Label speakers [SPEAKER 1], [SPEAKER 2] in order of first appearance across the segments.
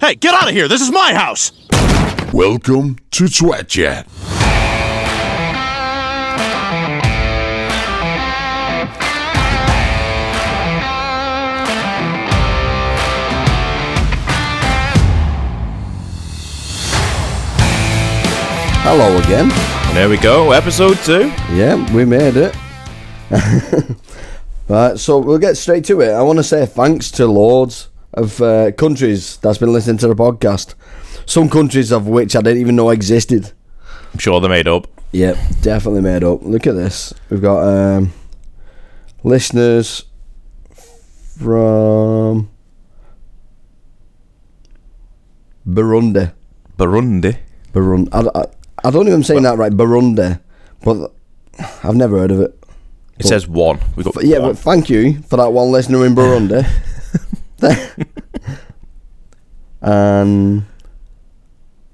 [SPEAKER 1] away! Get out of here! This is my house!
[SPEAKER 2] Welcome to Twat Chat. Hello again.
[SPEAKER 1] And there we go, episode two.
[SPEAKER 2] Yeah, we made it. right, so we'll get straight to it. I want to say thanks to loads of uh, countries that's been listening to the podcast. Some countries of which I didn't even know existed.
[SPEAKER 1] I'm sure they made up.
[SPEAKER 2] Yep, definitely made up. Look at this. We've got um, listeners from Burundi.
[SPEAKER 1] Burundi.
[SPEAKER 2] Burundi. I, I, I don't know if I'm saying that right. Burundi, but I've never heard of it.
[SPEAKER 1] It says one. We got
[SPEAKER 2] Yeah,
[SPEAKER 1] one.
[SPEAKER 2] but thank you for that one listener in Burundi. and Um,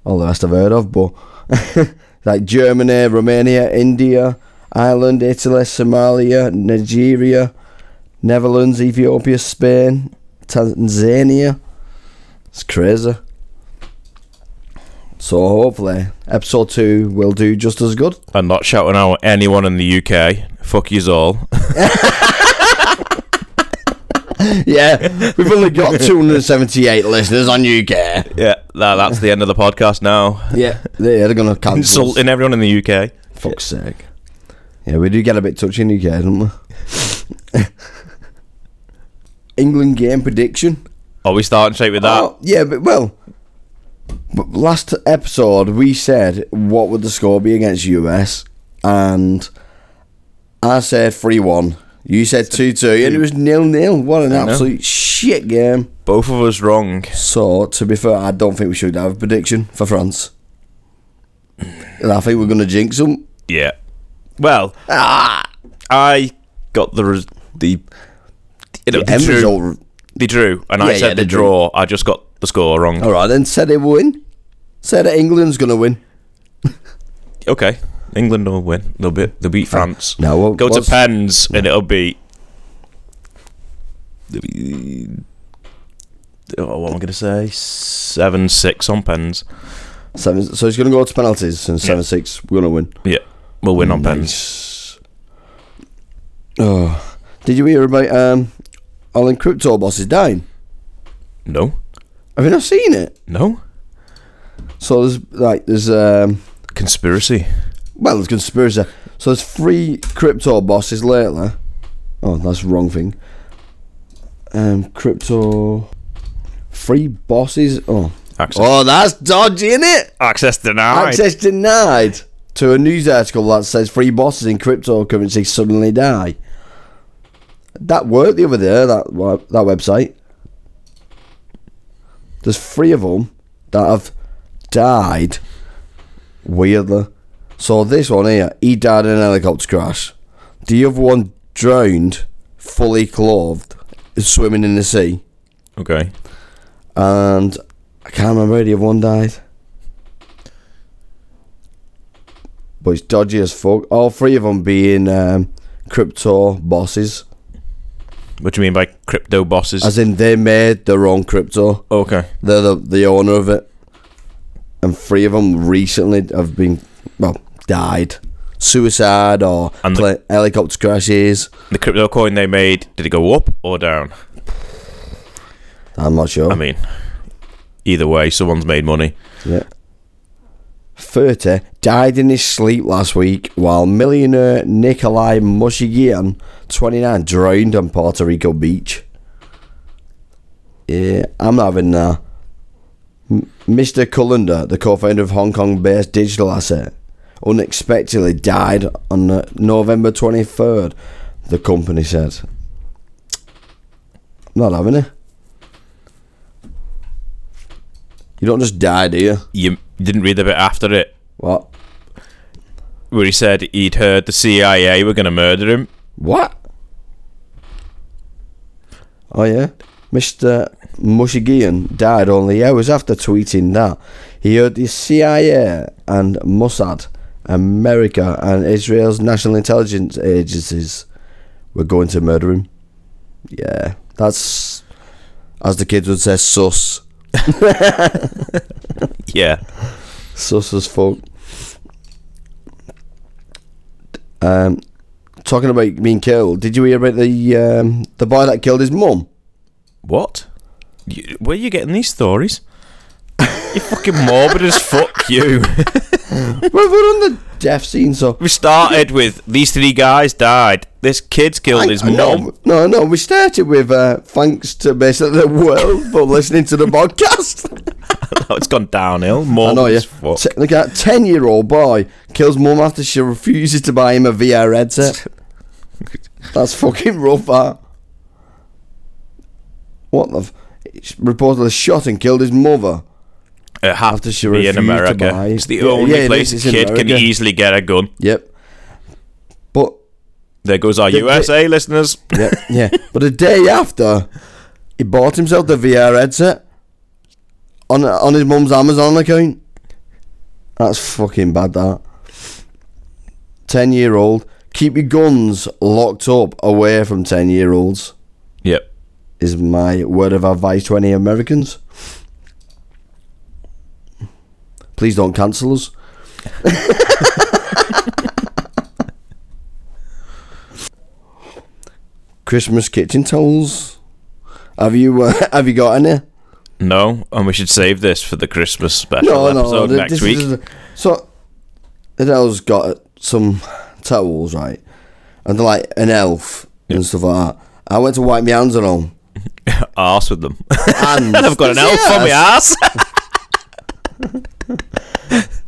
[SPEAKER 2] all the rest I've heard of, but like Germany, Romania, India, Ireland, Italy, Somalia, Nigeria, Netherlands, Ethiopia, Spain, Tanzania. It's crazy. So hopefully, episode two will do just as good.
[SPEAKER 1] and not shouting out anyone in the UK. Fuck yous all.
[SPEAKER 2] yeah, we've only got 278 listeners on UK.
[SPEAKER 1] yeah, that, that's the end of the podcast now.
[SPEAKER 2] Yeah, they- they're going to cancel.
[SPEAKER 1] Insulting everyone in the UK.
[SPEAKER 2] Fuck's sake. Yeah, we do get a bit touchy in UK, don't we? England game prediction.
[SPEAKER 1] Are we starting straight with that?
[SPEAKER 2] Oh, yeah, but well, but last episode we said what would the score be against US, and I said three one. You said two two, and it was nil nil. What an
[SPEAKER 1] know.
[SPEAKER 2] absolute shit game.
[SPEAKER 1] Both of us wrong.
[SPEAKER 2] So, to be fair, I don't think we should have a prediction for France. And I think we're going to jinx them.
[SPEAKER 1] Yeah. Ah. Well, I got the res- the you know, they,
[SPEAKER 2] End
[SPEAKER 1] drew,
[SPEAKER 2] result.
[SPEAKER 1] they drew, and
[SPEAKER 2] Yeah,
[SPEAKER 1] I
[SPEAKER 2] yeah,
[SPEAKER 1] said the Oh.
[SPEAKER 2] they drew.
[SPEAKER 1] draw. I just got the score wrong.
[SPEAKER 2] All right, then said they will win. Said that England's going to win.
[SPEAKER 1] Okay, England will win. They'll be they'll beat France.
[SPEAKER 2] No, what-
[SPEAKER 1] go to
[SPEAKER 2] what's-
[SPEAKER 1] pens, and it'll be. it'll be- Oh, what am I going to say? Seven six on pens.
[SPEAKER 2] Seven, so it's going to go to penalties and 7 6. We're going to win.
[SPEAKER 1] Yeah, we'll win on pens.
[SPEAKER 2] Nice. Oh. Did you hear about um, Alan Crypto Boss is dying?
[SPEAKER 1] No,
[SPEAKER 2] Have you not seen it?
[SPEAKER 1] no
[SPEAKER 2] So there's like, there's, um,
[SPEAKER 1] conspiracy.
[SPEAKER 2] well, there's conspiracy. So there's three crypto bosses lately. Oh, that's the wrong thing. Um, crypto. Three bosses. Oh.
[SPEAKER 1] Access,
[SPEAKER 2] Oh, that's dodgy, is it?
[SPEAKER 1] access denied.
[SPEAKER 2] Access denied to a news article that says three bosses in cryptocurrency suddenly die. That worked the other day, that wa- that website. There's three of them that have died. Weirdly. So this one here, he died in a helicopter crash. The other one drowned, fully clothed, swimming in the sea.
[SPEAKER 1] Okay,
[SPEAKER 2] And I can't remember the other one died. But it's dodgy as fuck. All three of them being um, crypto bosses,
[SPEAKER 1] what do you mean by crypto bosses? Oh,
[SPEAKER 2] as in they made their own crypto.
[SPEAKER 1] okay,
[SPEAKER 2] They're the, the owner of it. And three of them recently have been, well, died. Suicide or
[SPEAKER 1] And the-
[SPEAKER 2] pla- helicopter crashes.
[SPEAKER 1] the crypto coin they made did it go up or down?
[SPEAKER 2] I'm not sure.
[SPEAKER 1] I mean, either way, someone's made money.
[SPEAKER 2] Yeah. 30 died in his sleep last week while millionaire Nikolai Mushigian, 29, drowned on Puerto Rico beach. Yeah, I'm not having that. M- Mr. Cullender, the co founder of Hong Kong based digital asset, unexpectedly died on uh, November 23rd, the company said. I'm not having it. You don't just die, do you?
[SPEAKER 1] You didn't read the bit after it
[SPEAKER 2] What?
[SPEAKER 1] where he said he'd heard the CIA were going to murder him.
[SPEAKER 2] What? Oh yeah, Mr. Mushigian died only hours after tweeting that he heard the CIA and Mossad, America and Israel's national intelligence agencies were going to murder him. Yeah, that's as the kids would say, sus.
[SPEAKER 1] Yeah.
[SPEAKER 2] Sus as fuck. Um, talking about being killed. Did you hear about the um, the boy that killed his mum?
[SPEAKER 1] What? You, where are you getting these stories? You're fucking morbid as fuck, you.
[SPEAKER 2] Well, we're on the death scene, so
[SPEAKER 1] We started with these three guys died. This kid's killed his
[SPEAKER 2] I- no,
[SPEAKER 1] mum.
[SPEAKER 2] No, no, we started with uh, thanks to basically the world for listening to the podcast.
[SPEAKER 1] Oh, it's gone downhill.
[SPEAKER 2] I
[SPEAKER 1] Morbid
[SPEAKER 2] know, yeah.
[SPEAKER 1] as fuck.
[SPEAKER 2] Te- look at ten year old boy kills mum after she refuses to buy him a VR headset. That's fucking rough. That. What the? F- he's reportedly shot and killed his mother.
[SPEAKER 1] It has
[SPEAKER 2] After
[SPEAKER 1] to
[SPEAKER 2] she
[SPEAKER 1] be
[SPEAKER 2] refused
[SPEAKER 1] in
[SPEAKER 2] to
[SPEAKER 1] America.
[SPEAKER 2] buy-
[SPEAKER 1] It's the
[SPEAKER 2] Yeah,
[SPEAKER 1] only
[SPEAKER 2] yeah, it
[SPEAKER 1] place
[SPEAKER 2] is,
[SPEAKER 1] a
[SPEAKER 2] it's in
[SPEAKER 1] kid can
[SPEAKER 2] America.
[SPEAKER 1] easily get a gun.
[SPEAKER 2] Yep. But
[SPEAKER 1] There goes our
[SPEAKER 2] The- the-
[SPEAKER 1] USA listeners.
[SPEAKER 2] yeah, yeah. But the day after, he bought himself the VR headset on on his mum's Amazon account. That's fucking bad. That ten year old keep your guns locked up away from ten year olds
[SPEAKER 1] Yep.
[SPEAKER 2] is my word of advice to any Americans. Please don't cancel us. Christmas kitchen towels. Have you uh, have you got any?
[SPEAKER 1] No, and we should save this for the Christmas special episode
[SPEAKER 2] th-
[SPEAKER 1] next
[SPEAKER 2] this
[SPEAKER 1] week.
[SPEAKER 2] is- so Adele's got some towels, right? And they're like an elf and stuff like that. I went to wipe my hands on them.
[SPEAKER 1] Arse with them.
[SPEAKER 2] And
[SPEAKER 1] I've got an elf on my ass.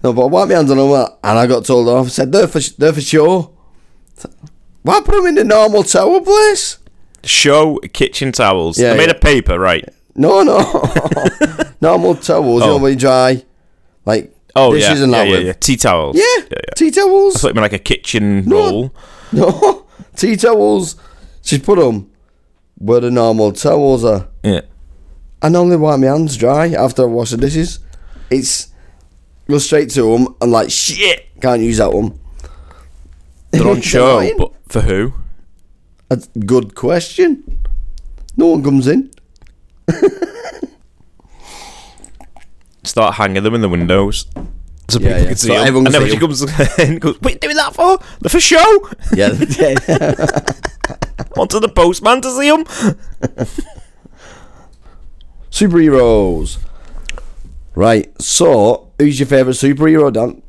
[SPEAKER 2] No, but I wiped my hands on them uh, and I got told off. I said, they're for, they're for sure. Why put them in the normal towel place?
[SPEAKER 1] Show kitchen towels.
[SPEAKER 2] Yeah,
[SPEAKER 1] They're made
[SPEAKER 2] yeah.
[SPEAKER 1] of paper, right?
[SPEAKER 2] No, no. normal towels,
[SPEAKER 1] Oh.
[SPEAKER 2] you know, when you dry. Like,
[SPEAKER 1] Oh
[SPEAKER 2] dishes
[SPEAKER 1] yeah,
[SPEAKER 2] and
[SPEAKER 1] yeah,
[SPEAKER 2] that
[SPEAKER 1] yeah,
[SPEAKER 2] with.
[SPEAKER 1] yeah. Tea towels.
[SPEAKER 2] Yeah,
[SPEAKER 1] yeah, yeah.
[SPEAKER 2] tea towels.
[SPEAKER 1] It's like like a kitchen
[SPEAKER 2] No.
[SPEAKER 1] roll.
[SPEAKER 2] no, tea towels. She's put them where the normal towels are.
[SPEAKER 1] Yeah.
[SPEAKER 2] I normally wipe my hands dry after I wash the dishes. It's go straight to them and like, shit, can't use that one.
[SPEAKER 1] They're on show,
[SPEAKER 2] Fine.
[SPEAKER 1] but for who?
[SPEAKER 2] That's a good question. No one comes in.
[SPEAKER 1] Start hanging them in the windows. So
[SPEAKER 2] Yeah,
[SPEAKER 1] people
[SPEAKER 2] yeah.
[SPEAKER 1] can see
[SPEAKER 2] So
[SPEAKER 1] them.
[SPEAKER 2] everyone
[SPEAKER 1] And then
[SPEAKER 2] can
[SPEAKER 1] when
[SPEAKER 2] see
[SPEAKER 1] she comes in, goes, "What are you doing that for? They're for show.
[SPEAKER 2] Yeah, yeah.
[SPEAKER 1] Wanted the postman to see them."
[SPEAKER 2] superheroes. Right. So, who's your favourite superhero, Dan?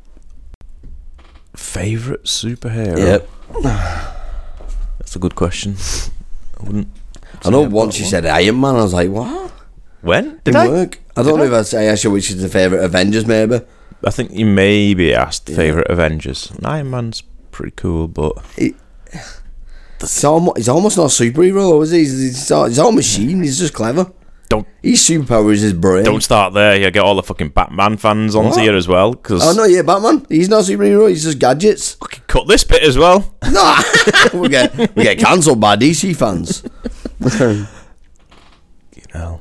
[SPEAKER 1] Favorite superhero? That's a good question. I wouldn't.
[SPEAKER 2] I know once you said Iron Man, I was like, what?
[SPEAKER 1] When did
[SPEAKER 2] Didn't
[SPEAKER 1] I?
[SPEAKER 2] work. I don't know if I'd say I should which is the favourite Avengers, maybe.
[SPEAKER 1] I think you maybe asked favorite Avengers. And Iron Man's pretty cool, but
[SPEAKER 2] He's almost, he's almost not a superhero, is he? He's, he's, all, he's all machine. He's just clever.
[SPEAKER 1] don't
[SPEAKER 2] His superpower is his brain.
[SPEAKER 1] don't start there. You get all the fucking Batman fans onto
[SPEAKER 2] What?
[SPEAKER 1] here as well because
[SPEAKER 2] Oh, no, yeah, Batman. He's not a superhero. He's just gadgets.
[SPEAKER 1] cut this bit as well.
[SPEAKER 2] No, we get we get cancelled by DC fans.
[SPEAKER 1] You know,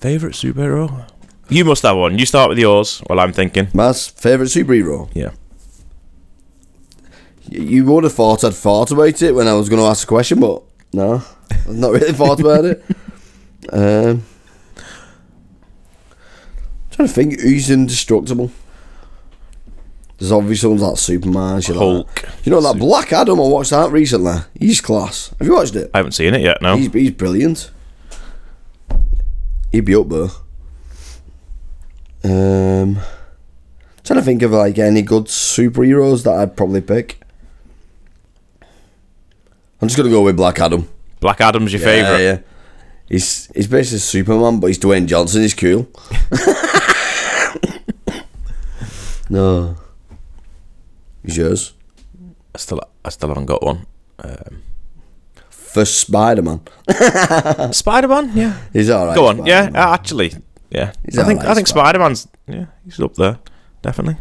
[SPEAKER 1] favorite superhero. You must have one. You start with yours. Well, I'm thinking.
[SPEAKER 2] My s- favourite superhero.
[SPEAKER 1] Yeah.
[SPEAKER 2] Y- You would have thought I'd thought about it when I was going to ask a question, but no, I've not really thought about it. Um, trying to think who's indestructible. There's obviously ones like Superman. shit like that.
[SPEAKER 1] Hulk.
[SPEAKER 2] You know that Black Adam? I watched that recently. He's class. Have you watched it?
[SPEAKER 1] I haven't seen it yet. No.
[SPEAKER 2] He's he's brilliant. He'd be up there. Um, trying to think of like any good superheroes that I'd probably pick. I'm just gonna go with Black Adam.
[SPEAKER 1] Black Adam's your favorite.
[SPEAKER 2] yeah. He's he's basically Superman, but he's Dwayne Johnson. He's cool. no. He's yours
[SPEAKER 1] I still I still haven't got one. Um,
[SPEAKER 2] for Spider Man.
[SPEAKER 1] Spider Man. Yeah.
[SPEAKER 2] He's all right.
[SPEAKER 1] Go on. Yeah.
[SPEAKER 2] Uh, Spider-Man.
[SPEAKER 1] uh, actually. Yeah.
[SPEAKER 2] He's
[SPEAKER 1] I think
[SPEAKER 2] alright,
[SPEAKER 1] I think Spider Man's. Yeah. He's up there. Definitely.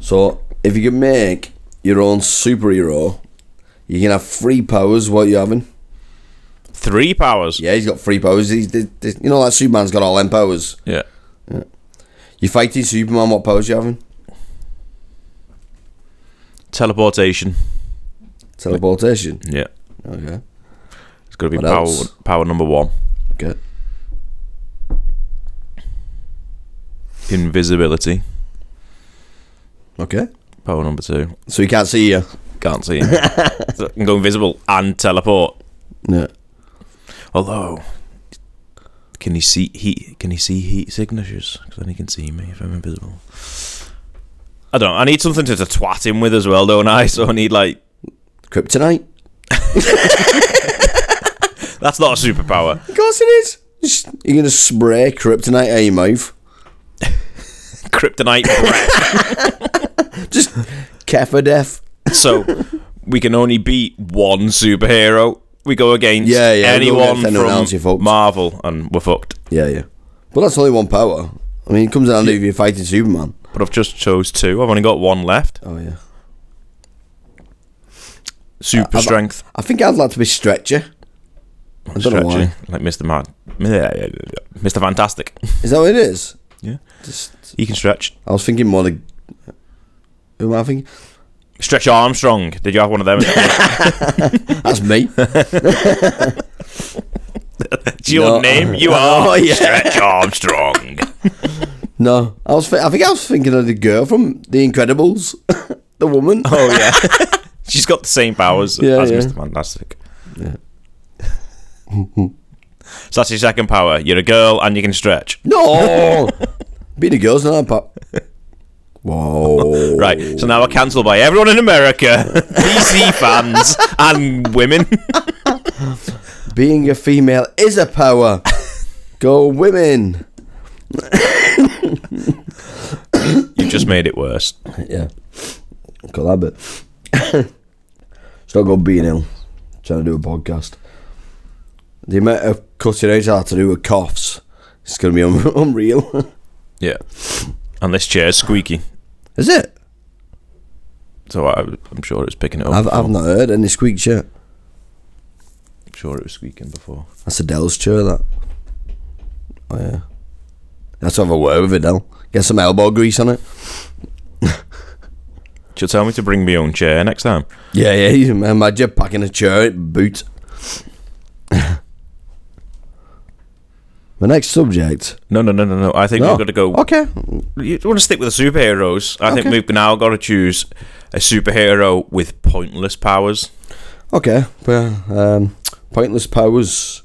[SPEAKER 2] So if you can make your own superhero, you can have three powers. What you having?
[SPEAKER 1] Three powers.
[SPEAKER 2] Yeah, he's got three powers. He's, he's, he's- you know, like Superman's got all them powers.
[SPEAKER 1] Yeah.
[SPEAKER 2] You fighting Superman? What powers you having?
[SPEAKER 1] Teleportation.
[SPEAKER 2] Teleportation.
[SPEAKER 1] Yeah.
[SPEAKER 2] Okay.
[SPEAKER 1] It's got to be
[SPEAKER 2] What
[SPEAKER 1] power
[SPEAKER 2] else?
[SPEAKER 1] power number one.
[SPEAKER 2] Get
[SPEAKER 1] Invisibility.
[SPEAKER 2] okay.
[SPEAKER 1] Power number two.
[SPEAKER 2] So he can't see you.
[SPEAKER 1] Can't see. him. so I can go invisible and teleport.
[SPEAKER 2] No.
[SPEAKER 1] Although, can he see heat? Can he see heat signatures? Because then he can see me if I'm invisible. I don't. I need something to, to twat him with as well, don't I? So I need like
[SPEAKER 2] Kryptonite.
[SPEAKER 1] that's not a superpower.
[SPEAKER 2] Of course it is. Just- You're gonna spray kryptonite out your mouth.
[SPEAKER 1] Kryptonite breath.
[SPEAKER 2] Just Keffa death.
[SPEAKER 1] so we can only beat one superhero. We go against
[SPEAKER 2] Yeah, yeah, we go
[SPEAKER 1] anyone
[SPEAKER 2] against anyone else, you're
[SPEAKER 1] from
[SPEAKER 2] fucked.
[SPEAKER 1] Marvel, and we're fucked.
[SPEAKER 2] Yeah, yeah. But that's only one power. I mean, it comes down to if you're fighting Superman.
[SPEAKER 1] But I've just chose two. I've only got one left.
[SPEAKER 2] Oh yeah.
[SPEAKER 1] Super
[SPEAKER 2] I've-
[SPEAKER 1] strength.
[SPEAKER 2] I think I'd like to be Stretcher. I don't know why.
[SPEAKER 1] Like Mr. Man, Mr. Fantastic.
[SPEAKER 2] Is that what it is?
[SPEAKER 1] Yeah.
[SPEAKER 2] Just,
[SPEAKER 1] He can stretch.
[SPEAKER 2] I was thinking more like. Who am I thinking?
[SPEAKER 1] Stretch Armstrong. Did you have one of them?
[SPEAKER 2] That's me.
[SPEAKER 1] It's your
[SPEAKER 2] No. Oh,
[SPEAKER 1] name. You are Stretch Armstrong.
[SPEAKER 2] No, I was. Th- I think I was thinking of the girl from The Incredibles, the woman.
[SPEAKER 1] oh yeah. She's got the same powers
[SPEAKER 2] Yeah,
[SPEAKER 1] as
[SPEAKER 2] yeah.
[SPEAKER 1] Mr. Fantastic. so that's your second power. You're a girl and you can stretch.
[SPEAKER 2] No, being a girl's not a pop. Whoa!
[SPEAKER 1] Right. So now we're cancelled by everyone in America, DC fans, and women.
[SPEAKER 2] being a female is a power. Go women.
[SPEAKER 1] You've just made it worse.
[SPEAKER 2] Yeah, got that bit. so I go being ill, trying to do a podcast. The amount of cutting out I have to do with coughs, it's gonna be un- unreal.
[SPEAKER 1] Yeah. And this chair's squeaky,
[SPEAKER 2] is it?
[SPEAKER 1] so I, I'm sure it's picking it up.
[SPEAKER 2] I've, I've not heard any squeak yet.
[SPEAKER 1] I'm sure it was squeaking before.
[SPEAKER 2] That's Adele's chair, that. Oh, yeah. Let's have a word with Adele. Get some elbow grease on it.
[SPEAKER 1] She'll tell me to bring my own chair next time.
[SPEAKER 2] Yeah, yeah, you imagine packing a chair, boot. the next subject.
[SPEAKER 1] No, no, no, no, no. I think
[SPEAKER 2] No.
[SPEAKER 1] we've got to go.
[SPEAKER 2] Okay.
[SPEAKER 1] You want to stick with the superheroes? I think
[SPEAKER 2] Okay.
[SPEAKER 1] we've now got to choose a superhero with pointless powers.
[SPEAKER 2] Okay. Well, um, pointless powers.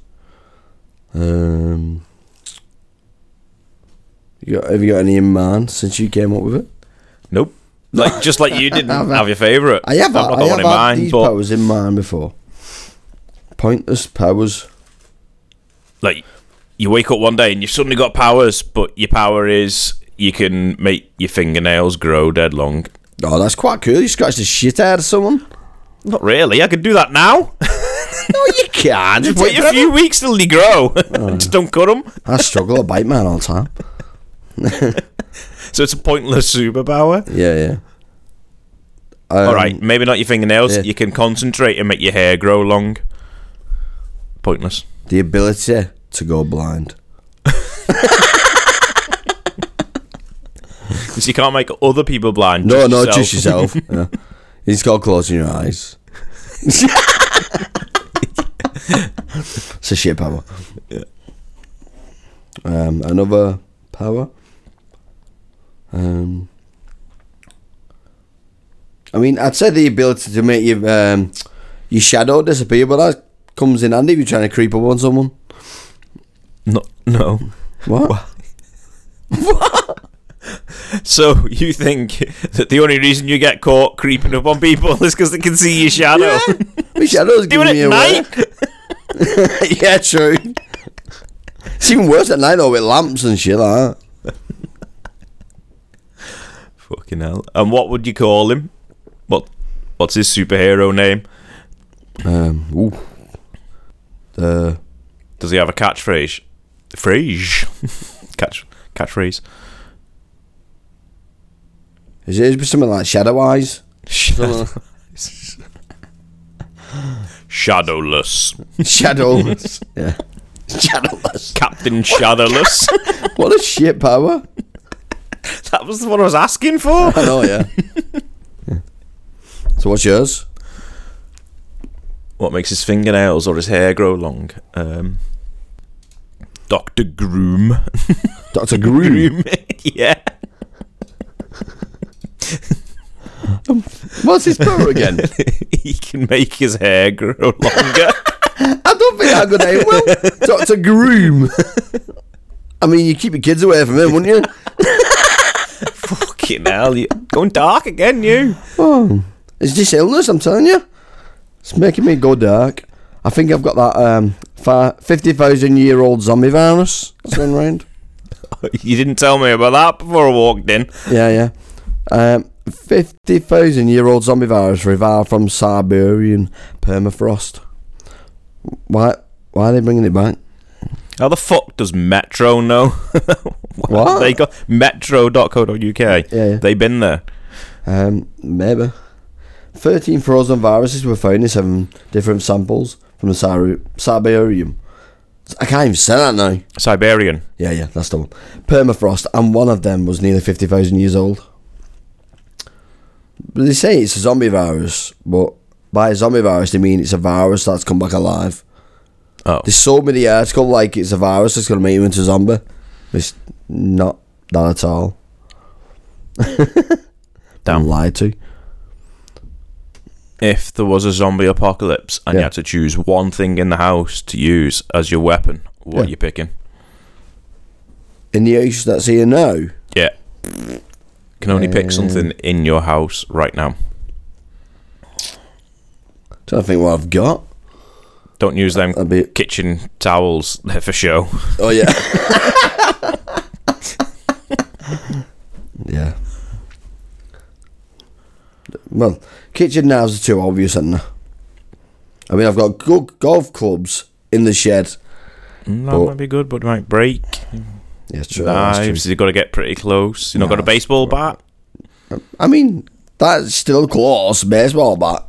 [SPEAKER 2] Um, you got, have you got any in mind since you came up with it?
[SPEAKER 1] Nope. Like just like you didn't have your favorite.
[SPEAKER 2] I have,
[SPEAKER 1] I've not
[SPEAKER 2] I
[SPEAKER 1] got
[SPEAKER 2] have
[SPEAKER 1] one in
[SPEAKER 2] had
[SPEAKER 1] mind,
[SPEAKER 2] these
[SPEAKER 1] but
[SPEAKER 2] powers in mind before. Pointless powers.
[SPEAKER 1] like you wake up one day and you've suddenly got powers, but your power is you can make your fingernails grow dead long.
[SPEAKER 2] Oh, that's quite cool. You scratch the shit out of someone.
[SPEAKER 1] Not really. I could do that now.
[SPEAKER 2] No, you can't.
[SPEAKER 1] Just Oh. wait a few weeks till they grow. Just don't cut them.
[SPEAKER 2] I struggle. I bite man all the time.
[SPEAKER 1] So it's a pointless superpower.
[SPEAKER 2] Yeah, yeah. Um,
[SPEAKER 1] All right, maybe not your fingernails.
[SPEAKER 2] yeah.
[SPEAKER 1] You can concentrate and make your hair grow long. Pointless.
[SPEAKER 2] The ability to go blind.
[SPEAKER 1] Because you can't make other people blind.
[SPEAKER 2] No,
[SPEAKER 1] just
[SPEAKER 2] no,
[SPEAKER 1] yourself.
[SPEAKER 2] just yourself. yeah. It's called closing your eyes. it's a shit power. Um, another power. Um, I mean, I'd say the ability to make your um, your shadow disappear, but that comes in handy if you're trying to creep up on someone.
[SPEAKER 1] No, no.
[SPEAKER 2] What?
[SPEAKER 1] So you think that the only reason you get caught creeping up on people is because they can see your shadow?
[SPEAKER 2] My shadow's
[SPEAKER 1] Do
[SPEAKER 2] giving
[SPEAKER 1] it
[SPEAKER 2] me
[SPEAKER 1] at
[SPEAKER 2] away.
[SPEAKER 1] night.
[SPEAKER 2] yeah, true. It's even worse at night though with lamps and shit like that.
[SPEAKER 1] Fucking hell. And what would you call him? What? What's his superhero name?
[SPEAKER 2] Um, ooh. The
[SPEAKER 1] Does he have a catchphrase? Phrase. Catch catchphrase.
[SPEAKER 2] is it something like Shadow Eyes?
[SPEAKER 1] Shadow- Shadowless.
[SPEAKER 2] Shadowless. yeah. Shadowless.
[SPEAKER 1] Captain Shadowless.
[SPEAKER 2] What a shit power.
[SPEAKER 1] that was what I was asking for.
[SPEAKER 2] I know, yeah. So what's yours?
[SPEAKER 1] What makes his fingernails or his hair grow long? Um, Doctor Groom.
[SPEAKER 2] Dr. Groom.
[SPEAKER 1] yeah.
[SPEAKER 2] What's his power again?
[SPEAKER 1] he can make his hair grow longer.
[SPEAKER 2] I don't think that good name will. Dr. Groom. I mean, you keep your kids away from him, wouldn't you?
[SPEAKER 1] Fucking hell, you going dark again, you?
[SPEAKER 2] Oh, it's this illness, I'm telling you. It's making me go dark. I think I've got that um, fi- 50,000 year old zombie virus that's going round.
[SPEAKER 1] You didn't tell me about that before I walked in.
[SPEAKER 2] Yeah, yeah. Um, 50,000 year old zombie virus revived from Siberian permafrost. Why, why are they bringing it back?
[SPEAKER 1] How the fuck does Metro know?
[SPEAKER 2] What?
[SPEAKER 1] They got metro.co.uk.
[SPEAKER 2] Yeah, yeah.
[SPEAKER 1] They been there.
[SPEAKER 2] Um, maybe. 13 frozen viruses were found in seven different samples from the Sar- Siberium. I can't even say that now.
[SPEAKER 1] Siberian.
[SPEAKER 2] Yeah, yeah, that's the one. Permafrost, and one of them was nearly 50,000 years old. But they say it's a zombie virus, but by a zombie virus, they mean it's a virus that's come back alive.
[SPEAKER 1] Oh.
[SPEAKER 2] There's so many articles like it's a virus that's going to make you into a zombie. It's not that at all.
[SPEAKER 1] Damn.
[SPEAKER 2] Lied to.
[SPEAKER 1] If there was a zombie apocalypse and you
[SPEAKER 2] Yeah.
[SPEAKER 1] had to choose one thing in the house to use as your weapon, what are
[SPEAKER 2] Yeah.
[SPEAKER 1] you picking?
[SPEAKER 2] In the age that's here now,
[SPEAKER 1] Yeah. Can only pick
[SPEAKER 2] Uh.
[SPEAKER 1] something in your house right now.
[SPEAKER 2] trying to think what I've got.
[SPEAKER 1] Don't use them
[SPEAKER 2] That'd be
[SPEAKER 1] kitchen towels there for show.
[SPEAKER 2] Oh yeah. yeah. Well, kitchen knives are too obvious, isn't they? I mean, I've got go- golf clubs in the shed.
[SPEAKER 1] Mm, that
[SPEAKER 2] But-
[SPEAKER 1] might be good, but it might break.
[SPEAKER 2] Yeah, true. that's true.
[SPEAKER 1] Knives, you've got to get pretty close. You've not got a
[SPEAKER 2] Nah,
[SPEAKER 1] baseball bat.
[SPEAKER 2] I mean, that's still close. Baseball bat.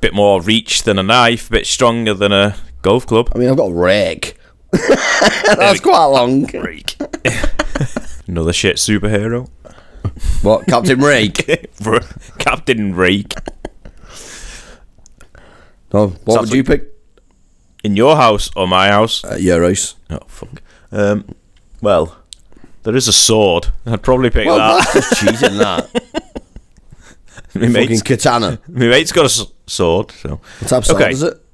[SPEAKER 1] Bit more reach than a knife, bit stronger than a golf club.
[SPEAKER 2] I mean, I've got a rake. that's quite long.
[SPEAKER 1] Break. Another shit superhero.
[SPEAKER 2] What, Captain Rake?
[SPEAKER 1] Bro, Captain Rake.
[SPEAKER 2] No, what
[SPEAKER 1] Sounds
[SPEAKER 2] would you pick?
[SPEAKER 1] In your house or my house?
[SPEAKER 2] Uh, Euros.
[SPEAKER 1] Oh, fuck. Um, well, there is a sword. I'd probably pick
[SPEAKER 2] Well,
[SPEAKER 1] that.
[SPEAKER 2] that's just cheating, that.
[SPEAKER 1] My
[SPEAKER 2] Fucking
[SPEAKER 1] mate's,
[SPEAKER 2] katana.
[SPEAKER 1] my mate's got a s- sword, so.
[SPEAKER 2] What type of sword
[SPEAKER 1] Okay.
[SPEAKER 2] is it?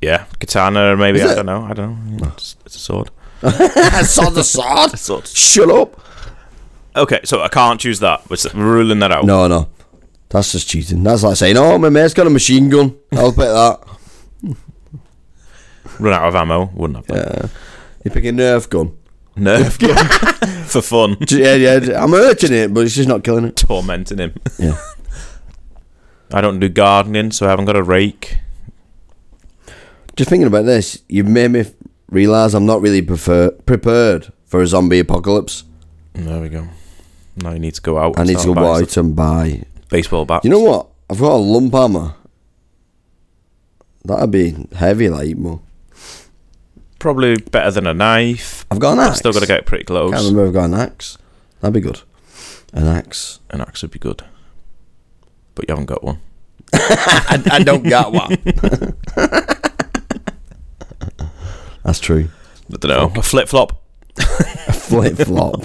[SPEAKER 1] Yeah, katana, maybe.
[SPEAKER 2] Is
[SPEAKER 1] I
[SPEAKER 2] it?
[SPEAKER 1] don't know. I don't know. It's, it's a sword.
[SPEAKER 2] sword the sword?
[SPEAKER 1] A sword.
[SPEAKER 2] Shut up.
[SPEAKER 1] Okay, so I can't choose that. We're s- we're ruling that out.
[SPEAKER 2] No, no. That's just cheating. That's like saying, oh, my mate's got a machine gun. I'll bet that.
[SPEAKER 1] Run out of ammo. Wouldn't have that.
[SPEAKER 2] Yeah. You pick a Nerf gun.
[SPEAKER 1] Nerf gun for fun,
[SPEAKER 2] J- Yeah, yeah. I'm hurting it, but it's just not killing it.
[SPEAKER 1] tormenting him.
[SPEAKER 2] Yeah.
[SPEAKER 1] I don't do gardening, so I haven't got a rake.
[SPEAKER 2] Just thinking about this, you've made me realise I'm not really prefer- prepared for a zombie apocalypse.
[SPEAKER 1] There we go. Now you need to go out.
[SPEAKER 2] I
[SPEAKER 1] and
[SPEAKER 2] need to
[SPEAKER 1] start
[SPEAKER 2] go
[SPEAKER 1] buying
[SPEAKER 2] out and buy.
[SPEAKER 1] some baseball bat.
[SPEAKER 2] You know what? I've got a lump hammer. That'd be heavy, like, more.
[SPEAKER 1] probably better than a knife.
[SPEAKER 2] I've got an
[SPEAKER 1] I've
[SPEAKER 2] axe.
[SPEAKER 1] still got to get pretty
[SPEAKER 2] Can't
[SPEAKER 1] close.
[SPEAKER 2] remember if I've got an axe. That'd be good. An axe.
[SPEAKER 1] An axe would be good, but you haven't got one.
[SPEAKER 2] I, I don't got one. That's true.
[SPEAKER 1] I don't know. A flip flop.
[SPEAKER 2] A flip flop.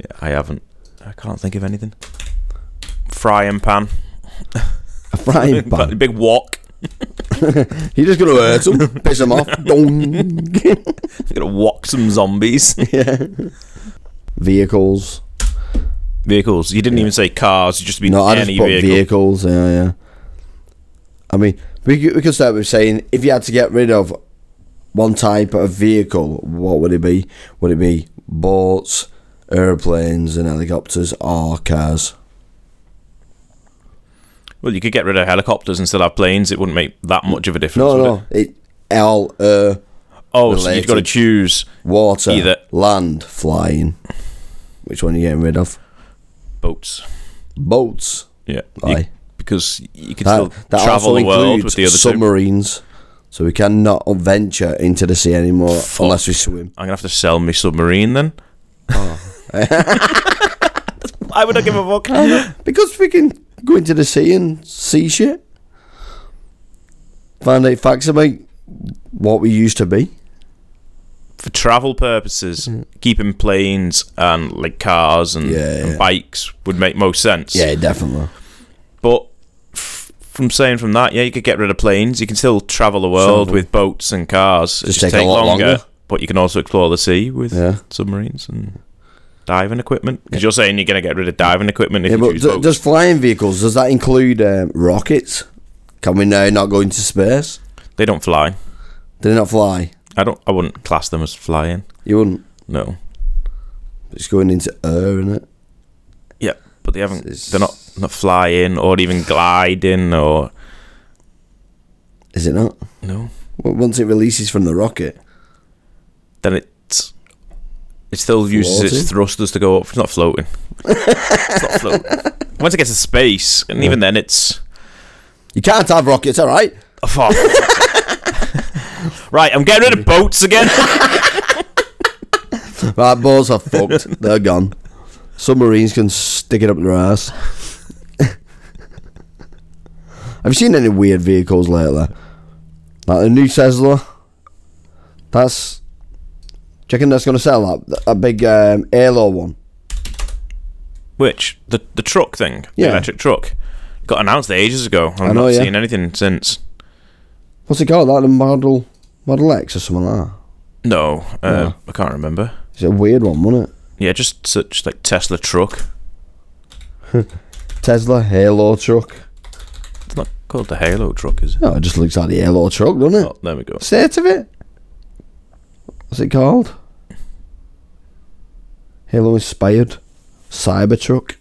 [SPEAKER 1] Yeah, I haven't. I can't think of anything. Frying pan.
[SPEAKER 2] A frying
[SPEAKER 1] But a
[SPEAKER 2] pan.
[SPEAKER 1] big wok.
[SPEAKER 2] You're just going to hurt him, piss him off. Dong.
[SPEAKER 1] I'm gonna wok some zombies.
[SPEAKER 2] yeah. Vehicles.
[SPEAKER 1] vehicles. You didn't even say cars. You just mean
[SPEAKER 2] No, I just
[SPEAKER 1] any
[SPEAKER 2] put
[SPEAKER 1] vehicle.
[SPEAKER 2] vehicles. Yeah, yeah. I mean, we could, we could start with saying if you had to get rid of one type of vehicle, what would it be? Would it be boats, airplanes, and helicopters, or cars?
[SPEAKER 1] Well, you could get rid of helicopters and still have planes. It wouldn't make that much of a difference.
[SPEAKER 2] No,
[SPEAKER 1] would
[SPEAKER 2] no.
[SPEAKER 1] It?
[SPEAKER 2] It, L, uh,
[SPEAKER 1] Oh, so you've
[SPEAKER 2] Related.
[SPEAKER 1] got to choose.
[SPEAKER 2] water,
[SPEAKER 1] Either.
[SPEAKER 2] land, flying. Which one are you getting rid of?
[SPEAKER 1] boats.
[SPEAKER 2] Boats.
[SPEAKER 1] Yeah, You-
[SPEAKER 2] Aye.
[SPEAKER 1] because you can
[SPEAKER 2] That,
[SPEAKER 1] still
[SPEAKER 2] that
[SPEAKER 1] travel
[SPEAKER 2] also
[SPEAKER 1] the world with
[SPEAKER 2] includes
[SPEAKER 1] the other two.
[SPEAKER 2] submarines. So we cannot venture into the sea anymore
[SPEAKER 1] Fuck.
[SPEAKER 2] unless we swim.
[SPEAKER 1] I'm gonna have to sell me submarine then.
[SPEAKER 2] Oh.
[SPEAKER 1] I would not give a fuck.
[SPEAKER 2] Because we can go into the sea and see shit. Find out facts about what we used to be.
[SPEAKER 1] for travel purposes, keeping planes and like cars and,
[SPEAKER 2] Mm. Yeah, yeah.
[SPEAKER 1] and bikes would make most sense.
[SPEAKER 2] Yeah, definitely.
[SPEAKER 1] But f- from saying from that, yeah, you could get rid of planes. You can still travel the world
[SPEAKER 2] Travel.
[SPEAKER 1] with boats and cars. It
[SPEAKER 2] Just take a lot longer.
[SPEAKER 1] But you can also explore the sea with
[SPEAKER 2] Yeah.
[SPEAKER 1] submarines and diving equipment. Because you're saying you're going to get rid of diving equipment if
[SPEAKER 2] yeah,
[SPEAKER 1] you
[SPEAKER 2] but
[SPEAKER 1] choose
[SPEAKER 2] d-
[SPEAKER 1] boats.
[SPEAKER 2] does flying vehicles does that include um, rockets? Can we now not go into space?
[SPEAKER 1] They don't fly.
[SPEAKER 2] Do they not fly?
[SPEAKER 1] I don't. I wouldn't class them as flying.
[SPEAKER 2] You wouldn't.
[SPEAKER 1] No.
[SPEAKER 2] It's going into air, isn't it?
[SPEAKER 1] Yeah, but they haven't.
[SPEAKER 2] It's-
[SPEAKER 1] They're not not flying or even gliding or
[SPEAKER 2] Is it not?
[SPEAKER 1] no.
[SPEAKER 2] W- Once it releases from the rocket,
[SPEAKER 1] then it's it still uses
[SPEAKER 2] Floating?
[SPEAKER 1] its thrusters to go up. It's not floating. it's not floating. Once it gets to space, and even then, it's
[SPEAKER 2] you can't have rockets. All right.
[SPEAKER 1] oh, fuck. right. I'm getting rid of boats again.
[SPEAKER 2] Right, balls are fucked. They're gone. Submarines can stick it up their ass. Have you seen any weird vehicles lately? Like the new Tesla. That's. Do you reckon that's going to sell that? A big um, Halo one.
[SPEAKER 1] Which the the truck thing,
[SPEAKER 2] Yeah.
[SPEAKER 1] the electric truck, got announced ages ago. I've
[SPEAKER 2] I know,
[SPEAKER 1] not
[SPEAKER 2] yeah.
[SPEAKER 1] seen anything since.
[SPEAKER 2] What's it called? Like the Model Model X or something like that.
[SPEAKER 1] No, uh,
[SPEAKER 2] Yeah.
[SPEAKER 1] I can't remember.
[SPEAKER 2] It's a weird one, wasn't it?
[SPEAKER 1] Yeah, just such like Tesla truck.
[SPEAKER 2] Tesla Halo truck.
[SPEAKER 1] It's not called the Halo truck, is it?
[SPEAKER 2] No, it just looks like the Halo truck, doesn't it?
[SPEAKER 1] Oh, there we go.
[SPEAKER 2] State of it. What's it called? Halo inspired Cybertruck.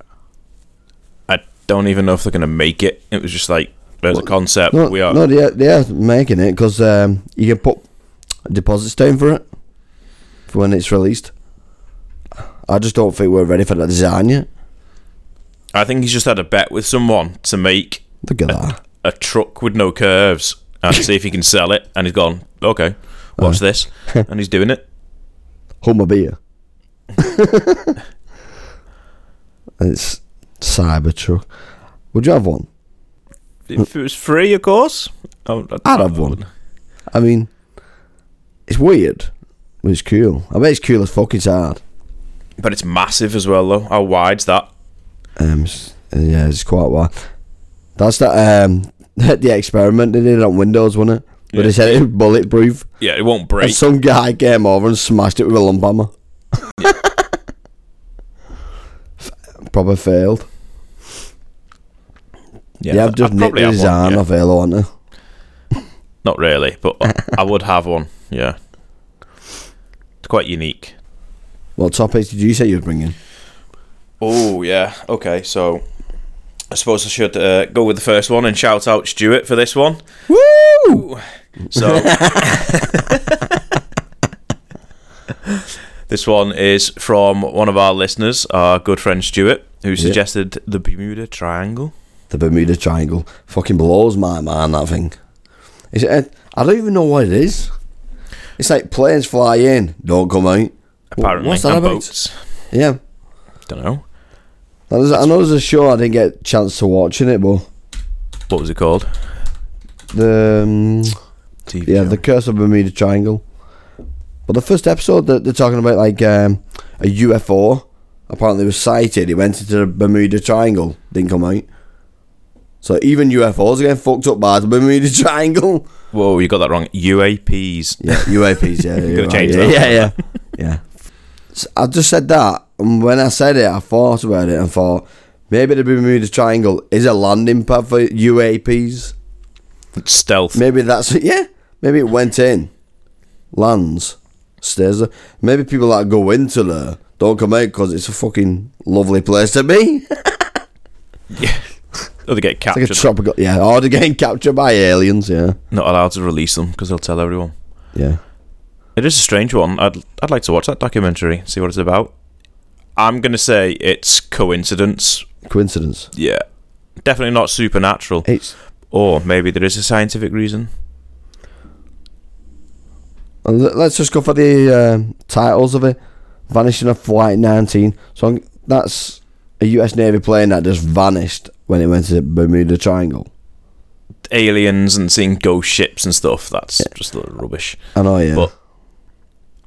[SPEAKER 1] I don't even know if they're gonna make it. It was just like there's a concept.
[SPEAKER 2] No,
[SPEAKER 1] we are.
[SPEAKER 2] no, they are, they are making it because um, you can put deposits down for it for when it's released. I just don't think we're ready for that design yet.
[SPEAKER 1] I think he's just had a bet with someone to make
[SPEAKER 2] Look at that.
[SPEAKER 1] a truck with no curves and see if he can sell it. And he's gone, okay, watch this. And he's doing it.
[SPEAKER 2] Hummer beer. it's Cybertruck. Would you have one?
[SPEAKER 1] If it was free, of course. Oh, I would-
[SPEAKER 2] I'd have one. I mean, it's weird, but it's cool. I bet it's cool as fuck. It's hard.
[SPEAKER 1] But it's massive as well, though. How wide's that?
[SPEAKER 2] Um, s- yeah, it's quite wild. That's that um the experiment they did on Windows, wasn't it? But
[SPEAKER 1] Yeah.
[SPEAKER 2] they said it was bulletproof,
[SPEAKER 1] Yeah, it won't
[SPEAKER 2] and
[SPEAKER 1] break.
[SPEAKER 2] some guy came over and smashed it with a lump hammer. F- Proper failed.
[SPEAKER 1] Yeah, I'd-
[SPEAKER 2] they have just
[SPEAKER 1] I'd
[SPEAKER 2] nicked
[SPEAKER 1] probably have
[SPEAKER 2] the
[SPEAKER 1] one,
[SPEAKER 2] design
[SPEAKER 1] yeah.
[SPEAKER 2] of Halo, haven't they?
[SPEAKER 1] Not really, but I would have one. Yeah. It's quite unique.
[SPEAKER 2] What topics did you say you were bringing?
[SPEAKER 1] Oh yeah. Okay. So I suppose I should uh, go with the first one and shout out Stuart for this one. Woo! So this one is from one of our listeners, our good friend Stuart, who suggested the Bermuda Triangle.
[SPEAKER 2] The Bermuda Triangle fucking blows my mind. That thing. Is it? I don't even know what it is. It's like planes fly in, don't come out. Wh-
[SPEAKER 1] Apparently,
[SPEAKER 2] what's
[SPEAKER 1] and
[SPEAKER 2] that about?
[SPEAKER 1] boats.
[SPEAKER 2] Yeah,
[SPEAKER 1] Don't know.
[SPEAKER 2] That is- I know there's a show I didn't get a chance to watch in it, but
[SPEAKER 1] What was it called?
[SPEAKER 2] the um,
[SPEAKER 1] TV
[SPEAKER 2] yeah,
[SPEAKER 1] show.
[SPEAKER 2] the Curse of Bermuda Triangle. But the first episode that they're talking about, like um, a UFO, apparently was sighted. It went into the Bermuda Triangle, didn't come out. So even UFOs are getting fucked up by the Bermuda Triangle.
[SPEAKER 1] Whoa, you got that wrong. UAPs.
[SPEAKER 2] Yeah, UAPs. Yeah,
[SPEAKER 1] You're
[SPEAKER 2] you're
[SPEAKER 1] gonna change
[SPEAKER 2] yeah,
[SPEAKER 1] that.
[SPEAKER 2] Yeah, yeah, yeah. So I just said that, and when I said it, I thought about it and thought maybe the Bermuda Triangle is a landing pad for UAPs.
[SPEAKER 1] Stealth.
[SPEAKER 2] Maybe that's yeah. Maybe it went in, lands, stays there. Maybe people that go into there don't come out because it's a fucking lovely place to be. It's
[SPEAKER 1] Yeah. or Oh, they get captured.
[SPEAKER 2] like a tropical. Yeah, or they're getting captured by aliens. Yeah,
[SPEAKER 1] Not allowed to release them because they'll tell everyone.
[SPEAKER 2] yeah.
[SPEAKER 1] It is a strange one. I'd I'd like to watch that documentary, see what it's about. I'm gonna say it's coincidence.
[SPEAKER 2] Coincidence.
[SPEAKER 1] Yeah. Definitely not supernatural.
[SPEAKER 2] It's
[SPEAKER 1] Or maybe there is a scientific reason.
[SPEAKER 2] Uh, le- Let's just go for the um titles of it. Vanishing of Flight 19. So I'm, that's a US Navy plane that just vanished when it went to the Bermuda Triangle.
[SPEAKER 1] aliens and seeing ghost ships and stuff. That's just a little rubbish.
[SPEAKER 2] I know, yeah.
[SPEAKER 1] But-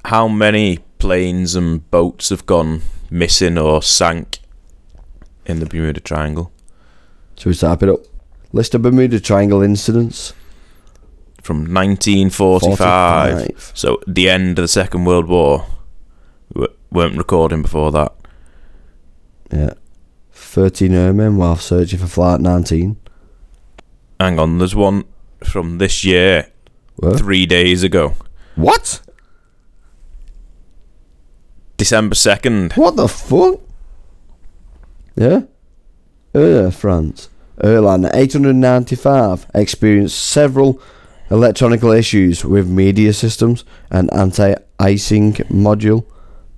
[SPEAKER 1] How many planes and boats have gone missing or sank in the Bermuda Triangle
[SPEAKER 2] Should we type it up? List of Bermuda Triangle incidents.
[SPEAKER 1] from 1945?
[SPEAKER 2] 45.
[SPEAKER 1] So at the end of the Second World War, we wer- weren't recording before that.
[SPEAKER 2] Yeah. 13 airmen while searching for Flight 19.
[SPEAKER 1] Hang on, there's one from this year,
[SPEAKER 2] What?
[SPEAKER 1] three days ago,
[SPEAKER 2] What?
[SPEAKER 1] December second.
[SPEAKER 2] What the fuck? Yeah? Uh, France. Airline 895 experienced several electronical issues with media systems and anti icing module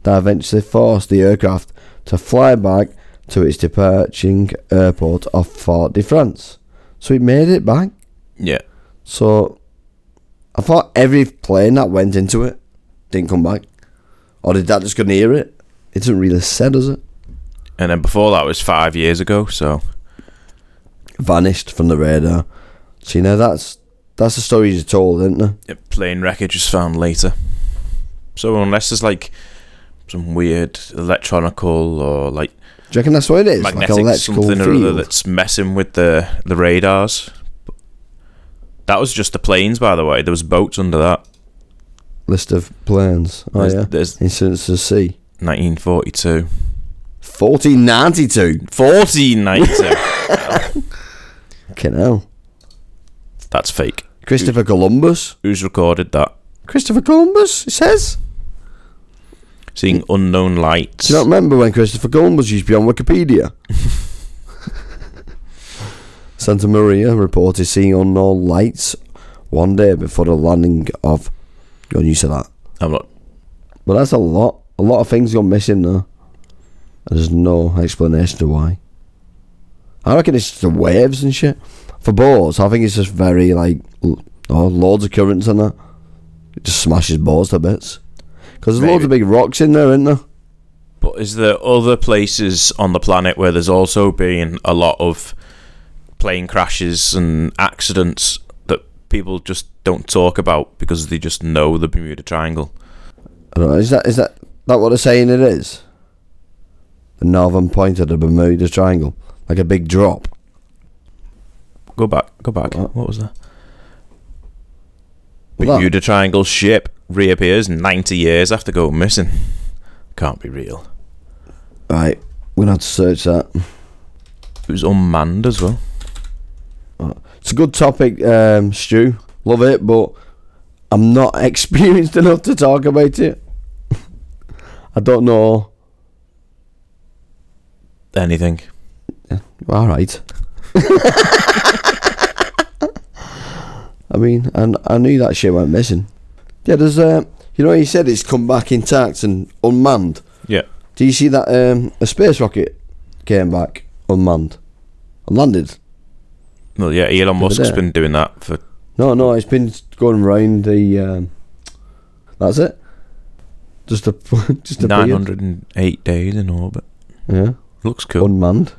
[SPEAKER 2] that eventually forced the aircraft to fly back to its departing airport of Fort de France. So it made it back.
[SPEAKER 1] Yeah,
[SPEAKER 2] So I thought every plane that went into it didn't come back. Or did that just go near it? It doesn't really say, does it?
[SPEAKER 1] and then before that was five years ago. So
[SPEAKER 2] Vanished from the radar. So you know that's that's the story you told, isn't it?
[SPEAKER 1] yeah, plane wreckage was found later. So unless there's like some weird electronical or like
[SPEAKER 2] Do you reckon that's what it is?
[SPEAKER 1] magnetic
[SPEAKER 2] like electrical
[SPEAKER 1] something or other
[SPEAKER 2] field.
[SPEAKER 1] that's messing with the the radars. That was just the planes, by the way. There was boats under that.
[SPEAKER 2] List of planes. Oh
[SPEAKER 1] there's,
[SPEAKER 2] yeah.
[SPEAKER 1] there's
[SPEAKER 2] Incidents to see.
[SPEAKER 1] 1942.
[SPEAKER 2] Fourteen ninety two.
[SPEAKER 1] 1492.
[SPEAKER 2] Fucking hell.
[SPEAKER 1] That's fake.
[SPEAKER 2] Christopher Columbus.
[SPEAKER 1] Who's recorded that?
[SPEAKER 2] Christopher Columbus, it says.
[SPEAKER 1] Seeing unknown lights.
[SPEAKER 2] Do you not remember when Christopher Columbus used to be on Wikipedia? Santa Maria reported seeing unknown lights one day before the landing of. Go on, you said that.
[SPEAKER 1] I'm not.
[SPEAKER 2] But that's a lot. A lot of things gone missing there. And There's no explanation to why. I reckon it's just the waves and shit. For boats, I think it's just very like l- oh, loads of currents and that. It just smashes boats to bits. Because there's loads of big rocks in there, isn't there?
[SPEAKER 1] But is there other places on the planet where there's also been a lot of plane crashes and accidents that people just don't talk about because they just know the Bermuda Triangle?
[SPEAKER 2] I don't know, is that is that that what they're saying it is? The northern point of the Bermuda Triangle, like a big drop.
[SPEAKER 1] Go back. Go back.
[SPEAKER 2] What?
[SPEAKER 1] What, was that?
[SPEAKER 2] Well, that-
[SPEAKER 1] Bermuda Triangle ship reappears 90 years after going missing. Can't be real.
[SPEAKER 2] Right, we're gonna have to search that.
[SPEAKER 1] It was unmanned as well.
[SPEAKER 2] It's a good topic, um, Stu. Love it, but I'm not experienced enough to talk about it. I don't know.
[SPEAKER 1] Anything.
[SPEAKER 2] All right. I mean, and I knew that shit went missing. Yeah, there's uh, you know, he said it's come back intact and unmanned.
[SPEAKER 1] Yeah.
[SPEAKER 2] Do you see that um, a space rocket came back unmanned and landed?
[SPEAKER 1] Well, yeah, Elon Musk's
[SPEAKER 2] there.
[SPEAKER 1] been doing that for
[SPEAKER 2] No, no, it's been going round the. Um, that's it. Just a, just a
[SPEAKER 1] nine hundred and eight days in orbit.
[SPEAKER 2] Yeah,
[SPEAKER 1] Looks cool.
[SPEAKER 2] unmanned.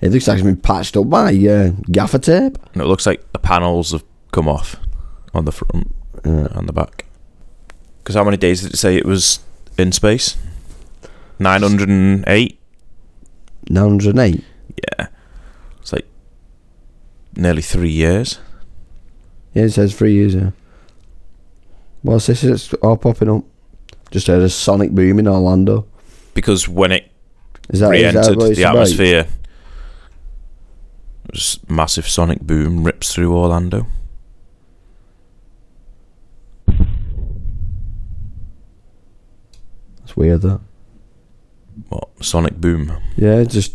[SPEAKER 2] It looks like it's been patched up by uh, gaffer tape.
[SPEAKER 1] And it looks like the panels have come off on the front
[SPEAKER 2] Uh,
[SPEAKER 1] and the back. Because how many days did it say it was in space? Nine hundred and eight.
[SPEAKER 2] Nine hundred eight.
[SPEAKER 1] Yeah, it's like nearly three years.
[SPEAKER 2] Yeah, it says three years. Yeah. What's this? It's all popping up. Just heard a sonic boom in Orlando.
[SPEAKER 1] Because when it
[SPEAKER 2] Is that, is that
[SPEAKER 1] re-entered
[SPEAKER 2] what it's
[SPEAKER 1] the
[SPEAKER 2] about?
[SPEAKER 1] atmosphere, this massive sonic boom rips through Orlando.
[SPEAKER 2] It's weird that.
[SPEAKER 1] What sonic boom?
[SPEAKER 2] Yeah, just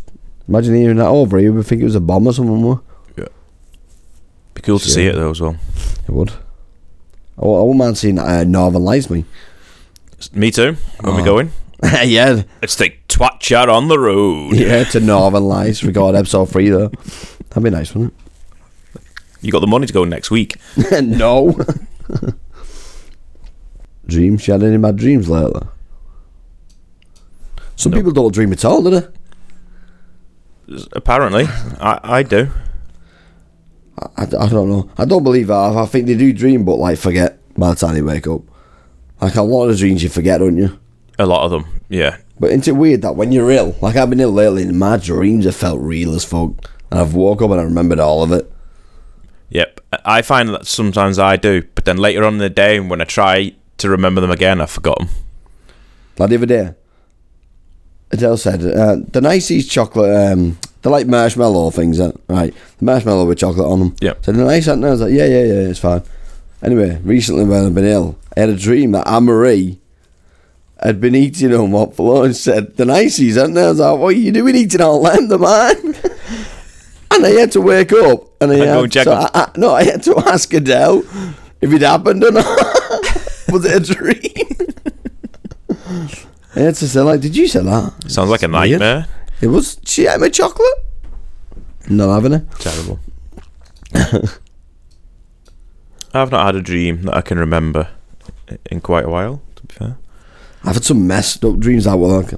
[SPEAKER 2] imagine hearing that over. You would think it was a bomb or something. More.
[SPEAKER 1] Be cool to see
[SPEAKER 2] Yeah.
[SPEAKER 1] it though as well.
[SPEAKER 2] It would. I, wou- I wouldn't mind seeing uh, Northern Lights, me.
[SPEAKER 1] Me too. When we
[SPEAKER 2] Oh.
[SPEAKER 1] go in.
[SPEAKER 2] yeah,
[SPEAKER 1] Let's take twat chat on the road.
[SPEAKER 2] yeah, to Northern Lights. Record episode three though. That'd be nice, wouldn't
[SPEAKER 1] You got the money to go next week.
[SPEAKER 2] it? no. dreams. You had any bad dreams lately? Some
[SPEAKER 1] No.
[SPEAKER 2] people don't dream at all, do they?
[SPEAKER 1] Apparently, I, I do.
[SPEAKER 2] I, I don't know. I don't believe half. I think they do dream, but like forget by the time they wake up. Like a lot of dreams you forget, don't you?
[SPEAKER 1] A lot of them, yeah.
[SPEAKER 2] But isn't it weird that when you're ill, like I've been ill lately, and my dreams have felt real as fuck, and I've woke up and I remembered all of it.
[SPEAKER 1] Yep. I find that sometimes I do, but then later on in the day, when I try to remember them again, I've forgotten.
[SPEAKER 2] Like the other day, Adele said, uh, "The Niceys chocolate, um, they're like marshmallow things, uh, right? The marshmallow with chocolate on them."
[SPEAKER 1] Yep.
[SPEAKER 2] So the nice, aren't they? I was like, "Yeah, yeah, yeah, it's fine." Anyway, recently when I've been ill, I had a dream that Anne Marie had been eating them up for lunch. Said, "The Niceys, aren't they?" I was like, "What are you doing eating all them? The mine?" and I had to wake up, and I,
[SPEAKER 1] And
[SPEAKER 2] had,
[SPEAKER 1] go and check
[SPEAKER 2] so
[SPEAKER 1] them.
[SPEAKER 2] I, I, no, I had to ask Adele if it happened or not. Was it a dream? I had to say, like, did you say that?
[SPEAKER 1] Sounds like a
[SPEAKER 2] Weird.
[SPEAKER 1] nightmare.
[SPEAKER 2] It was. She ate my chocolate. Not having it.
[SPEAKER 1] Terrible. I've not had a dream that I can remember in quite a while, to be fair.
[SPEAKER 2] I've had some messed up dreams that were like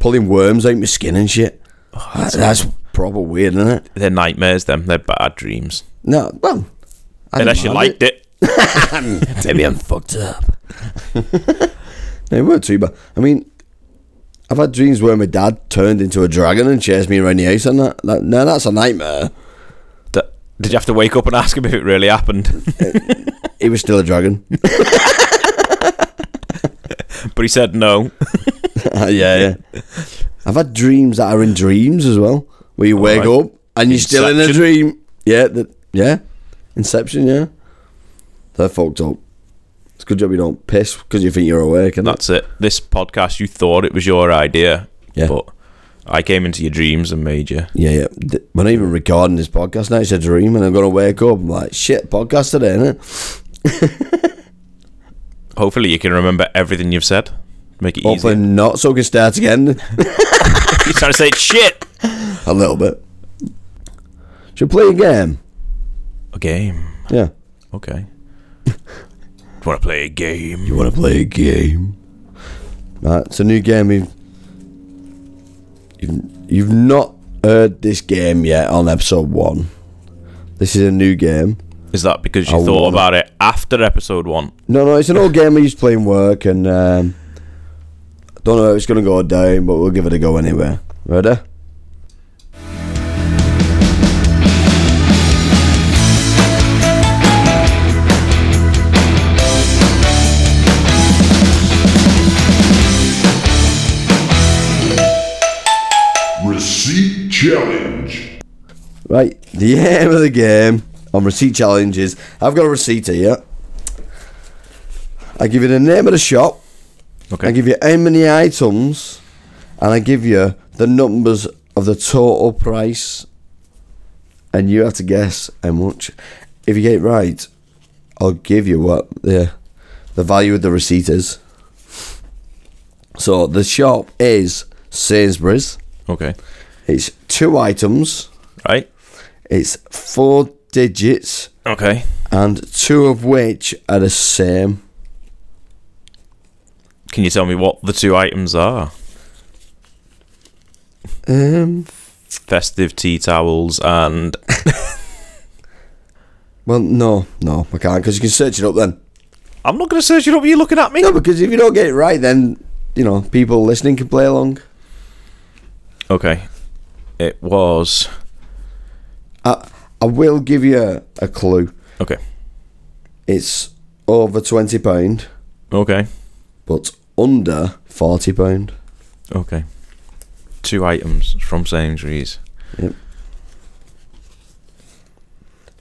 [SPEAKER 2] pulling worms out my skin and shit. Oh, that's that's proper weird, isn't it?
[SPEAKER 1] They're nightmares, them. They're bad dreams.
[SPEAKER 2] No, well, I
[SPEAKER 1] Unless you
[SPEAKER 2] didn't
[SPEAKER 1] liked it.
[SPEAKER 2] mind it. Maybe I'm fucked up. no, it weren't too bad. I mean, I've had dreams where my dad turned into a dragon and chased me around the house, and that, that no, that's a nightmare.
[SPEAKER 1] That- Did you have to wake up and ask him if it really happened?
[SPEAKER 2] He was still a dragon.
[SPEAKER 1] but he said no.
[SPEAKER 2] yeah, yeah. I've had dreams that are in dreams as well, where you wake
[SPEAKER 1] Alright.
[SPEAKER 2] up and you're still in a
[SPEAKER 1] Oh, Inception.
[SPEAKER 2] dream. Yeah, that yeah. Inception, yeah. They're fucked up. It's a good job you don't piss because you think you're awake, and
[SPEAKER 1] That's it. This podcast, you thought it was your idea,
[SPEAKER 2] Yeah.
[SPEAKER 1] but I came into your dreams and made you.
[SPEAKER 2] yeah, yeah. D- We're not even recording this podcast now. It's a dream, and I'm gonna wake up. I'm like, shit, podcast today, innit?
[SPEAKER 1] Hopefully, you can remember everything you've said. Make it
[SPEAKER 2] Hopefully not, so we can start again
[SPEAKER 1] easy. You're trying to say it's shit.
[SPEAKER 2] a little bit. Should we play a game?
[SPEAKER 1] A game.
[SPEAKER 2] Yeah.
[SPEAKER 1] Okay. Do you want to play a game?
[SPEAKER 2] You want to play a game? Right, it's a new game. You've, you've, you've not heard this game yet on episode one. This is a new game.
[SPEAKER 1] Is that because you
[SPEAKER 2] I
[SPEAKER 1] thought
[SPEAKER 2] wanna-
[SPEAKER 1] about it after episode one?
[SPEAKER 2] No, no, it's an old game I used to play in work, and um, don't know if it's going to go down, but we'll give it a go anyway. Ready?
[SPEAKER 3] Receipt challenge.
[SPEAKER 2] Right, the aim of the game on receipt challenge is I've got a receipt here. I give you the name of the shop.
[SPEAKER 1] Okay.
[SPEAKER 2] I give you how many items, and I give you the numbers of the total price, and you have to guess how much. If you get it right, I'll give you what the the value of the receipt is. So the shop is Sainsbury's.
[SPEAKER 1] Okay.
[SPEAKER 2] It's two items.
[SPEAKER 1] Right.
[SPEAKER 2] It's four digits,
[SPEAKER 1] Okay.
[SPEAKER 2] and two of which are the same.
[SPEAKER 1] Can you tell me what the two items are?
[SPEAKER 2] Um.
[SPEAKER 1] Festive tea towels and
[SPEAKER 2] Well, no, no, I can't because you can search it up then.
[SPEAKER 1] I'm not going to search it up. You're looking at me.
[SPEAKER 2] No, because if you don't get it right, then you know people listening can play along.
[SPEAKER 1] Okay. It was
[SPEAKER 2] I I will give you a, a clue.
[SPEAKER 1] okay.
[SPEAKER 2] It's over twenty pound,
[SPEAKER 1] Okay.
[SPEAKER 2] but under forty pound.
[SPEAKER 1] Okay. Two items from Sainsbury's.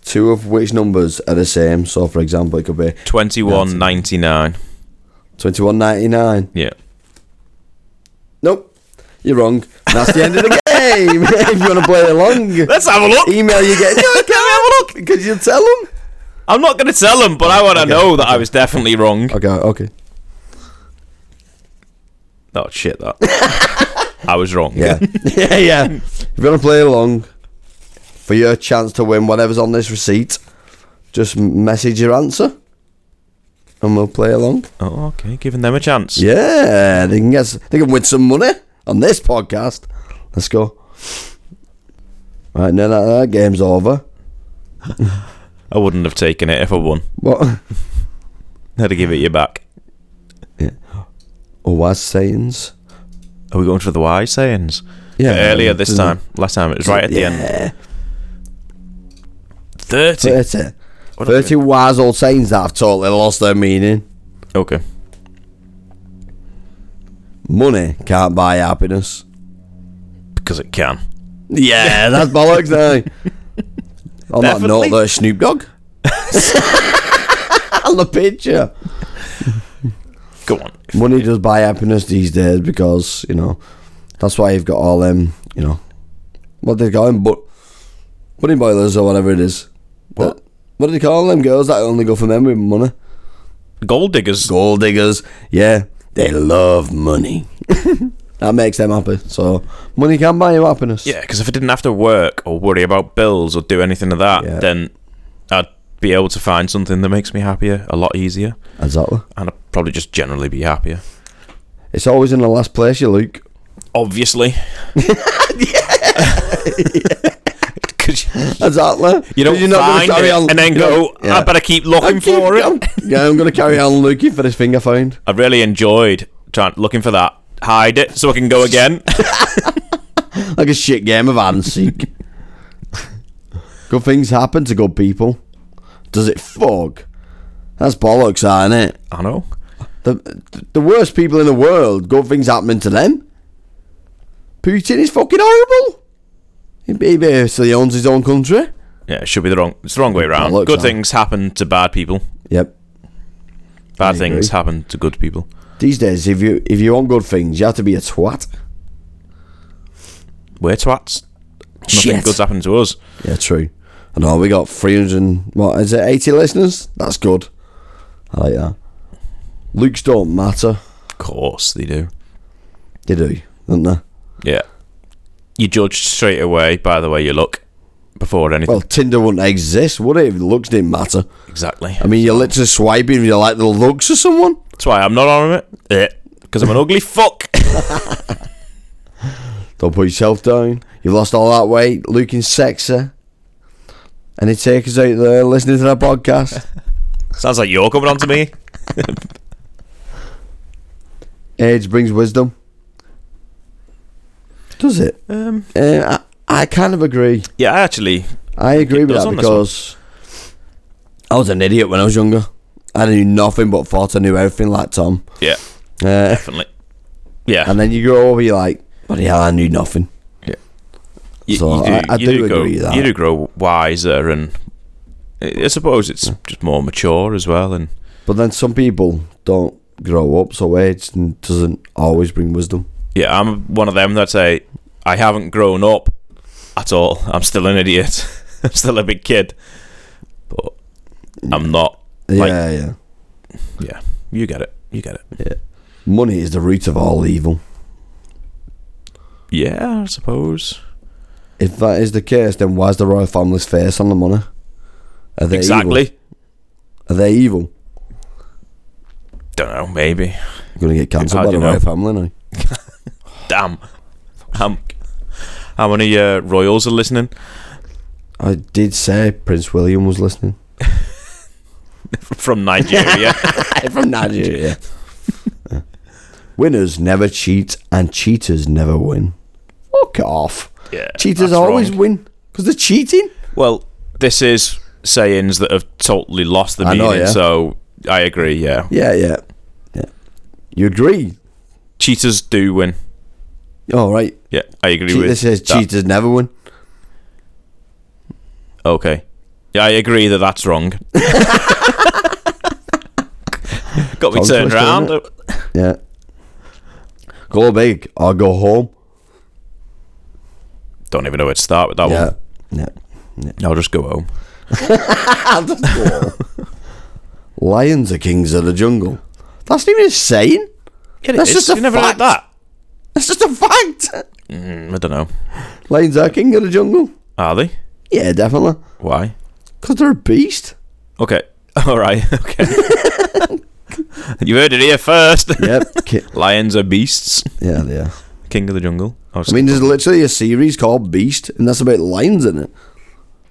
[SPEAKER 2] Two of which numbers are the same. So, for example, it could be
[SPEAKER 1] Twenty one ninety nine.
[SPEAKER 2] twenty one ninety nine.
[SPEAKER 1] Yeah.
[SPEAKER 2] Nope, you're wrong. That's the end of the game. if you want to play along,
[SPEAKER 1] Let's have a look.
[SPEAKER 2] email you get. No, can have a look? Because you tell them.
[SPEAKER 1] I'm not going to tell them, but I want to know that I was definitely wrong.
[SPEAKER 2] Okay, okay.
[SPEAKER 1] Oh shit! That I was wrong.
[SPEAKER 2] Yeah. yeah, yeah. If you want to play along for your chance to win whatever's on this receipt, just m- message your answer and we'll play along.
[SPEAKER 1] oh, okay. Giving them a chance.
[SPEAKER 2] Yeah, they can guess they can win some money on this podcast. Let's go. Right, now that, that game's over.
[SPEAKER 1] I wouldn't have taken it if I won.
[SPEAKER 2] What?
[SPEAKER 1] Had to give it you back.
[SPEAKER 2] Or was sayings?
[SPEAKER 1] Are we going for the wise sayings?
[SPEAKER 2] Yeah.
[SPEAKER 1] Earlier this
[SPEAKER 2] doesn't-
[SPEAKER 1] time. Last time it was right at the end.
[SPEAKER 2] yeah.
[SPEAKER 1] 30.
[SPEAKER 2] Thirty.
[SPEAKER 1] What
[SPEAKER 2] Thirty
[SPEAKER 1] am
[SPEAKER 2] wise old sayings that have totally lost their meaning.
[SPEAKER 1] I- Okay.
[SPEAKER 2] Money can't buy happiness.
[SPEAKER 1] Because it can.
[SPEAKER 2] Yeah, that's bollocks, eh? On that
[SPEAKER 1] Definitely.
[SPEAKER 2] note, there's Snoop Dogg. On the picture.
[SPEAKER 1] Go on.
[SPEAKER 2] Money does buy happiness these days because, you know, that's why you've got all them, you know, what they call them, but money boilers or whatever it is.
[SPEAKER 1] What?
[SPEAKER 2] That- what do they call them girls that only go for men with money?
[SPEAKER 1] Gold diggers.
[SPEAKER 2] Gold diggers. Yeah, they love money. that makes them happy. So, money can buy you happiness.
[SPEAKER 1] Yeah, because if I didn't have to work or worry about bills or do anything of that,
[SPEAKER 2] Yeah.
[SPEAKER 1] then I'd be able to find something that makes me happier a lot easier.
[SPEAKER 2] Exactly.
[SPEAKER 1] And I'd probably just generally be happier.
[SPEAKER 2] It's always in the last place you look.
[SPEAKER 1] Obviously. Because
[SPEAKER 2] Exactly.
[SPEAKER 1] you don't
[SPEAKER 2] are not
[SPEAKER 1] find
[SPEAKER 2] gonna carry
[SPEAKER 1] it
[SPEAKER 2] on.
[SPEAKER 1] and then
[SPEAKER 2] you
[SPEAKER 1] go, "Ah,
[SPEAKER 2] don't- yeah.
[SPEAKER 1] I better keep looking
[SPEAKER 2] I'm
[SPEAKER 1] for
[SPEAKER 2] keep-
[SPEAKER 1] it.
[SPEAKER 2] I'm- yeah, I'm going to carry on looking for this thing I found.
[SPEAKER 1] I really enjoyed trying looking for that. Hide it so I can go again.
[SPEAKER 2] Like a shit game of hide and seek. good things happen to good people. Does it fog? That's bollocks, ain't it?
[SPEAKER 1] I know.
[SPEAKER 2] The, the worst people in the world, good things happening to them. Putin is fucking horrible. He he basically owns his own country.
[SPEAKER 1] Yeah, it should be the wrong. It's the wrong way around.
[SPEAKER 2] looks
[SPEAKER 1] Good
[SPEAKER 2] like-
[SPEAKER 1] things happen to bad people.
[SPEAKER 2] Yep.
[SPEAKER 1] Bad
[SPEAKER 2] I
[SPEAKER 1] things
[SPEAKER 2] agree.
[SPEAKER 1] happen to good people.
[SPEAKER 2] These days, if you if you want good things, you have to be a twat.
[SPEAKER 1] We're twats. Nothing
[SPEAKER 2] Shit.
[SPEAKER 1] good's happened to us.
[SPEAKER 2] Yeah, true. I know we got 300 and, what is it 80 listeners? That's good. I like that. Looks don't matter.
[SPEAKER 1] Of course they do.
[SPEAKER 2] They do, don't they?
[SPEAKER 1] Yeah. You judge straight away by the way you look before anything.
[SPEAKER 2] Well, Tinder wouldn't exist, would it? If looks didn't matter.
[SPEAKER 1] exactly.
[SPEAKER 2] I mean, you're literally swiping if you like the looks of someone.
[SPEAKER 1] That's why I'm not on it. Because I'm an ugly fuck.
[SPEAKER 2] Don't put yourself down. You've lost all that weight, looking sexy. Any takers out there listening to that podcast?
[SPEAKER 1] Sounds like you're coming on to me.
[SPEAKER 2] Age brings wisdom. Does it?
[SPEAKER 1] Um,
[SPEAKER 2] Uh, I, I kind of agree.
[SPEAKER 1] yeah, I actually.
[SPEAKER 2] I agree with
[SPEAKER 1] does
[SPEAKER 2] that
[SPEAKER 1] on this one.
[SPEAKER 2] because I was an idiot when I was younger. I knew nothing but thought I knew everything, like Tom.
[SPEAKER 1] Yeah,
[SPEAKER 2] Uh,
[SPEAKER 1] definitely. Yeah.
[SPEAKER 2] and then you grow over, you're like, bloody hell, I knew nothing. so I- I do
[SPEAKER 1] grow,
[SPEAKER 2] agree with that.
[SPEAKER 1] You do grow wiser, and I I suppose it's just more mature as well. And
[SPEAKER 2] But then some people don't grow up, so age n- doesn't always bring wisdom.
[SPEAKER 1] yeah, I'm one of them that say I haven't grown up at all. I'm still an idiot. I'm still a big kid, but I'm not. Like-
[SPEAKER 2] yeah, yeah.
[SPEAKER 1] Yeah, you get it. You get it.
[SPEAKER 2] Money is the root of all evil.
[SPEAKER 1] Yeah, I suppose.
[SPEAKER 2] If that is the case, then why's the royal family's face on the money? Are they
[SPEAKER 1] exactly.
[SPEAKER 2] Evil? Are they evil?
[SPEAKER 1] Don't know. Maybe.
[SPEAKER 2] You're gonna get cancelled
[SPEAKER 1] How
[SPEAKER 2] by
[SPEAKER 1] do
[SPEAKER 2] the
[SPEAKER 1] you
[SPEAKER 2] royal
[SPEAKER 1] know?
[SPEAKER 2] family now.
[SPEAKER 1] Damn. How, how many uh, royals are listening?
[SPEAKER 2] I did say Prince William was listening.
[SPEAKER 1] From Nigeria.
[SPEAKER 2] from Nigeria. Winners never cheat, and cheaters never win. Fuck off.
[SPEAKER 1] yeah,
[SPEAKER 2] Cheaters
[SPEAKER 1] that's
[SPEAKER 2] always
[SPEAKER 1] wrong.
[SPEAKER 2] win because they're cheating.
[SPEAKER 1] Well, this is sayings that have totally lost the
[SPEAKER 2] I
[SPEAKER 1] meaning.
[SPEAKER 2] know, yeah.
[SPEAKER 1] So I agree. Yeah,
[SPEAKER 2] Yeah, yeah, yeah. You agree?
[SPEAKER 1] cheaters do win.
[SPEAKER 2] All right.
[SPEAKER 1] Yeah, I agree
[SPEAKER 2] Che-
[SPEAKER 1] with.
[SPEAKER 2] this says
[SPEAKER 1] that.
[SPEAKER 2] cheaters never win.
[SPEAKER 1] Okay. Yeah, I agree that that's wrong. Got me
[SPEAKER 2] Tongue
[SPEAKER 1] turned
[SPEAKER 2] twister,
[SPEAKER 1] round.
[SPEAKER 2] innit? Yeah. Go big or go home.
[SPEAKER 1] Don't even know where to start with that
[SPEAKER 2] yeah.
[SPEAKER 1] one.
[SPEAKER 2] Yeah.
[SPEAKER 1] I'll just go home.
[SPEAKER 2] I'll just go home. Lions are kings of the jungle. That's not even a saying. That's just a
[SPEAKER 1] you never
[SPEAKER 2] fact.
[SPEAKER 1] heard that.
[SPEAKER 2] That's just a fact.
[SPEAKER 1] Mm, I don't know.
[SPEAKER 2] Lions are king of the jungle.
[SPEAKER 1] Are they?
[SPEAKER 2] Yeah, definitely.
[SPEAKER 1] Why?
[SPEAKER 2] Because they're a beast.
[SPEAKER 1] Okay. All right. Okay. you heard it here first.
[SPEAKER 2] Yep. ki-
[SPEAKER 1] Lions are beasts.
[SPEAKER 2] yeah, they are.
[SPEAKER 1] King of the jungle. I was
[SPEAKER 2] I mean, there's literally a series called Beast, and that's about lions in it.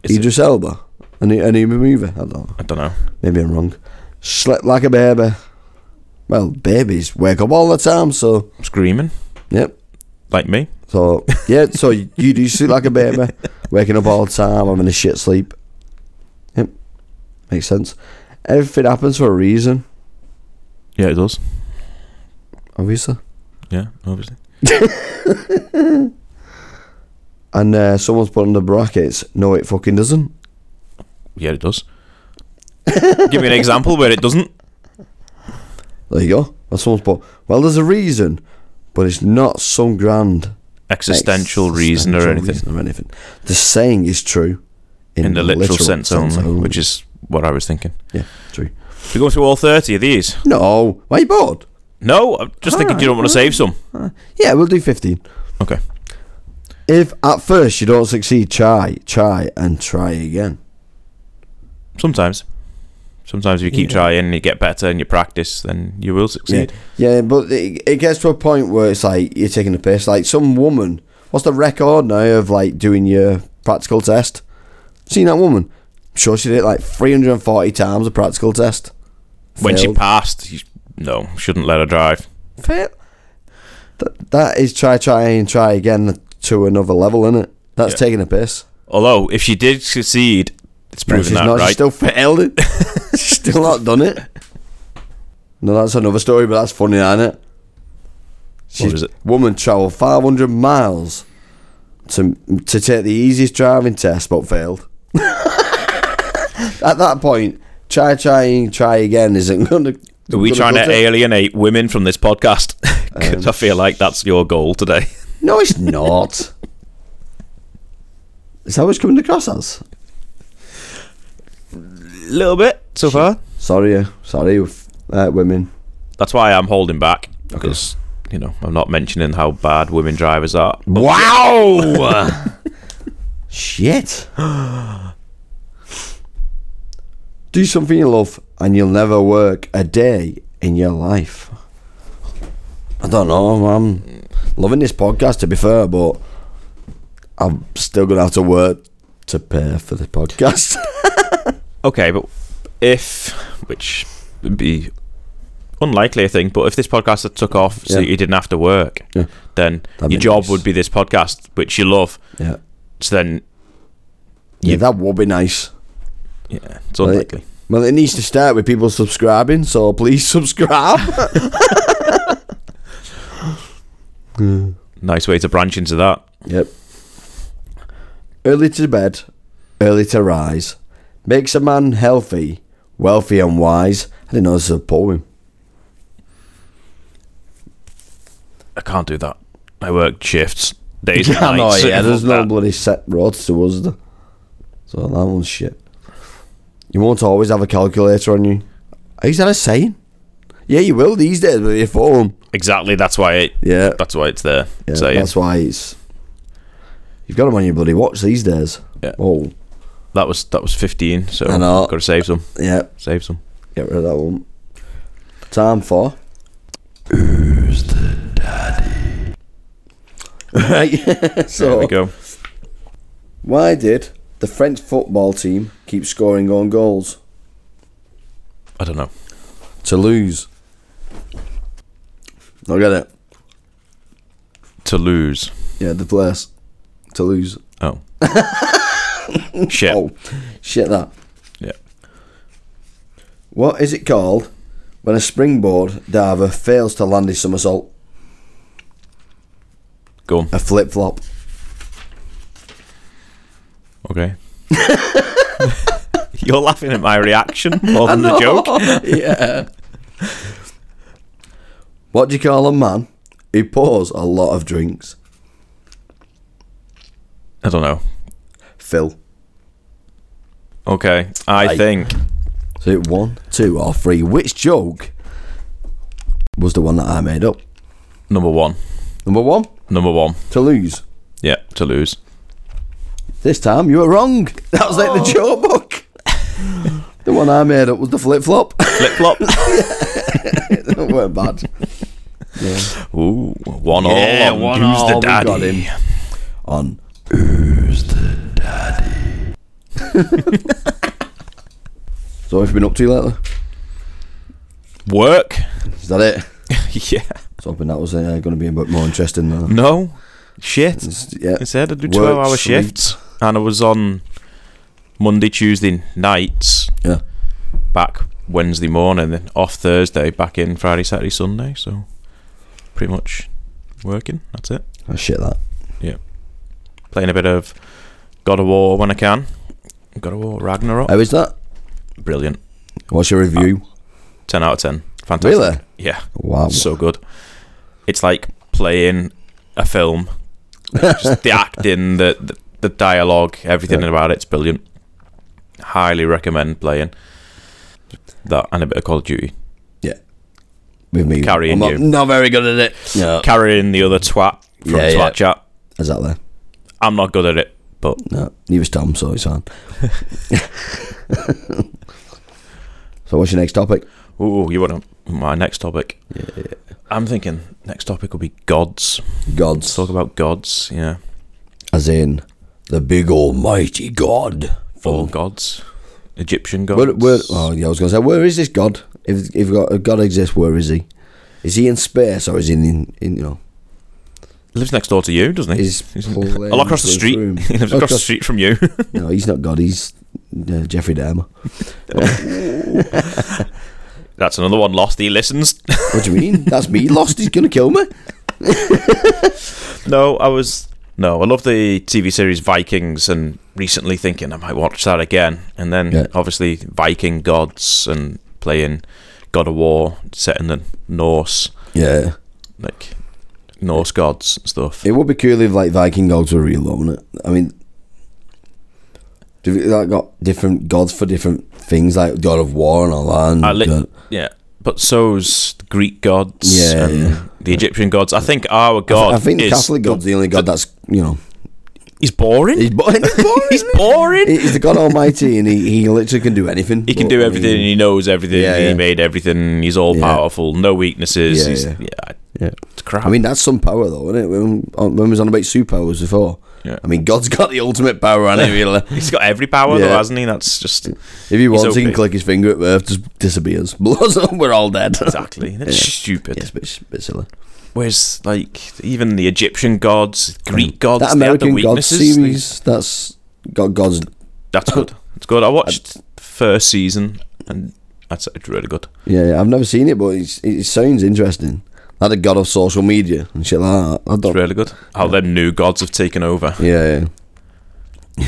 [SPEAKER 1] Is it-
[SPEAKER 2] Idris Elba. A, new, a Numa mover? I don't know.
[SPEAKER 1] I don't know.
[SPEAKER 2] Maybe I'm wrong. Slept like a baby. Well, babies wake up all the time, so
[SPEAKER 1] Screaming
[SPEAKER 2] yep.
[SPEAKER 1] like me.
[SPEAKER 2] So yeah, so you you do sleep like a baby, waking up all the time, having a shit sleep. Yep, makes sense. Everything happens for a reason,
[SPEAKER 1] Yeah, it does.
[SPEAKER 2] obviously.
[SPEAKER 1] Yeah, obviously.
[SPEAKER 2] And uh, someone's put in the brackets. No, it fucking doesn't.
[SPEAKER 1] Yeah, it does. Give me an example where it doesn't.
[SPEAKER 2] There you go. Or someone's put. Well, there's a reason, but it's not some grand
[SPEAKER 1] Existential reason or
[SPEAKER 2] existential
[SPEAKER 1] anything.
[SPEAKER 2] reason or anything. The saying is true,
[SPEAKER 1] In, the literal, sense, only, which is what I was thinking.
[SPEAKER 2] yeah, true.
[SPEAKER 1] We're going through all 30 of these.
[SPEAKER 2] No, why you bored?
[SPEAKER 1] No, I'm just thinking you don't want to save some.
[SPEAKER 2] Yeah, we'll do fifteen.
[SPEAKER 1] Okay.
[SPEAKER 2] If at first you don't succeed, try, try, and try again.
[SPEAKER 1] Sometimes. Sometimes if you keep trying and you get better and you practice, then you will succeed.
[SPEAKER 2] Yeah, yeah but it, it gets to a point where it's like you're taking a piss. Like some woman, what's the record now of like doing your practical test? Seen that woman? I'm sure she did it like 340 times a practical test.
[SPEAKER 1] When she
[SPEAKER 2] Failed.
[SPEAKER 1] passed, you, no, shouldn't let her drive.
[SPEAKER 2] Fail. That, that is try, try, and try again to another level, isn't it? That's
[SPEAKER 1] Yeah.
[SPEAKER 2] taking a piss.
[SPEAKER 1] Although, if she did succeed, it's
[SPEAKER 2] No,
[SPEAKER 1] proven
[SPEAKER 2] she's
[SPEAKER 1] that,
[SPEAKER 2] not. She
[SPEAKER 1] right?
[SPEAKER 2] still failed it. she's still not done it. No, that's another story, but that's funny, isn't it? She's,
[SPEAKER 1] is it?
[SPEAKER 2] Woman travelled 500 miles to to take the easiest driving test, but failed. At that point, try, try, try again isn't going to.
[SPEAKER 1] Are we trying to alienate women from this podcast? Because I feel like that's your goal today.
[SPEAKER 2] No, it's not. is that what's coming across us?
[SPEAKER 1] A little bit so far.
[SPEAKER 2] Sorry, uh, sorry, uh, women.
[SPEAKER 1] That's why I'm holding back because you know I'm not mentioning how bad women drivers are. Wow!
[SPEAKER 2] Shit. Do something you love and you'll never work a day in your life. I don't know, I'm loving this podcast to be fair, but I'm still going to have to work to pay for the podcast.
[SPEAKER 1] okay, but if which would be unlikely, I think, but if this podcast had took off so
[SPEAKER 2] Yeah.
[SPEAKER 1] that you didn't have to work,
[SPEAKER 2] Yeah.
[SPEAKER 1] then
[SPEAKER 2] That'd
[SPEAKER 1] your
[SPEAKER 2] be
[SPEAKER 1] job
[SPEAKER 2] nice.
[SPEAKER 1] would be this podcast, which you love.
[SPEAKER 2] yeah.
[SPEAKER 1] So then,
[SPEAKER 2] Yeah, that would be nice.
[SPEAKER 1] yeah, it's
[SPEAKER 2] Well, it-
[SPEAKER 1] unlikely.
[SPEAKER 2] Well, it needs to start with people subscribing, so please subscribe.
[SPEAKER 1] Nice way to branch into that.
[SPEAKER 2] Yep. Early to bed, early to rise, makes a man healthy, wealthy, and wise. I didn't know this was a poem.
[SPEAKER 1] I can't do that. I work shifts, days and
[SPEAKER 2] I know,
[SPEAKER 1] nights.
[SPEAKER 2] yeah, there's no
[SPEAKER 1] Fuck that.
[SPEAKER 2] bloody set roads to us. there. So that one's shit. You won't always have a calculator on you. Is that a saying? Yeah, you will these days with your phone.
[SPEAKER 1] Exactly. That's why. It,
[SPEAKER 2] Yeah,
[SPEAKER 1] that's why it's there.
[SPEAKER 2] yeah
[SPEAKER 1] so yeah,
[SPEAKER 2] that's why it's. You've got them on your bloody watch these days.
[SPEAKER 1] Yeah.
[SPEAKER 2] Oh,
[SPEAKER 1] that was that was 15. So
[SPEAKER 2] I know.
[SPEAKER 1] gotta save some.
[SPEAKER 2] yeah.
[SPEAKER 1] Save some.
[SPEAKER 2] Get rid of that one. Time for. Who's the daddy? Right.
[SPEAKER 1] there we
[SPEAKER 2] so,
[SPEAKER 1] go.
[SPEAKER 2] why did the French football team keep scoring on goals?
[SPEAKER 1] I don't know.
[SPEAKER 2] To lose. I get it.
[SPEAKER 1] To lose.
[SPEAKER 2] Yeah, the place. To lose.
[SPEAKER 1] Oh. Shit.
[SPEAKER 2] Oh, shit, that.
[SPEAKER 1] Yeah.
[SPEAKER 2] What is it called when a springboard diver fails to land his somersault?
[SPEAKER 1] Go on.
[SPEAKER 2] A flip flop.
[SPEAKER 1] Okay. You're laughing at my reaction more than the joke.
[SPEAKER 2] yeah. What do you call a man who pours a lot of drinks?
[SPEAKER 1] I don't know.
[SPEAKER 2] Phil.
[SPEAKER 1] Okay. I
[SPEAKER 2] Aye.
[SPEAKER 1] think
[SPEAKER 2] So it one, two, or three. Which joke was the one that I made up?
[SPEAKER 1] number one.
[SPEAKER 2] Number one,
[SPEAKER 1] Number one.
[SPEAKER 2] to lose.
[SPEAKER 1] Yeah. To lose.
[SPEAKER 2] This time you were wrong. That was like the joke book. the one I made up was the flip flop.
[SPEAKER 1] Flip flop.
[SPEAKER 2] it weren't bad. Yeah.
[SPEAKER 1] Ooh. One
[SPEAKER 2] Yeah,
[SPEAKER 1] all. On
[SPEAKER 2] one
[SPEAKER 1] Who's
[SPEAKER 2] all,
[SPEAKER 1] the
[SPEAKER 2] we got
[SPEAKER 1] daddy?
[SPEAKER 2] him. On So what have you been up to lately?
[SPEAKER 1] Work.
[SPEAKER 2] Is that it?
[SPEAKER 1] yeah.
[SPEAKER 2] I was hoping that was uh, going to be a bit more interesting than that.
[SPEAKER 1] No. Shit.
[SPEAKER 2] It's- Yeah.
[SPEAKER 1] I said I do
[SPEAKER 2] Work,
[SPEAKER 1] twelve hour
[SPEAKER 2] sleep.
[SPEAKER 1] shifts, and I was on Monday, Tuesday nights.
[SPEAKER 2] Yeah.
[SPEAKER 1] Back Wednesday morning, then off Thursday, back in Friday, Saturday, Sunday. So pretty much working. That's it.
[SPEAKER 2] Oh, shit, that.
[SPEAKER 1] Playing a bit of God of War when I can. God of War Ragnarok.
[SPEAKER 2] How is that?
[SPEAKER 1] Brilliant.
[SPEAKER 2] What's your review?
[SPEAKER 1] Ten out of ten. Fantastic.
[SPEAKER 2] really? Oh,
[SPEAKER 1] Yeah.
[SPEAKER 2] Wow.
[SPEAKER 1] Uh, So good. It's like playing a film. Just the acting, the, the the dialogue, everything
[SPEAKER 2] Yeah.
[SPEAKER 1] about it's brilliant. Highly recommend playing that and a bit of Call of Duty.
[SPEAKER 2] With me.
[SPEAKER 1] Carrying
[SPEAKER 2] I'm not,
[SPEAKER 1] you.
[SPEAKER 2] Not very good at it. No.
[SPEAKER 1] Carrying the other twat from
[SPEAKER 2] Uh, Yeah,
[SPEAKER 1] Twat
[SPEAKER 2] yeah.
[SPEAKER 1] Chat.
[SPEAKER 2] Exactly.
[SPEAKER 1] I'm not good at it, but
[SPEAKER 2] No. Neither was Tom, so it's fine. so what's your next topic?
[SPEAKER 1] ooh, you want to, my next topic? I'm thinking next topic will be gods. Let's
[SPEAKER 2] Gods.
[SPEAKER 1] talk about gods. Yeah,
[SPEAKER 2] As in, the big almighty God.
[SPEAKER 1] all gods, Egyptian gods.
[SPEAKER 2] Where, where, oh, yeah, I was going to say, where is this God? If, if God, if God exists, where is he? Is he in space or is he in, in you know?
[SPEAKER 1] lives next door to you, doesn't he?
[SPEAKER 2] Is
[SPEAKER 1] He's all across the street.
[SPEAKER 2] Room.
[SPEAKER 1] he lives
[SPEAKER 2] Oh,
[SPEAKER 1] across the
[SPEAKER 2] God.
[SPEAKER 1] street from you.
[SPEAKER 2] No, he's not God. He's uh, Jeffrey Dahmer.
[SPEAKER 1] That's another one lost. He listens.
[SPEAKER 2] What do you mean? That's me lost. He's gonna kill me.
[SPEAKER 1] no, I was. No, I love the TV series Vikings, and recently thinking I might watch that again. And then
[SPEAKER 2] Yeah.
[SPEAKER 1] obviously Viking gods and playing God of War, set in the Norse,
[SPEAKER 2] Yeah,
[SPEAKER 1] like Norse gods and stuff.
[SPEAKER 2] it would be cool if like Viking gods were real, though, wouldn't it? I mean, do you think that got different gods for different things, like God of War and all that. And
[SPEAKER 1] I li-
[SPEAKER 2] God-
[SPEAKER 1] yeah, but so's the Greek gods
[SPEAKER 2] Yeah,
[SPEAKER 1] and
[SPEAKER 2] yeah.
[SPEAKER 1] the Egyptian gods. I think our
[SPEAKER 2] I, th-
[SPEAKER 1] god
[SPEAKER 2] I think the
[SPEAKER 1] is
[SPEAKER 2] Catholic god's the, only god that's you know
[SPEAKER 1] he's boring.
[SPEAKER 2] he's, bo- he's boring.
[SPEAKER 1] he's boring.
[SPEAKER 2] He- he's the God Almighty, and he, he literally can do anything.
[SPEAKER 1] He can
[SPEAKER 2] But,
[SPEAKER 1] do
[SPEAKER 2] I
[SPEAKER 1] everything.
[SPEAKER 2] mean,
[SPEAKER 1] he knows everything.
[SPEAKER 2] Yeah,
[SPEAKER 1] He
[SPEAKER 2] yeah.
[SPEAKER 1] made everything. He's all
[SPEAKER 2] Yeah.
[SPEAKER 1] powerful. No weaknesses.
[SPEAKER 2] Yeah,
[SPEAKER 1] he's,
[SPEAKER 2] yeah.
[SPEAKER 1] yeah.
[SPEAKER 2] Yeah.
[SPEAKER 1] It's crap.
[SPEAKER 2] I mean, that's some power though, isn't it? When, when we was on about superpowers before.
[SPEAKER 1] Yeah.
[SPEAKER 2] I mean, God's got the ultimate power, and really.
[SPEAKER 1] he's got every power though,
[SPEAKER 2] Yeah.
[SPEAKER 1] hasn't he? That's just
[SPEAKER 2] If he wants, he can
[SPEAKER 1] okay.
[SPEAKER 2] click his finger at Earth, just disappears, blows up, we're all dead.
[SPEAKER 1] exactly. That's
[SPEAKER 2] Yeah.
[SPEAKER 1] stupid.
[SPEAKER 2] Yeah, it's a bit, bit silly.
[SPEAKER 1] Whereas, like, even the Egyptian gods, Greek gods,
[SPEAKER 2] Mm. that
[SPEAKER 1] they had
[SPEAKER 2] American
[SPEAKER 1] the
[SPEAKER 2] God
[SPEAKER 1] weaknesses. They-
[SPEAKER 2] series, that's got God's.
[SPEAKER 1] That's good. It's good. I watched the first season, and that's it's really good.
[SPEAKER 2] Yeah, yeah, I've never seen it, but it's, it sounds interesting. Like the God of social media and shit like that. I
[SPEAKER 1] It's
[SPEAKER 2] don't,
[SPEAKER 1] really good. How them new gods have taken over.
[SPEAKER 2] yeah, yeah.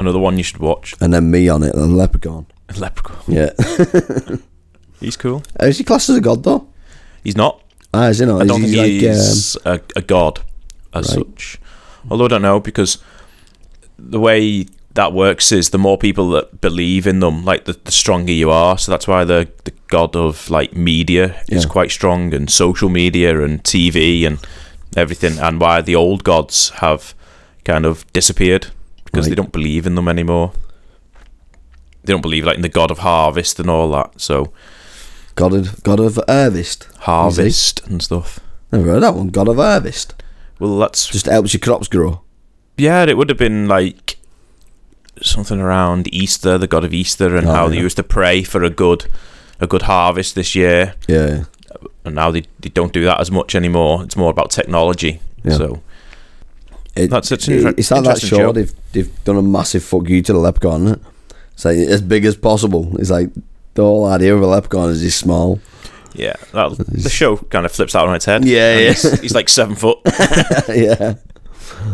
[SPEAKER 1] Another one you should watch.
[SPEAKER 2] And then me on it, the leprechaun.
[SPEAKER 1] Leprechaun.
[SPEAKER 2] Yeah.
[SPEAKER 1] He's cool.
[SPEAKER 2] is he classed as a god though?
[SPEAKER 1] He's not.
[SPEAKER 2] Ah, is he not?
[SPEAKER 1] I don't
[SPEAKER 2] Is
[SPEAKER 1] think
[SPEAKER 2] he
[SPEAKER 1] he's a, a god as
[SPEAKER 2] um, Right.
[SPEAKER 1] such. Although I don't know because the way that works is the more people that believe in them, like the, the stronger you are. So that's why the the god of like media is
[SPEAKER 2] Yeah.
[SPEAKER 1] quite strong and social media and TV and everything, and why the old gods have kind of disappeared because they
[SPEAKER 2] Right.
[SPEAKER 1] don't believe in them anymore. They don't believe like in the god of harvest and all that. So
[SPEAKER 2] um, God of, God of Harvest.
[SPEAKER 1] harvest and stuff.
[SPEAKER 2] Never heard that one. God of Harvest.
[SPEAKER 1] Well, that's
[SPEAKER 2] Just helps your crops grow.
[SPEAKER 1] Yeah, it would have been like something around Easter, the god of Easter, and
[SPEAKER 2] Oh,
[SPEAKER 1] how they
[SPEAKER 2] yeah.
[SPEAKER 1] used to pray for a good, a good harvest this year,
[SPEAKER 2] Yeah.
[SPEAKER 1] and now they, they don't do that as much anymore. It's more about technology.
[SPEAKER 2] Yeah.
[SPEAKER 1] So
[SPEAKER 2] It-
[SPEAKER 1] That's such an
[SPEAKER 2] it-
[SPEAKER 1] inter-
[SPEAKER 2] It's like that
[SPEAKER 1] interesting
[SPEAKER 2] show.
[SPEAKER 1] show.
[SPEAKER 2] They've, they've done a massive fuck you to the leprechaun. Isn't it? It's like as big as possible. It's like the whole idea of a leprechaun is he's small.
[SPEAKER 1] yeah, that, the show kind of flips that on its head.
[SPEAKER 2] Yeah,
[SPEAKER 1] And
[SPEAKER 2] yeah.
[SPEAKER 1] He's, he's like seven foot.
[SPEAKER 2] yeah.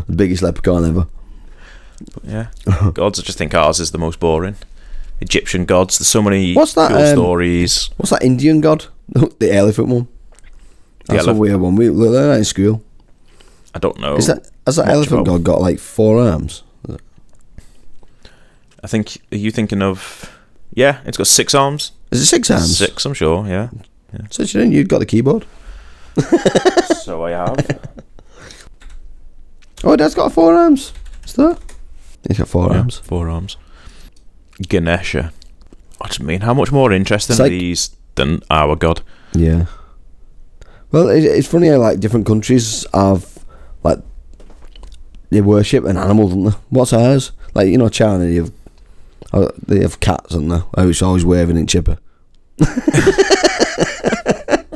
[SPEAKER 2] The biggest leprechaun ever.
[SPEAKER 1] yeah, gods. I just think ours is the most boring. Egyptian gods. There's so many
[SPEAKER 2] What's that,
[SPEAKER 1] cool
[SPEAKER 2] um,
[SPEAKER 1] stories.
[SPEAKER 2] What's that Indian god? the elephant one. That's a
[SPEAKER 1] elef-
[SPEAKER 2] weird one. We learned that in school.
[SPEAKER 1] I don't know.
[SPEAKER 2] Is that has that
[SPEAKER 1] much
[SPEAKER 2] elephant
[SPEAKER 1] about-
[SPEAKER 2] god got like four arms?
[SPEAKER 1] I think are you thinking of? Yeah, it's got six arms.
[SPEAKER 2] Is it six arms?
[SPEAKER 1] Six, I'm sure. Yeah.
[SPEAKER 2] So you know you've got the keyboard.
[SPEAKER 1] so I have.
[SPEAKER 2] Oh, Dad's got four arms. Is that? He's got four arms.
[SPEAKER 1] Forearms. Ganesha. What do you mean? How much more interesting
[SPEAKER 2] It's like-
[SPEAKER 1] are these than our god?
[SPEAKER 2] Yeah. Well, it, it's funny how like different countries have like they worship an animal, don't they? What's ours? Like you know, China, you've Oh, they have cats on there. Oh, it's always waving at Chipper.
[SPEAKER 1] I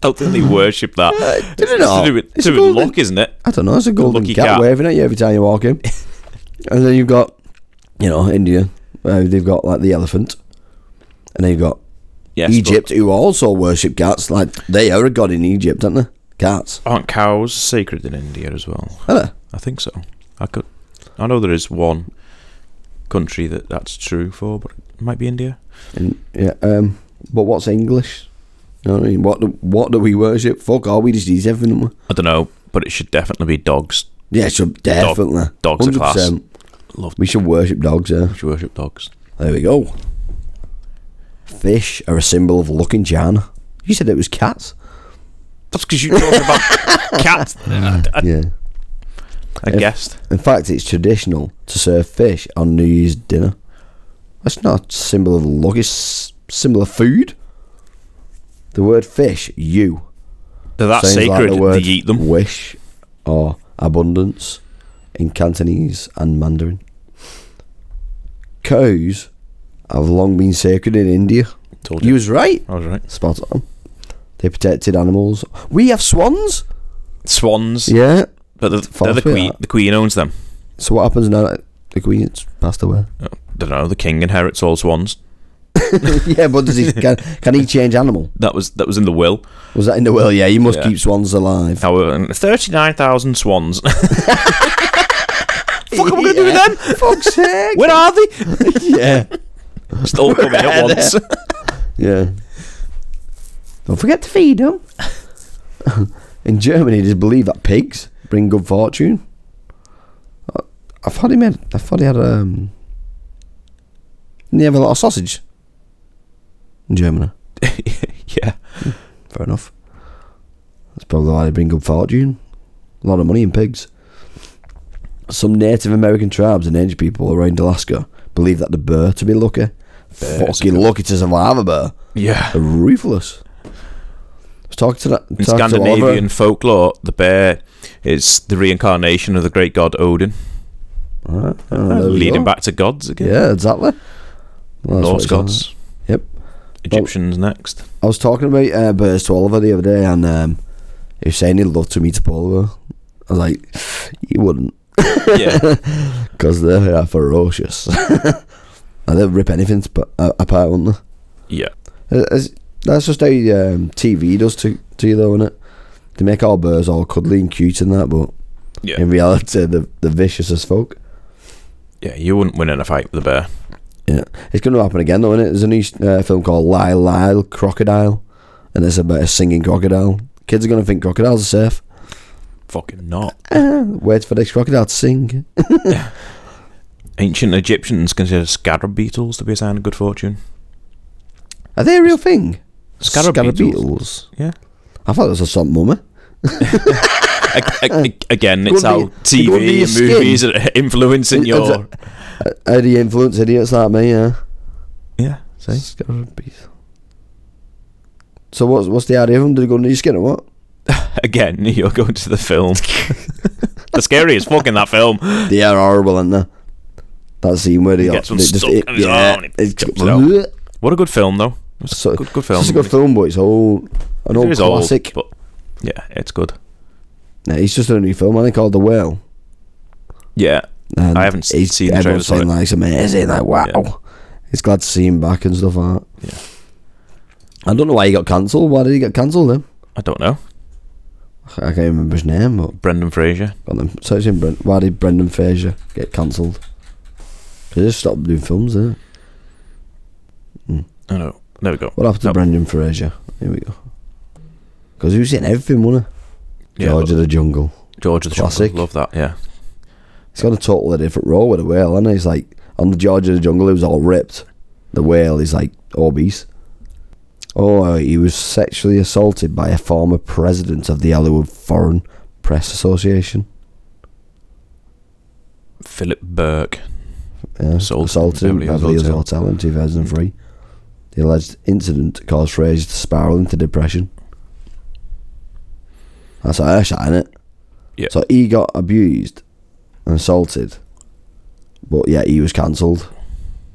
[SPEAKER 1] don't think they worship that. It's
[SPEAKER 2] did it
[SPEAKER 1] to
[SPEAKER 2] Uh, not?
[SPEAKER 1] do with,
[SPEAKER 2] It's
[SPEAKER 1] to do with
[SPEAKER 2] golden.
[SPEAKER 1] luck, isn't it?
[SPEAKER 2] I don't know. It's a golden
[SPEAKER 1] lucky
[SPEAKER 2] cat,
[SPEAKER 1] cat.
[SPEAKER 2] waving at you every time you walk in. and then you've got, you know, India. Uh, they've got like the elephant, and then you've got
[SPEAKER 1] Yes, but
[SPEAKER 2] Egypt, who also worship cats. Like they are a god in Egypt, aren't they? Cats.
[SPEAKER 1] Aren't cows sacred in India as well?
[SPEAKER 2] Are they?
[SPEAKER 1] I think so. I could. I know there is one country that that's true for, but it might be India.
[SPEAKER 2] And, yeah. Um. But what's English? You know what I mean? What do, what do we worship? Fuck all. We just eat everything. don't we?
[SPEAKER 1] I don't know, but it should definitely be dogs.
[SPEAKER 2] Yeah, so definitely.
[SPEAKER 1] dogs are class.
[SPEAKER 2] 100%.
[SPEAKER 1] Love
[SPEAKER 2] We should worship dogs. Yeah.
[SPEAKER 1] we should worship dogs.
[SPEAKER 2] There we go. Fish are a symbol of luck and China. You said it was cats.
[SPEAKER 1] That's because you talked about cats. I, I,
[SPEAKER 2] Yeah.
[SPEAKER 1] I guessed.
[SPEAKER 2] In fact, it's traditional to serve fish on New Year's dinner. That's not a symbol of luck. It's a symbol of food. The word fish, you.
[SPEAKER 1] They're that
[SPEAKER 2] sounds
[SPEAKER 1] sacred.
[SPEAKER 2] the word
[SPEAKER 1] they eat them.
[SPEAKER 2] Wish or abundance in Cantonese and Mandarin. Cows have long been sacred in India.
[SPEAKER 1] Told
[SPEAKER 2] You
[SPEAKER 1] you.
[SPEAKER 2] was right.
[SPEAKER 1] I was right.
[SPEAKER 2] Spot on. They protected animals. We have swans.
[SPEAKER 1] Swans.
[SPEAKER 2] Yeah.
[SPEAKER 1] But the,
[SPEAKER 2] False
[SPEAKER 1] they're the
[SPEAKER 2] with
[SPEAKER 1] queen.
[SPEAKER 2] that.
[SPEAKER 1] The queen owns them.
[SPEAKER 2] So what happens now? that The queen's passed away.
[SPEAKER 1] I don't know. The king inherits all swans.
[SPEAKER 2] yeah, but does he can, can he change animal?
[SPEAKER 1] That was that was in the will.
[SPEAKER 2] Was that in the will? Yeah, you must
[SPEAKER 1] Yeah.
[SPEAKER 2] keep swans alive.
[SPEAKER 1] However, thirty nine thousand swans.
[SPEAKER 2] Fuck,
[SPEAKER 1] am I gonna do with them?
[SPEAKER 2] Fuck's sake.
[SPEAKER 1] Where are they?
[SPEAKER 2] yeah,
[SPEAKER 1] Just all coming at once.
[SPEAKER 2] yeah. Don't forget to feed them. in Germany, they believe that pigs bring good fortune. I, I thought he made. I thought he had um. Didn't he have a lot of sausage? In Germany.
[SPEAKER 1] yeah.
[SPEAKER 2] Fair enough. That's probably why they bring good fortune. A lot of money in pigs. Some Native American tribes and Native people around Alaska believe that the bear to be lucky.
[SPEAKER 1] Bears are
[SPEAKER 2] Fucking
[SPEAKER 1] good.
[SPEAKER 2] lucky to survive a bear.
[SPEAKER 1] Yeah.
[SPEAKER 2] They're ruthless. I was talking to that.
[SPEAKER 1] In
[SPEAKER 2] talking to Oliver.
[SPEAKER 1] Scandinavian folklore, the bear is the reincarnation of the great god Odin,
[SPEAKER 2] Alright, oh, there we
[SPEAKER 1] leading
[SPEAKER 2] go.
[SPEAKER 1] back to gods again.
[SPEAKER 2] Yeah, exactly. Well, that's what
[SPEAKER 1] Norse
[SPEAKER 2] it's all
[SPEAKER 1] gods,
[SPEAKER 2] about. Yep.
[SPEAKER 1] Egyptians next.
[SPEAKER 2] I was talking about uh, Burst to Oliver the other day, and um, he was saying he'd love to meet up Oliver. I was like, he wouldn't.
[SPEAKER 1] yeah,
[SPEAKER 2] Because they are ferocious. and they'll rip anything to, p- uh, apart, won't they?
[SPEAKER 1] yeah.
[SPEAKER 2] It's- it's- That's just how um, TV does to, to you, though, is it? They make our birds all cuddly and cute and that, but
[SPEAKER 1] Yeah.
[SPEAKER 2] in reality, they're, they're vicious as fuck.
[SPEAKER 1] Yeah, you wouldn't win in a fight with a bear.
[SPEAKER 2] Yeah. It's going to happen again, though, innit? There's a new uh, film called Lyle Lyle Crocodile, and it's about a singing crocodile. Kids are going to think crocodiles are safe.
[SPEAKER 1] Fucking not.
[SPEAKER 2] Wait for this crocodile to sing.
[SPEAKER 1] Ancient Egyptians considered scarab beetles to be a sign of good fortune.
[SPEAKER 2] Are they a real thing?
[SPEAKER 1] Scarab
[SPEAKER 2] beetles.
[SPEAKER 1] Yeah.
[SPEAKER 2] I thought it was a salt mummy.
[SPEAKER 1] A- a- a- again, it's
[SPEAKER 2] Could
[SPEAKER 1] how
[SPEAKER 2] be- it could be
[SPEAKER 1] TV
[SPEAKER 2] your
[SPEAKER 1] and movies are influencing
[SPEAKER 2] It- it's
[SPEAKER 1] your.
[SPEAKER 2] How do you influence idiots like me, yeah?
[SPEAKER 1] Yeah, see?
[SPEAKER 2] So what's what's the idea of them? Do they go under your skin or what?
[SPEAKER 1] Again, you're going to the film. the scariest fuck in that film.
[SPEAKER 2] They are horrible, aren't they? That scene where they,
[SPEAKER 1] gets one
[SPEAKER 2] they
[SPEAKER 1] stuck in his arm and it
[SPEAKER 2] it's-
[SPEAKER 1] jumps it out. What a good film, though. It's
[SPEAKER 2] So-
[SPEAKER 1] a good, good film.
[SPEAKER 2] It's a good film, but it's old,
[SPEAKER 1] It
[SPEAKER 2] an old
[SPEAKER 1] is old,
[SPEAKER 2] classic.
[SPEAKER 1] but yeah, it's good.
[SPEAKER 2] Nah, he's just done a new film, I think, called The Whale.
[SPEAKER 1] Yeah,
[SPEAKER 2] And
[SPEAKER 1] I haven't s-
[SPEAKER 2] Um, he's-
[SPEAKER 1] seen the trailer
[SPEAKER 2] Everyone's
[SPEAKER 1] for
[SPEAKER 2] saying
[SPEAKER 1] it.
[SPEAKER 2] like it's amazing, like wow.
[SPEAKER 1] Yeah.
[SPEAKER 2] It's glad to see him back and stuff like that.
[SPEAKER 1] Yeah.
[SPEAKER 2] I don't know why he got cancelled. Why did he get cancelled then?
[SPEAKER 1] I don't know.
[SPEAKER 2] I can't remember his name, but
[SPEAKER 1] Brendan Fraser.
[SPEAKER 2] Got them. Search in Brent. Why did Brendan Fraser get cancelled? 'Cause They just stopped doing films, didn't it?
[SPEAKER 1] I know. There we go.
[SPEAKER 2] What happened to
[SPEAKER 1] No.
[SPEAKER 2] Brendan Fraser? Here we go. Because he was in everything, wasn't he?
[SPEAKER 1] Yeah,
[SPEAKER 2] George
[SPEAKER 1] but-
[SPEAKER 2] of the Jungle.
[SPEAKER 1] George of the
[SPEAKER 2] Classic.
[SPEAKER 1] Jungle. Love that. Yeah.
[SPEAKER 2] He's got a totally different role with the whale, and he's like on the George of the Jungle, he was all ripped. The whale is like obese. Oh, he was sexually assaulted by a former president of the Hollywood Foreign Press Association.
[SPEAKER 1] Philip Burke.
[SPEAKER 2] Yeah,
[SPEAKER 1] Assault-
[SPEAKER 2] assaulted him
[SPEAKER 1] Beverly
[SPEAKER 2] at
[SPEAKER 1] Hills
[SPEAKER 2] Beverly Hills
[SPEAKER 1] Hotel.
[SPEAKER 2] Hotel in 2003. The alleged incident caused Fraser to spiral into depression. That's a shot, innit?
[SPEAKER 1] Yeah.
[SPEAKER 2] So he got abused and assaulted, but yeah, he was cancelled.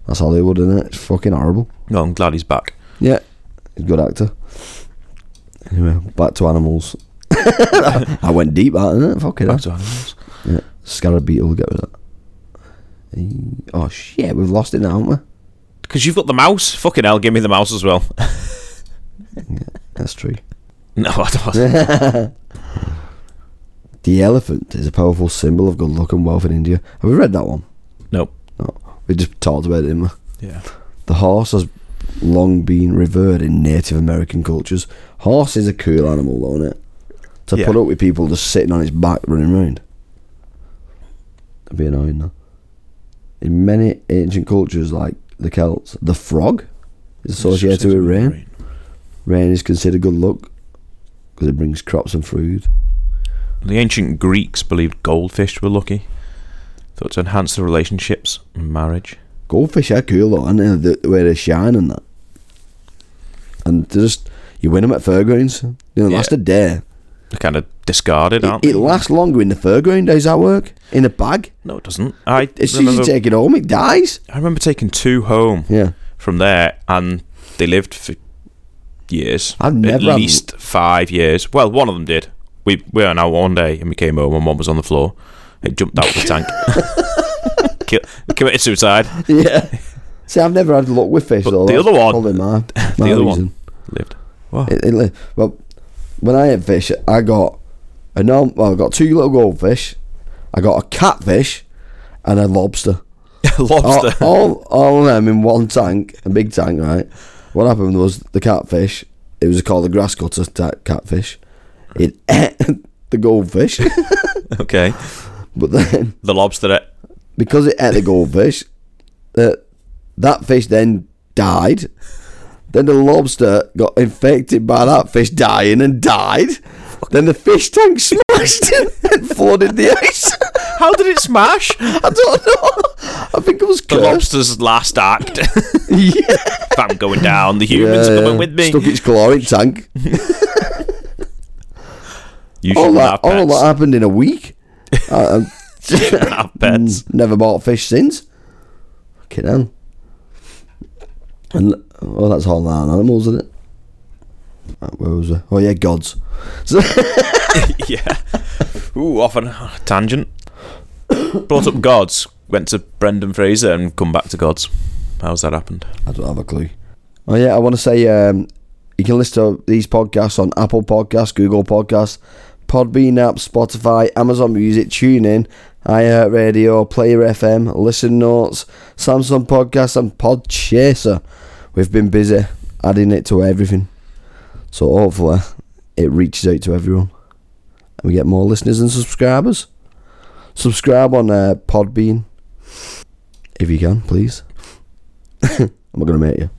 [SPEAKER 2] That's Hollywood, isn't it? It's fucking horrible.
[SPEAKER 1] No, I'm glad he's back.
[SPEAKER 2] Yeah, he's a good actor. Anyway, back to animals. I went deep, that isn't it? Fucking
[SPEAKER 1] Back
[SPEAKER 2] hell.
[SPEAKER 1] to animals.
[SPEAKER 2] Yeah, scarab beetle. Get rid of that. Eh, Oh shit, we've lost it now, haven't we?
[SPEAKER 1] Because you've got the mouse. Fucking hell, give me the mouse as well.
[SPEAKER 2] That's true.
[SPEAKER 1] no, I don't.
[SPEAKER 2] The elephant is a powerful symbol of good luck and wealth in India. Have we read that one?
[SPEAKER 1] nope.
[SPEAKER 2] No, we just talked about it. Didn't we?
[SPEAKER 1] Yeah.
[SPEAKER 2] The horse has long been revered in Native American cultures. Horse is a cool animal, though, isn't it? To
[SPEAKER 1] Yeah.
[SPEAKER 2] put up with people just sitting on its back running round. That'd be annoying, though. In many ancient cultures, like the Celts, the frog is associated with rain. Rain is considered good luck because it brings crops and food.
[SPEAKER 1] The ancient Greeks believed goldfish were lucky. Thought to enhance their relationships and marriage.
[SPEAKER 2] Goldfish are cool though, aren't they? The, the way they shine and that. And they just you win them at fairgrounds. You know, it
[SPEAKER 1] Yeah.
[SPEAKER 2] lasts a day.
[SPEAKER 1] They're kind of discarded,
[SPEAKER 2] It,
[SPEAKER 1] aren't
[SPEAKER 2] it
[SPEAKER 1] they?
[SPEAKER 2] lasts longer in the fairground. Does that work? In a bag?
[SPEAKER 1] no, it doesn't. I
[SPEAKER 2] It's
[SPEAKER 1] remember,
[SPEAKER 2] easy to take it home. It dies.
[SPEAKER 1] I remember taking two home
[SPEAKER 2] Yeah.
[SPEAKER 1] from there, and they lived for years.
[SPEAKER 2] I've never
[SPEAKER 1] at
[SPEAKER 2] had-
[SPEAKER 1] least five years. Well, one of them did. We we went out one day and we came home, and one was on the floor. It jumped out of the tank. Kill, committed suicide.
[SPEAKER 2] Yeah. See, I've never had luck with fish
[SPEAKER 1] But
[SPEAKER 2] though.
[SPEAKER 1] the
[SPEAKER 2] that's
[SPEAKER 1] other one-
[SPEAKER 2] probably my,
[SPEAKER 1] The
[SPEAKER 2] my
[SPEAKER 1] other
[SPEAKER 2] reason.
[SPEAKER 1] one lived. What?
[SPEAKER 2] It, it, li- well, when I ate fish, I got a norm, well, I got two little goldfish, I got a catfish, and a lobster.
[SPEAKER 1] Lobster.
[SPEAKER 2] All, all, all of them in one tank, a big tank, right? What happened was the catfish, it was called the grass cutter ta- catfish, it ate the goldfish, Oh.
[SPEAKER 1] Okay.
[SPEAKER 2] but then
[SPEAKER 1] The lobster. It,
[SPEAKER 2] because it ate the goldfish, that that fish then died. Then the lobster got infected by that fish dying and died. Then the fish tank smashed and flooded the ice.
[SPEAKER 1] how did it smash?
[SPEAKER 2] I don't know. I think it was
[SPEAKER 1] The
[SPEAKER 2] cursed.
[SPEAKER 1] lobster's last act. if
[SPEAKER 2] Yeah.
[SPEAKER 1] I'm going down, the humans
[SPEAKER 2] Yeah,
[SPEAKER 1] are
[SPEAKER 2] yeah.
[SPEAKER 1] coming with me.
[SPEAKER 2] Stuck its claw in tank.
[SPEAKER 1] you
[SPEAKER 2] all
[SPEAKER 1] shouldn't
[SPEAKER 2] that,
[SPEAKER 1] have pets.
[SPEAKER 2] all that happened in a week. I,
[SPEAKER 1] shouldn't have pets.
[SPEAKER 2] I've never bought fish since. Fucking hell. And well, that's all land animals, isn't it? Right, Where was I? Oh yeah, gods. So, Mm.
[SPEAKER 1] yeah. Ooh, off on a tangent. Brought up gods. Went to Brendan Fraser and come back to gods. How's that happened?
[SPEAKER 2] I don't have a clue. Oh yeah, I want to say um, you can listen to these podcasts on Apple Podcasts, Google Podcasts, Podbean app, Spotify, Amazon Music, TuneIn, iHeartRadio, Player FM, Listen Notes, Samsung Podcasts, and Podchaser. We've been busy adding it to everything, so hopefully it reaches out to everyone, and we get more listeners and subscribers. Subscribe on uh, Podbean if you can, please. I'm not gonna make you.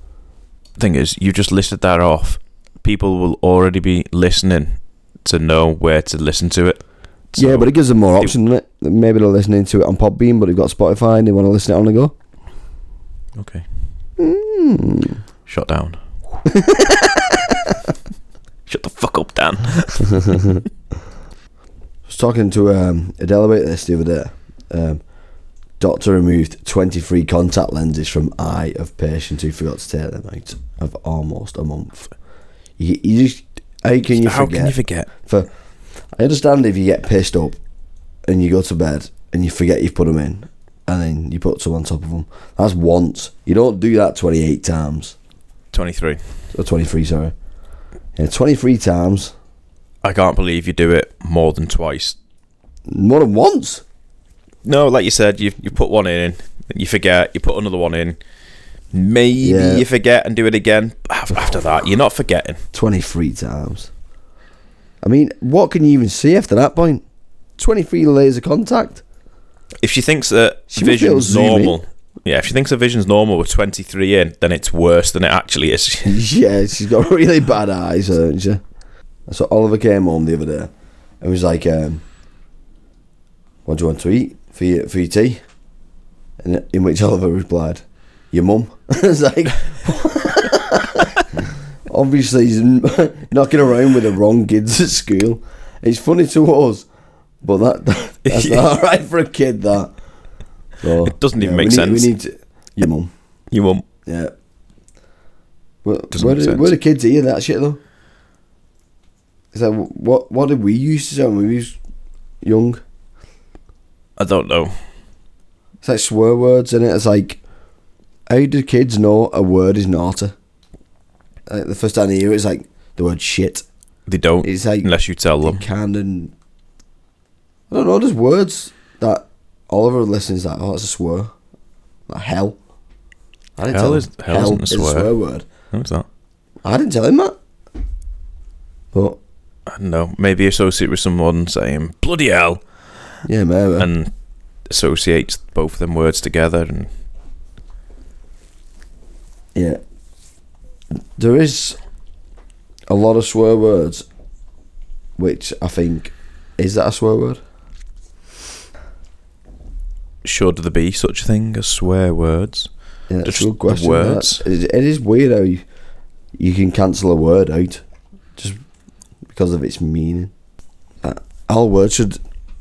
[SPEAKER 1] Thing is, you've just listed that off. People will already be listening to know where to listen to it.
[SPEAKER 2] yeah,
[SPEAKER 1] So-
[SPEAKER 2] but it gives them more option, doesn't it? Maybe they're listening to it on Podbean, but they've got Spotify and they want to listen it on the go.
[SPEAKER 1] Okay. Shut down. Shut the fuck up, Dan.
[SPEAKER 2] I was talking to um, Adele about this the other day. Um, doctor removed 23 contact lenses from eye of patient who forgot to take them out of almost a month. You, you just, how can you
[SPEAKER 1] How
[SPEAKER 2] forget?
[SPEAKER 1] can you forget?
[SPEAKER 2] For, I understand if you get pissed up and you go to bed and you forget you've put them in and then you put some on top of them. That's once. You don't do that 28 times.
[SPEAKER 1] 23.
[SPEAKER 2] or 23, sorry. Yeah, 23 times,
[SPEAKER 1] I can't believe you do it more than twice.
[SPEAKER 2] more than once.
[SPEAKER 1] No, like you said, you you put one in, then you forget, you put another one in. Maybe
[SPEAKER 2] Yeah.
[SPEAKER 1] you forget and do it again. Af- After that, you're not forgetting.
[SPEAKER 2] 23 times. I mean, what can you even see after that point? 23 layers of contact.
[SPEAKER 1] If she thinks that
[SPEAKER 2] She must be able to
[SPEAKER 1] vision's
[SPEAKER 2] zoom in.
[SPEAKER 1] normal, yeah, if she thinks her vision's normal with 23 in, then it's worse than it actually is.
[SPEAKER 2] yeah, she's got really bad eyes, hasn't she? So Oliver came home the other day and was like, um, What do you want to eat for your, for your tea? And in which Oliver replied, Your mum. it's like, obviously, he's n- knocking around with the wrong kids at school. It's funny to us, but that, that's
[SPEAKER 1] Yeah.
[SPEAKER 2] not alright for a kid, that. So,
[SPEAKER 1] It doesn't even
[SPEAKER 2] we
[SPEAKER 1] make
[SPEAKER 2] need-
[SPEAKER 1] sense.
[SPEAKER 2] We need to, your mum.
[SPEAKER 1] You won't.
[SPEAKER 2] Yeah. Where,
[SPEAKER 1] Doesn't
[SPEAKER 2] where,
[SPEAKER 1] make
[SPEAKER 2] do,
[SPEAKER 1] sense.
[SPEAKER 2] where do kids eating that shit though? Is that what? What did we used to say when we was young?
[SPEAKER 1] I don't know.
[SPEAKER 2] It's like swear words, and it? it's like, how do kids know a word is naughty? Like the first time they hear it, it's like the word shit.
[SPEAKER 1] They don't.
[SPEAKER 2] It's like
[SPEAKER 1] unless you tell them.
[SPEAKER 2] can and I don't know. There's words that Oliver listens like, oh, that's a swear. Like hell. I didn't
[SPEAKER 1] Hell
[SPEAKER 2] tell
[SPEAKER 1] is-
[SPEAKER 2] him.
[SPEAKER 1] hell isn't a
[SPEAKER 2] is
[SPEAKER 1] swear.
[SPEAKER 2] word.
[SPEAKER 1] Who's that?
[SPEAKER 2] I didn't tell him that. But
[SPEAKER 1] I don't know. Maybe associate with someone saying bloody hell
[SPEAKER 2] yeah, maybe.
[SPEAKER 1] and associates both of them words together and
[SPEAKER 2] Yeah. There is a lot of swear words, which I think is that a swear word?
[SPEAKER 1] should there be such a thing as swear words?
[SPEAKER 2] Yeah, that's
[SPEAKER 1] Just
[SPEAKER 2] a good question.
[SPEAKER 1] the
[SPEAKER 2] that.
[SPEAKER 1] words.
[SPEAKER 2] It, it is weird how you, you can cancel a word out just because of its meaning. Uh, all words should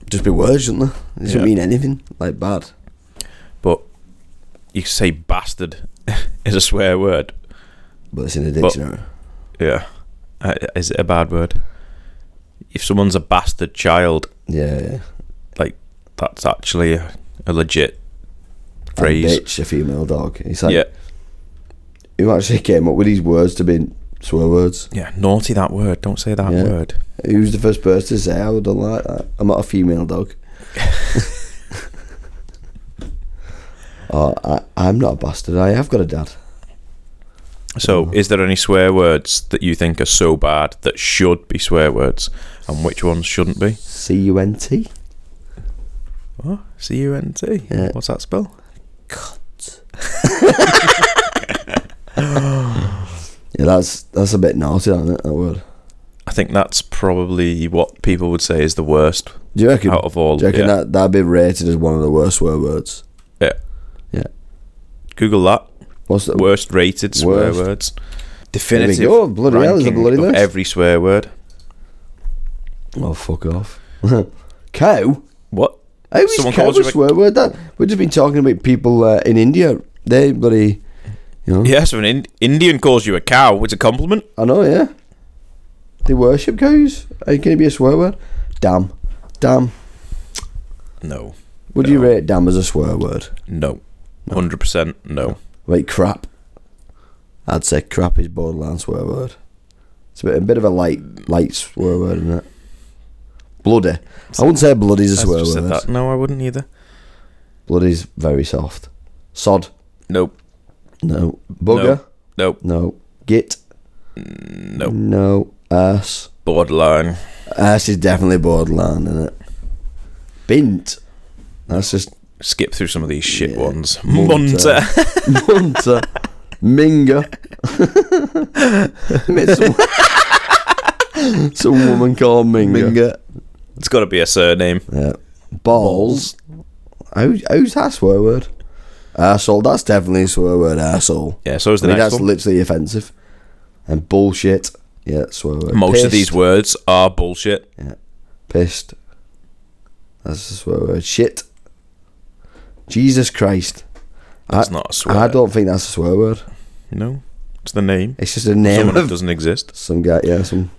[SPEAKER 2] just be words, shouldn't they? It doesn't
[SPEAKER 1] Yeah.
[SPEAKER 2] mean anything like bad.
[SPEAKER 1] But you could say bastard is a swear word.
[SPEAKER 2] But it's in a dictionary.
[SPEAKER 1] Yeah. Uh, is it a bad word? If someone's a bastard child,
[SPEAKER 2] yeah, yeah.
[SPEAKER 1] that's actually a, a legit
[SPEAKER 2] And
[SPEAKER 1] phrase.
[SPEAKER 2] bitch, a female dog. It's like
[SPEAKER 1] yeah.
[SPEAKER 2] who actually came up with these words to be swear words?
[SPEAKER 1] Yeah. Naughty that word. Don't say that
[SPEAKER 2] Yeah.
[SPEAKER 1] word.
[SPEAKER 2] Who's the first person to say I would not like that? I'm not a female dog. oh, I, I'm not a bastard. I have got a dad.
[SPEAKER 1] So, is there any swear words that you think are so bad that should be swear words, and which ones shouldn't be?
[SPEAKER 2] C U N T.
[SPEAKER 1] What? Oh, C U N T.
[SPEAKER 2] Yeah.
[SPEAKER 1] What's that spell?
[SPEAKER 2] Yeah, that's that's a bit naughty, isn't it? That word.
[SPEAKER 1] I think that's probably what people would say is the worst
[SPEAKER 2] Do you reckon?
[SPEAKER 1] out of all.
[SPEAKER 2] do you reckon
[SPEAKER 1] yeah.
[SPEAKER 2] that that'd be rated as one of the worst swear words?
[SPEAKER 1] Yeah.
[SPEAKER 2] Yeah.
[SPEAKER 1] Google that.
[SPEAKER 2] What's the
[SPEAKER 1] Worst rated swear
[SPEAKER 2] Worst.
[SPEAKER 1] words. Definitive.
[SPEAKER 2] go, bloody hell, there's a
[SPEAKER 1] ranking
[SPEAKER 2] bloody
[SPEAKER 1] of
[SPEAKER 2] list.
[SPEAKER 1] Every swear word.
[SPEAKER 2] Oh, fuck off. cow.
[SPEAKER 1] What?
[SPEAKER 2] How is
[SPEAKER 1] Someone
[SPEAKER 2] cow
[SPEAKER 1] calls
[SPEAKER 2] a
[SPEAKER 1] you a-
[SPEAKER 2] swear word? That we've just been talking about people uh, in India. They bloody, you know.
[SPEAKER 1] Yeah, so an in- Indian calls you a cow. It's a compliment.
[SPEAKER 2] I know, yeah. They worship cows. Are you going to be a swear word? Damn. Damn.
[SPEAKER 1] No.
[SPEAKER 2] Would you
[SPEAKER 1] No.
[SPEAKER 2] rate damn as a swear word?
[SPEAKER 1] No. Hundred percent. No.
[SPEAKER 2] Like crap. I'd say crap is borderline swear word. It's a bit, a bit of a light, light swear word, isn't it? Bloody. I wouldn't say bloody's a
[SPEAKER 1] I
[SPEAKER 2] swear
[SPEAKER 1] just said
[SPEAKER 2] word.
[SPEAKER 1] that. No, I wouldn't either.
[SPEAKER 2] Bloody's very soft. Sod.
[SPEAKER 1] Nope.
[SPEAKER 2] No. Bugger.
[SPEAKER 1] Nope.
[SPEAKER 2] No. Git.
[SPEAKER 1] Nope.
[SPEAKER 2] No. Ass.
[SPEAKER 1] Borderline.
[SPEAKER 2] Ass is definitely borderline, isn't it? Bint. That's just
[SPEAKER 1] Skip through some of these shit
[SPEAKER 2] Yeah. uh,
[SPEAKER 1] ones.
[SPEAKER 2] Munter.
[SPEAKER 1] Munter.
[SPEAKER 2] Munter. Minger. Met some, some woman called Minger.
[SPEAKER 1] It's got to be a surname.
[SPEAKER 2] Yeah. Balls. How, how's that swear word? Asshole. That's definitely a swear word, asshole.
[SPEAKER 1] Yeah, so is the
[SPEAKER 2] I mean,
[SPEAKER 1] next
[SPEAKER 2] that's
[SPEAKER 1] one.
[SPEAKER 2] literally offensive. And bullshit. Yeah, swear word.
[SPEAKER 1] Most of these
[SPEAKER 2] Pissed.
[SPEAKER 1] words are bullshit.
[SPEAKER 2] Pissed. That's a swear word. Shit. Jesus Christ.
[SPEAKER 1] That's
[SPEAKER 2] I,
[SPEAKER 1] not a swear.
[SPEAKER 2] I don't think that's a swear word.
[SPEAKER 1] No. It's the name.
[SPEAKER 2] It's just a name
[SPEAKER 1] Someone
[SPEAKER 2] of
[SPEAKER 1] that doesn't exist.
[SPEAKER 2] Some guy, yeah, some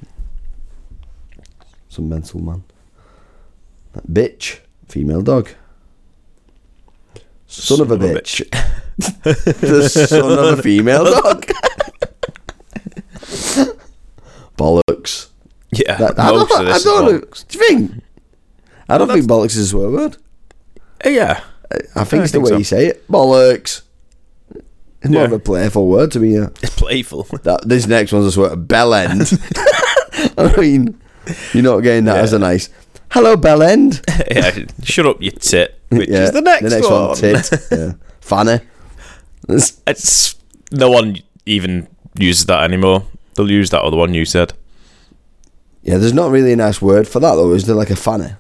[SPEAKER 2] some mental man. That bitch, female dog. Son, of a bitch. the son of a female dog. Bollocks.
[SPEAKER 1] Yeah.
[SPEAKER 2] That- I
[SPEAKER 1] most
[SPEAKER 2] don't,
[SPEAKER 1] of
[SPEAKER 2] I
[SPEAKER 1] this is
[SPEAKER 2] don't know.
[SPEAKER 1] bollocks.
[SPEAKER 2] Do you think? I don't think bollocks is a swear word.
[SPEAKER 1] Eh, Yeah.
[SPEAKER 2] I, I think
[SPEAKER 1] I think
[SPEAKER 2] it's the way
[SPEAKER 1] so.
[SPEAKER 2] you say it. Bollocks. It's more of
[SPEAKER 1] Yeah.
[SPEAKER 2] a playful word to me. Yeah.
[SPEAKER 1] It's playful.
[SPEAKER 2] That this next one's a swear bell end. I mean, you're not getting that as a nice hello bell end,
[SPEAKER 1] yeah. Shut up, you tit. Which is the next,
[SPEAKER 2] the next one. tit, yeah. fanny. It's-
[SPEAKER 1] It's no one even uses that anymore. They'll use that other one you said.
[SPEAKER 2] yeah, there's not really a nice word for that though, is there? Like a fanny.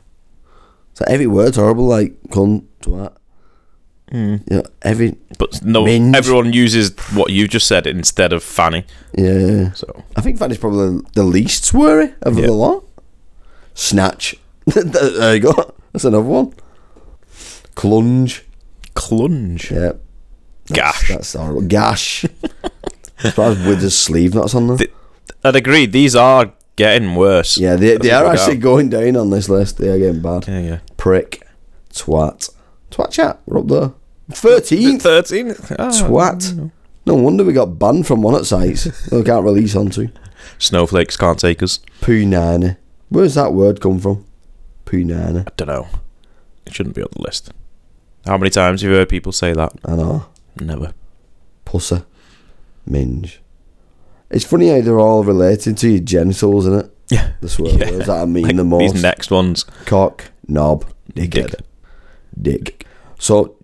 [SPEAKER 2] So every word's horrible, like cunt, twat.
[SPEAKER 1] Hmm.
[SPEAKER 2] You know, every
[SPEAKER 1] But no,
[SPEAKER 2] Minge.
[SPEAKER 1] everyone uses what you just said instead of fanny.
[SPEAKER 2] yeah.
[SPEAKER 1] So
[SPEAKER 2] I think fanny's probably the least sweary of
[SPEAKER 1] Yeah.
[SPEAKER 2] the lot. Snatch. there you go. That's another one. Clunge.
[SPEAKER 1] clunge.
[SPEAKER 2] Yeah.
[SPEAKER 1] Gash.
[SPEAKER 2] That's horrible. Gash. That's why I was with his sleeve knots on there.
[SPEAKER 1] Th- I'd agree. These are getting worse.
[SPEAKER 2] yeah, they,
[SPEAKER 1] That's
[SPEAKER 2] they are
[SPEAKER 1] no doubt.
[SPEAKER 2] actually going down on this list. They are getting bad.
[SPEAKER 1] Yeah, yeah.
[SPEAKER 2] Prick. Twat. Twat chat. We're up there. 13th.
[SPEAKER 1] Thirteen. Ah,
[SPEAKER 2] Twat. No wonder we got banned from one at sites. they can't release onto.
[SPEAKER 1] Snowflakes can't take us.
[SPEAKER 2] Poonana. Where's that word come from? Poonana.
[SPEAKER 1] I don't know. It shouldn't be on the list. How many times have you heard people say that?
[SPEAKER 2] I know.
[SPEAKER 1] Never.
[SPEAKER 2] Pusser. Minge. It's funny how they're all related to your genitals, isn't it?
[SPEAKER 1] Yeah.
[SPEAKER 2] The swear
[SPEAKER 1] Yeah.
[SPEAKER 2] words that I mean
[SPEAKER 1] Like
[SPEAKER 2] the most.
[SPEAKER 1] These next ones.
[SPEAKER 2] Cock, knob, dickhead,
[SPEAKER 1] Dick.
[SPEAKER 2] dick. So,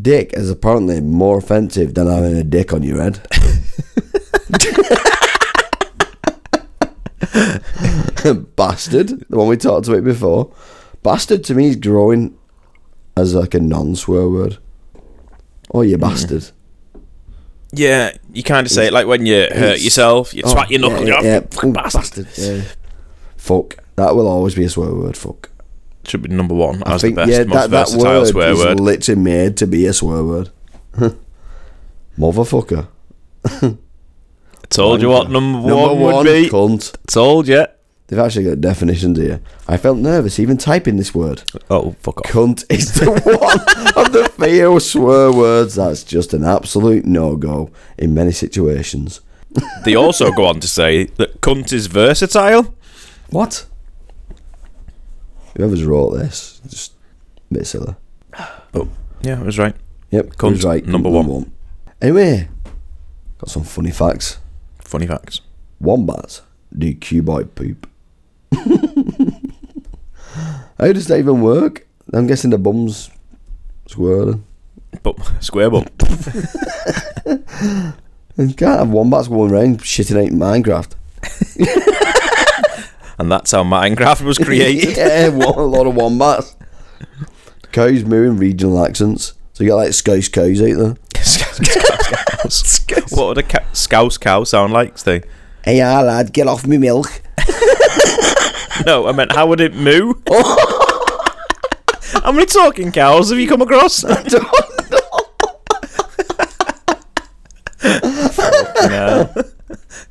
[SPEAKER 2] dick is apparently more offensive than having a dick on your head. Bastard, the one we talked about before. Bastard to me is growing as like a non-swear word. Oh,
[SPEAKER 1] Mm.
[SPEAKER 2] you bastard!
[SPEAKER 1] Yeah, you kind of say it like when you hurt
[SPEAKER 2] it's-
[SPEAKER 1] yourself, you
[SPEAKER 2] Oh,
[SPEAKER 1] twat your
[SPEAKER 2] yeah,
[SPEAKER 1] knuckle,
[SPEAKER 2] yeah,
[SPEAKER 1] you're
[SPEAKER 2] yeah.
[SPEAKER 1] a fucking
[SPEAKER 2] Ooh,
[SPEAKER 1] bastard.
[SPEAKER 2] yeah. Fuck. That will always be a swear word. Fuck.
[SPEAKER 1] Should be number one
[SPEAKER 2] I
[SPEAKER 1] as
[SPEAKER 2] think
[SPEAKER 1] the best,
[SPEAKER 2] yeah,
[SPEAKER 1] most
[SPEAKER 2] that, that
[SPEAKER 1] versatile
[SPEAKER 2] word
[SPEAKER 1] swear
[SPEAKER 2] is
[SPEAKER 1] word.
[SPEAKER 2] literally made to be a swear word. Motherfucker.
[SPEAKER 1] Told you what number, one, would be.
[SPEAKER 2] Cunt.
[SPEAKER 1] Told you.
[SPEAKER 2] They've actually got definitions here. I felt nervous even typing this word.
[SPEAKER 1] Oh, fuck off.
[SPEAKER 2] Cunt is the one of the few swear words that's just an absolute no go in many situations.
[SPEAKER 1] they also go on to say that cunt is versatile.
[SPEAKER 2] What? Whoever's wrote this, just a bit silly.
[SPEAKER 1] Oh, yeah, I was right.
[SPEAKER 2] Yep,
[SPEAKER 1] Cunt,
[SPEAKER 2] who's right.
[SPEAKER 1] number one.
[SPEAKER 2] Anyway, got some funny facts.
[SPEAKER 1] Funny facts.
[SPEAKER 2] Wombats do cuboid poop. How does that even work? I'm guessing the bum's squirreling.
[SPEAKER 1] But square bum.
[SPEAKER 2] You can't have wombats going around shitting out in Minecraft.
[SPEAKER 1] And that's how Minecraft was created.
[SPEAKER 2] yeah, wa- a lot of wombats. Cows moo in regional accents. So you got like Scouse cows out there.
[SPEAKER 1] what would a ca- scouse cow sound like, Steve?
[SPEAKER 2] Hey, ah, lad, get off me milk.
[SPEAKER 1] No, I meant how would it moo? how many talking cows have you come across? Fucking hell.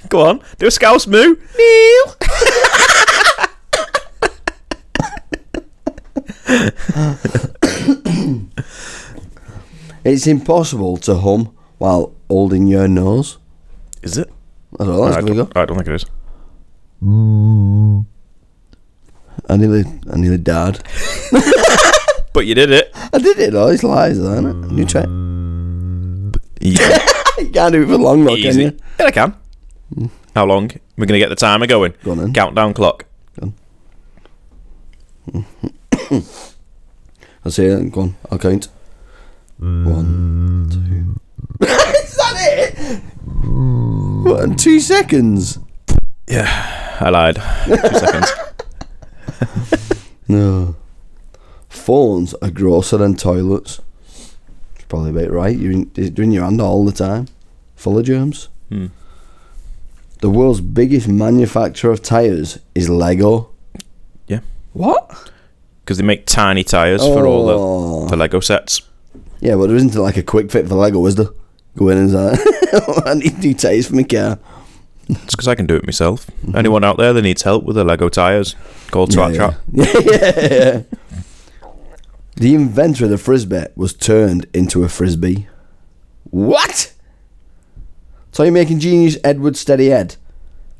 [SPEAKER 1] Go on, do a scouse moo. Moo.
[SPEAKER 2] It's impossible to hum while holding your nose.
[SPEAKER 1] Is it?
[SPEAKER 2] That's all
[SPEAKER 1] I
[SPEAKER 2] that's
[SPEAKER 1] don't,
[SPEAKER 2] go.
[SPEAKER 1] I don't think it is.
[SPEAKER 2] I nearly, I nearly died.
[SPEAKER 1] But you did it.
[SPEAKER 2] I did it though. It's lies, isn't it? New try. You
[SPEAKER 1] Easy.
[SPEAKER 2] can't do it for long, though, can
[SPEAKER 1] Easy.
[SPEAKER 2] you?
[SPEAKER 1] Yeah, I can. How long? We're going to get the timer going.
[SPEAKER 2] Mm. Go on then.
[SPEAKER 1] Countdown clock.
[SPEAKER 2] I'll say it. Go on. I'll count. One, two. Is that it? What? in Two seconds?
[SPEAKER 1] I lied. Two seconds.
[SPEAKER 2] No. Phones are grosser than toilets. It's probably about right. You're in, they're in your hand all the time, full of germs.
[SPEAKER 1] Hmm.
[SPEAKER 2] The world's biggest manufacturer of tires is Lego.
[SPEAKER 1] Yeah.
[SPEAKER 2] What?
[SPEAKER 1] Because they make tiny tyres for all
[SPEAKER 2] Oh.
[SPEAKER 1] the, the Lego sets.
[SPEAKER 2] Yeah, but there isn't like a quick fit for Lego, is there? Go in and say, I need new tires for my car.
[SPEAKER 1] It's because I can do it myself. Anyone out there that needs help with their Lego tyres, call Twat
[SPEAKER 2] Mm-hmm. yeah,
[SPEAKER 1] Trap.
[SPEAKER 2] yeah. yeah. The inventor of the frisbee was turned into a frisbee. What? So your making genius Edward Steady Ed.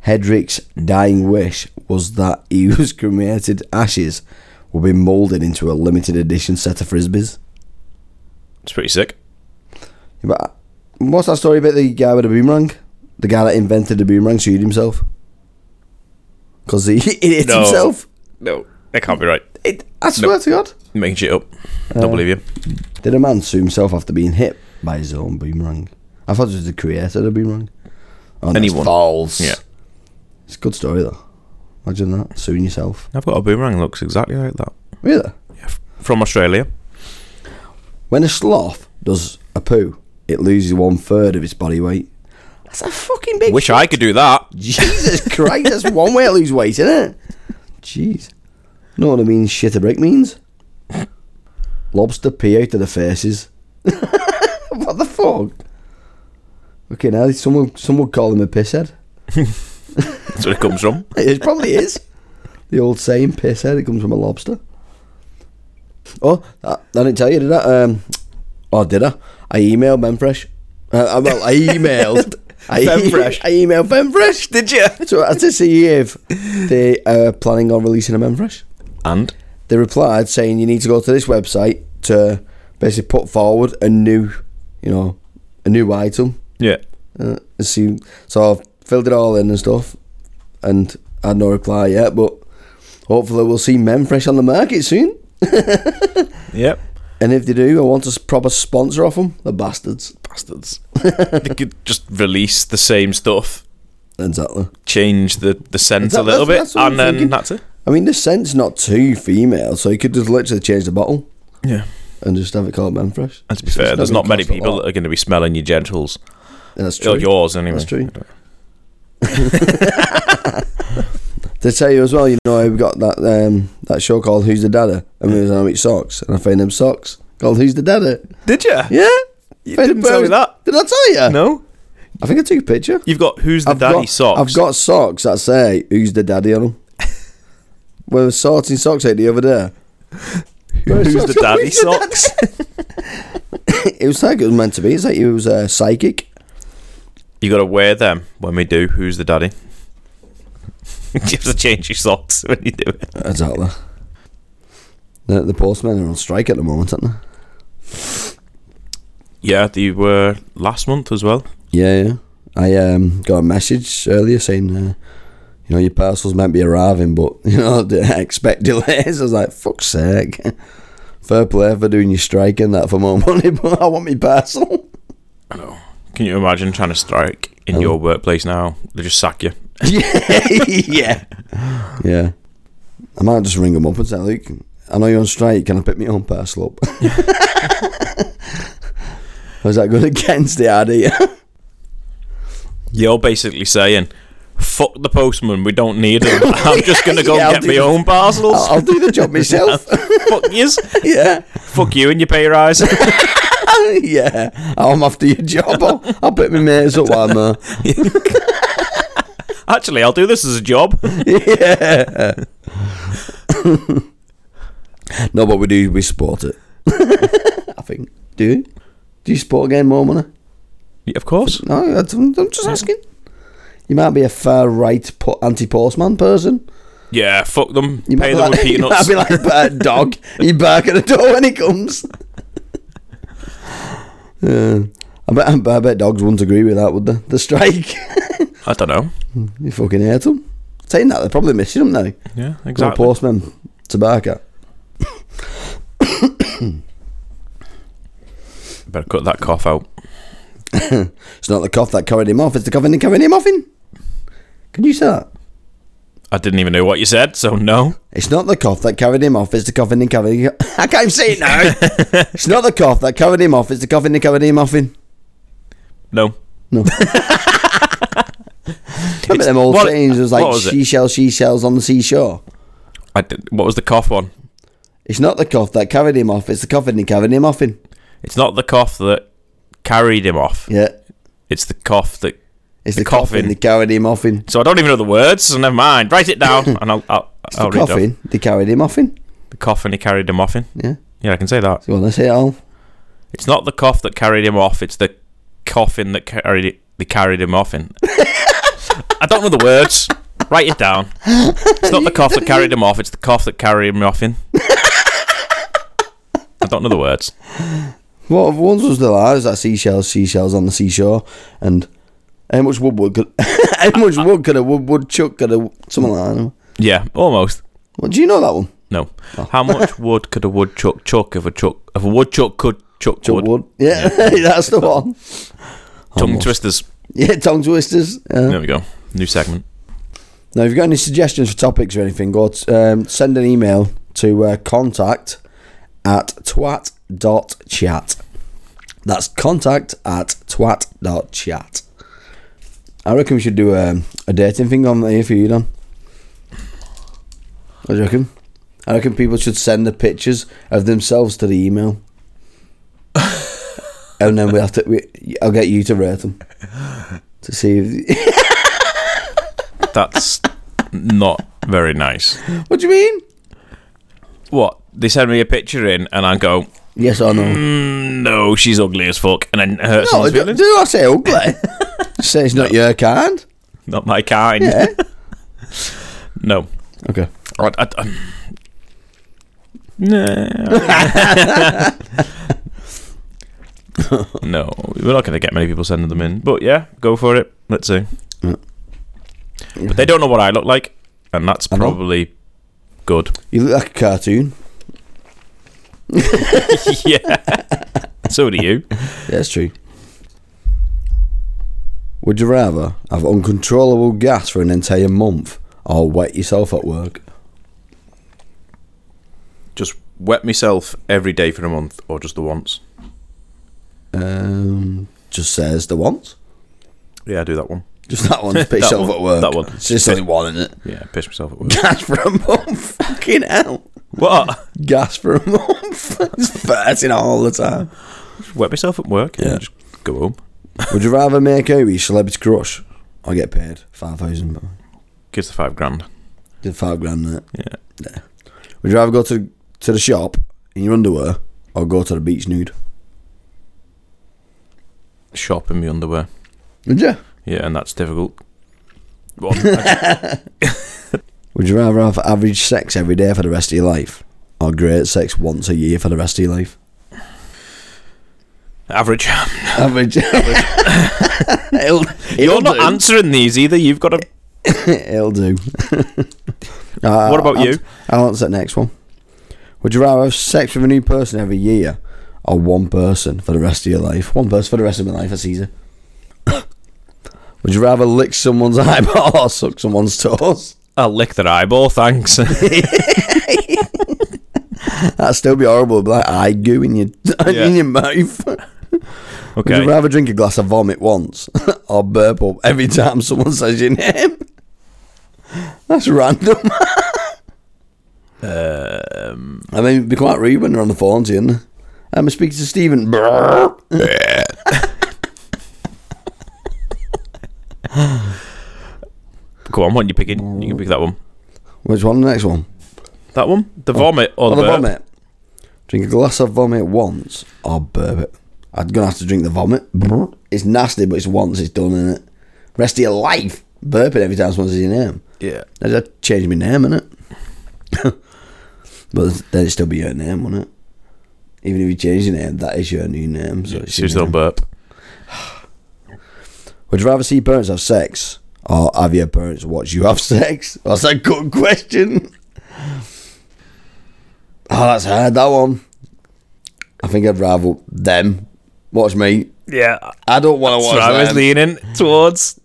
[SPEAKER 2] Hedrick's dying wish was that he was cremated ashes would be moulded into a limited edition set of frisbees.
[SPEAKER 1] It's pretty sick.
[SPEAKER 2] But what's that story about the guy with the boomerang? The guy that invented the boomerang shooted himself because he, he hit
[SPEAKER 1] No.
[SPEAKER 2] himself.
[SPEAKER 1] No, that can't be right.
[SPEAKER 2] It, I swear to God.
[SPEAKER 1] Making shit up.
[SPEAKER 2] Uh,
[SPEAKER 1] Don't believe you.
[SPEAKER 2] Did a man sue himself after being hit by his own boomerang? I thought it was the creator of the boomerang. Oh, that's
[SPEAKER 1] Anyone.
[SPEAKER 2] false.
[SPEAKER 1] Yeah.
[SPEAKER 2] It's a good story, though. Imagine that, suing yourself.
[SPEAKER 1] I've got a boomerang that looks exactly like that.
[SPEAKER 2] Really?
[SPEAKER 1] Yeah, f- from Australia.
[SPEAKER 2] When a sloth does a poo, it loses one third of its body weight. That's a fucking big
[SPEAKER 1] Wish
[SPEAKER 2] shit.
[SPEAKER 1] I could do that.
[SPEAKER 2] Jesus Christ, that's one way to lose weight, isn't it? Jeez. Know what I mean shit a brick means? Lobster pee out of the faces. what the fuck? Okay, now someone some would call him a pisshead.
[SPEAKER 1] That's where it comes from.
[SPEAKER 2] It probably is. The old saying, pisshead, it comes from a lobster. Oh, I, I didn't tell you, did I? Um, oh, did I? I emailed Benfresh. Uh, I- well, I emailed. I,
[SPEAKER 1] Benfresh.
[SPEAKER 2] I emailed Benfresh
[SPEAKER 1] Did you?
[SPEAKER 2] to, to see if they are uh, planning on releasing a Benfresh.
[SPEAKER 1] And
[SPEAKER 2] They replied saying you need to go to this website to basically put forward a new, you know, a new item.
[SPEAKER 1] yeah,
[SPEAKER 2] Uh, and see, so I've filled it all in and stuff, and I had no reply yet. But hopefully, we'll see Memfresh on the market soon.
[SPEAKER 1] yep.
[SPEAKER 2] And if they do, I want a s- proper sponsor off them. The bastards.
[SPEAKER 1] Bastards. they could just release the same stuff,
[SPEAKER 2] Exactly.
[SPEAKER 1] change the the scent
[SPEAKER 2] That-
[SPEAKER 1] a little
[SPEAKER 2] that's- that's
[SPEAKER 1] bit,
[SPEAKER 2] what I'm
[SPEAKER 1] and then
[SPEAKER 2] thinking.
[SPEAKER 1] that's it.
[SPEAKER 2] I mean, the scent's not too female, so you could just literally change the bottle
[SPEAKER 1] Yeah.
[SPEAKER 2] and just have it called Memfresh.
[SPEAKER 1] And to be fair, there's not many people that are going to be smelling your genitals.
[SPEAKER 2] That's true.
[SPEAKER 1] Or yours, anyway.
[SPEAKER 2] That's true. They tell you as well, you know, we've got that um, that show called Who's the Dadder, and we was on with socks, and I found them socks called Who's the Dadder.
[SPEAKER 1] Did you?
[SPEAKER 2] Yeah,
[SPEAKER 1] You
[SPEAKER 2] Found a
[SPEAKER 1] didn't tell
[SPEAKER 2] pair
[SPEAKER 1] me
[SPEAKER 2] of-
[SPEAKER 1] that.
[SPEAKER 2] Did I tell you?
[SPEAKER 1] No.
[SPEAKER 2] I think I took a picture.
[SPEAKER 1] You've got who's the
[SPEAKER 2] I've
[SPEAKER 1] daddy
[SPEAKER 2] got,
[SPEAKER 1] socks?
[SPEAKER 2] I've got socks that say "Who's the daddy" on them. we were sorting socks out the other day.
[SPEAKER 1] who's the daddy socks?
[SPEAKER 2] it was like it was meant to be. It's like it was uh, psychic.
[SPEAKER 1] You got to wear them when we do who's the daddy. you have to change your socks when you do it.
[SPEAKER 2] Exactly. The, the postmen are on strike at the moment, aren't they?
[SPEAKER 1] Yeah, they were last month as well.
[SPEAKER 2] Yeah, yeah. I um, got a message earlier saying, uh, you know, your parcel's meant to be arriving, but, you know, d- expect delays. I was like, fuck's sake. Fair play for doing your strike and that for more money, but I want my parcel.
[SPEAKER 1] Can you imagine trying to strike in
[SPEAKER 2] Oh.
[SPEAKER 1] your workplace now? They just sack you.
[SPEAKER 2] yeah. Yeah. I might just ring them up and say, look, I know you're on strike. Can I pick my own parcel up? I was that good against the idea?
[SPEAKER 1] You're basically saying, "Fuck the postman. We don't need him. I'm just gonna go
[SPEAKER 2] Yeah, I'll
[SPEAKER 1] get
[SPEAKER 2] do
[SPEAKER 1] my
[SPEAKER 2] that.
[SPEAKER 1] own parcels."
[SPEAKER 2] I'll, I'll do the job myself.
[SPEAKER 1] Fuck yous.
[SPEAKER 2] yeah.
[SPEAKER 1] Fuck you and your pay rise.
[SPEAKER 2] yeah, I'm after your job. I'll, I'll put my mates up while I'm there.
[SPEAKER 1] Actually, I'll do this as a job.
[SPEAKER 2] Yeah. no, but we do. We support it. I think. Do you? Do you support getting more money?
[SPEAKER 1] Yeah, of course.
[SPEAKER 2] No, I don't- I'm just asking. You might be a far right po- anti-postman person.
[SPEAKER 1] Yeah, fuck them.
[SPEAKER 2] You
[SPEAKER 1] pay
[SPEAKER 2] might, be
[SPEAKER 1] them
[SPEAKER 2] like,
[SPEAKER 1] with
[SPEAKER 2] you might
[SPEAKER 1] peanuts.
[SPEAKER 2] be like a bad dog. You bark at the door when he comes. Yeah. I bet, I bet- I bet dogs wouldn't agree with that, would they? The strike.
[SPEAKER 1] I don't know.
[SPEAKER 2] You fucking hate them. Saying that, they're probably missing them now.
[SPEAKER 1] Yeah,
[SPEAKER 2] Exactly.
[SPEAKER 1] exactly.
[SPEAKER 2] postman, tobacco.
[SPEAKER 1] Better cut that cough out.
[SPEAKER 2] It's not the cough that carried him off, it's the coffin that carried him off in. Can you say that?
[SPEAKER 1] I didn't even know what you said, so no.
[SPEAKER 2] It's not the cough that carried him off, it's the coffin that carried him I can't even say it now. it's not the cough that carried him off, it's the coffin that carried him off in.
[SPEAKER 1] No.
[SPEAKER 2] No. Remember them old
[SPEAKER 1] what-
[SPEAKER 2] sayings? It was like
[SPEAKER 1] what was it?
[SPEAKER 2] she shells, she shells on the seashore.
[SPEAKER 1] I did, what was the cough one?
[SPEAKER 2] It's not the cough that carried him off, it's the coffin that carried him off in.
[SPEAKER 1] It's not the cough that carried him off.
[SPEAKER 2] Yeah.
[SPEAKER 1] It's the cough that.
[SPEAKER 2] It's
[SPEAKER 1] The
[SPEAKER 2] the, coffin.
[SPEAKER 1] coffin.
[SPEAKER 2] that carried him off in.
[SPEAKER 1] So I don't even know the words, so never mind. Write it down, and I'll, I'll,
[SPEAKER 2] It's
[SPEAKER 1] I'll
[SPEAKER 2] the
[SPEAKER 1] read it. off.
[SPEAKER 2] coffin that carried him off in.
[SPEAKER 1] The cough and he carried him off in.
[SPEAKER 2] Yeah.
[SPEAKER 1] Yeah, I can say that.
[SPEAKER 2] So you want to say it all?
[SPEAKER 1] It's not the cough that carried him off. It's the coffin that carried it. They carried him off in. I don't know the words. Write it down. It's not the cough that carried him off. It's the cough that carried him off in. I don't know the words.
[SPEAKER 2] What once was the lies that seashells, seashells on the seashore, and how much woodwood could, how much wood could a wood woodchuck could a something like that?
[SPEAKER 1] Yeah, almost.
[SPEAKER 2] Well, do you know that one?
[SPEAKER 1] No.
[SPEAKER 2] Oh.
[SPEAKER 1] How much wood could a woodchuck chuck if a chuck if a woodchuck could chuck,
[SPEAKER 2] Chuck
[SPEAKER 1] wood?
[SPEAKER 2] wood. Yeah, that's the one.
[SPEAKER 1] Tongue
[SPEAKER 2] Almost.
[SPEAKER 1] twisters.
[SPEAKER 2] Yeah, tongue twisters. Yeah.
[SPEAKER 1] There we go. New segment.
[SPEAKER 2] Now, if you've got any suggestions for topics or anything, go t um, send an email to uh, contact at twat.chat. That's contact at twat.chat. I reckon we should do um, a dating thing on here for you, Dan. What do you reckon? I reckon people should send the pictures of themselves to the email. and then we have to. We, I'll get you to rate them to see. If,
[SPEAKER 1] That's not very nice.
[SPEAKER 2] what do you mean?
[SPEAKER 1] What? They send me a picture in, and I go,
[SPEAKER 2] Yes or no?
[SPEAKER 1] mm, no, she's ugly as fuck, and then it hurts
[SPEAKER 2] No,
[SPEAKER 1] someone's
[SPEAKER 2] do,
[SPEAKER 1] feelings.
[SPEAKER 2] do not say ugly. say it's not your kind.
[SPEAKER 1] Not my kind.
[SPEAKER 2] Yeah.
[SPEAKER 1] No.
[SPEAKER 2] Okay.
[SPEAKER 1] I, I, I, Nah. no, we're not going to get many people sending them in, but yeah, go for it. Let's see.
[SPEAKER 2] Yeah.
[SPEAKER 1] But they don't know what I look like, and that's
[SPEAKER 2] I know.
[SPEAKER 1] probably good.
[SPEAKER 2] You look like a cartoon.
[SPEAKER 1] yeah. So do you.
[SPEAKER 2] Yeah, it's true. Would you rather have uncontrollable gas for an entire month or wet yourself at work?
[SPEAKER 1] Just wet myself every day for a month, or just the once.
[SPEAKER 2] Um, just says the once.
[SPEAKER 1] Yeah, I do that one.
[SPEAKER 2] Just that one. Just put
[SPEAKER 1] That
[SPEAKER 2] yourself
[SPEAKER 1] one.
[SPEAKER 2] at work.
[SPEAKER 1] That one.
[SPEAKER 2] It's just only one, isn't it?
[SPEAKER 1] Yeah, piss myself at work.
[SPEAKER 2] Gas for a month. Fucking hell.
[SPEAKER 1] what?
[SPEAKER 2] Gas for a month. it's farting all the time.
[SPEAKER 1] Just wet myself at work? Yeah.
[SPEAKER 2] Yeah.
[SPEAKER 1] just go home.
[SPEAKER 2] Would you rather make out with your celebrity crush or get paid five thousand?
[SPEAKER 1] Gives the five grand.
[SPEAKER 2] Did five grand that?
[SPEAKER 1] Yeah.
[SPEAKER 2] Would you rather go to to the shop in your underwear or go to the beach nude?
[SPEAKER 1] Shop in my underwear.
[SPEAKER 2] Would you?
[SPEAKER 1] Yeah, and that's difficult. Well, I-
[SPEAKER 2] Would you rather have average sex every day for the rest of your life or great sex once a year for the rest of your life?
[SPEAKER 1] average.
[SPEAKER 2] Average. it'll,
[SPEAKER 1] You're
[SPEAKER 2] it'll
[SPEAKER 1] not
[SPEAKER 2] do.
[SPEAKER 1] answering these either. You've got to.
[SPEAKER 2] it'll do. Uh,
[SPEAKER 1] What about
[SPEAKER 2] I'll-
[SPEAKER 1] you?
[SPEAKER 2] I'll answer that next one. Would you rather have sex with a new person every year or one person for the rest of your life? One person for the rest of my life, that's easy. Would you rather lick someone's eyeball or suck someone's toes?
[SPEAKER 1] I'll lick their eyeball, thanks.
[SPEAKER 2] That'd still be horrible, but like eye goo in your,
[SPEAKER 1] Yeah.
[SPEAKER 2] in your mouth. Would
[SPEAKER 1] okay.
[SPEAKER 2] you rather drink a glass of vomit once or burp up every time someone says your name? That's random.
[SPEAKER 1] Um,
[SPEAKER 2] I mean, it'd be quite rude when they're on the phone to you. isn't it? I'm speaking to Stephen. Brrr.
[SPEAKER 1] go on, what you picking? You can pick that one.
[SPEAKER 2] Which one? The next one?
[SPEAKER 1] That one? The vomit or
[SPEAKER 2] Or
[SPEAKER 1] Oh. the,
[SPEAKER 2] the
[SPEAKER 1] burp?
[SPEAKER 2] vomit. Drink a glass of vomit once or burp it. I'm gonna have to drink the vomit. Brrr. It's nasty, but it's once. It's done, isn't it? Rest of your life burping every time someone says your name.
[SPEAKER 1] Yeah.
[SPEAKER 2] I'd have to change my name, innit? but then it'd still be your name, wouldn't it? Even if you change your name, that is your new name. So it's your
[SPEAKER 1] Seriously, don't
[SPEAKER 2] name.
[SPEAKER 1] burp.
[SPEAKER 2] Would you rather see your parents have sex or have your parents watch you have sex? That's a good question. Oh, that's hard, that one. I think I'd rather them watch me.
[SPEAKER 1] Yeah.
[SPEAKER 2] I don't want to
[SPEAKER 1] That's
[SPEAKER 2] watch
[SPEAKER 1] what I was
[SPEAKER 2] them.
[SPEAKER 1] leaning towards.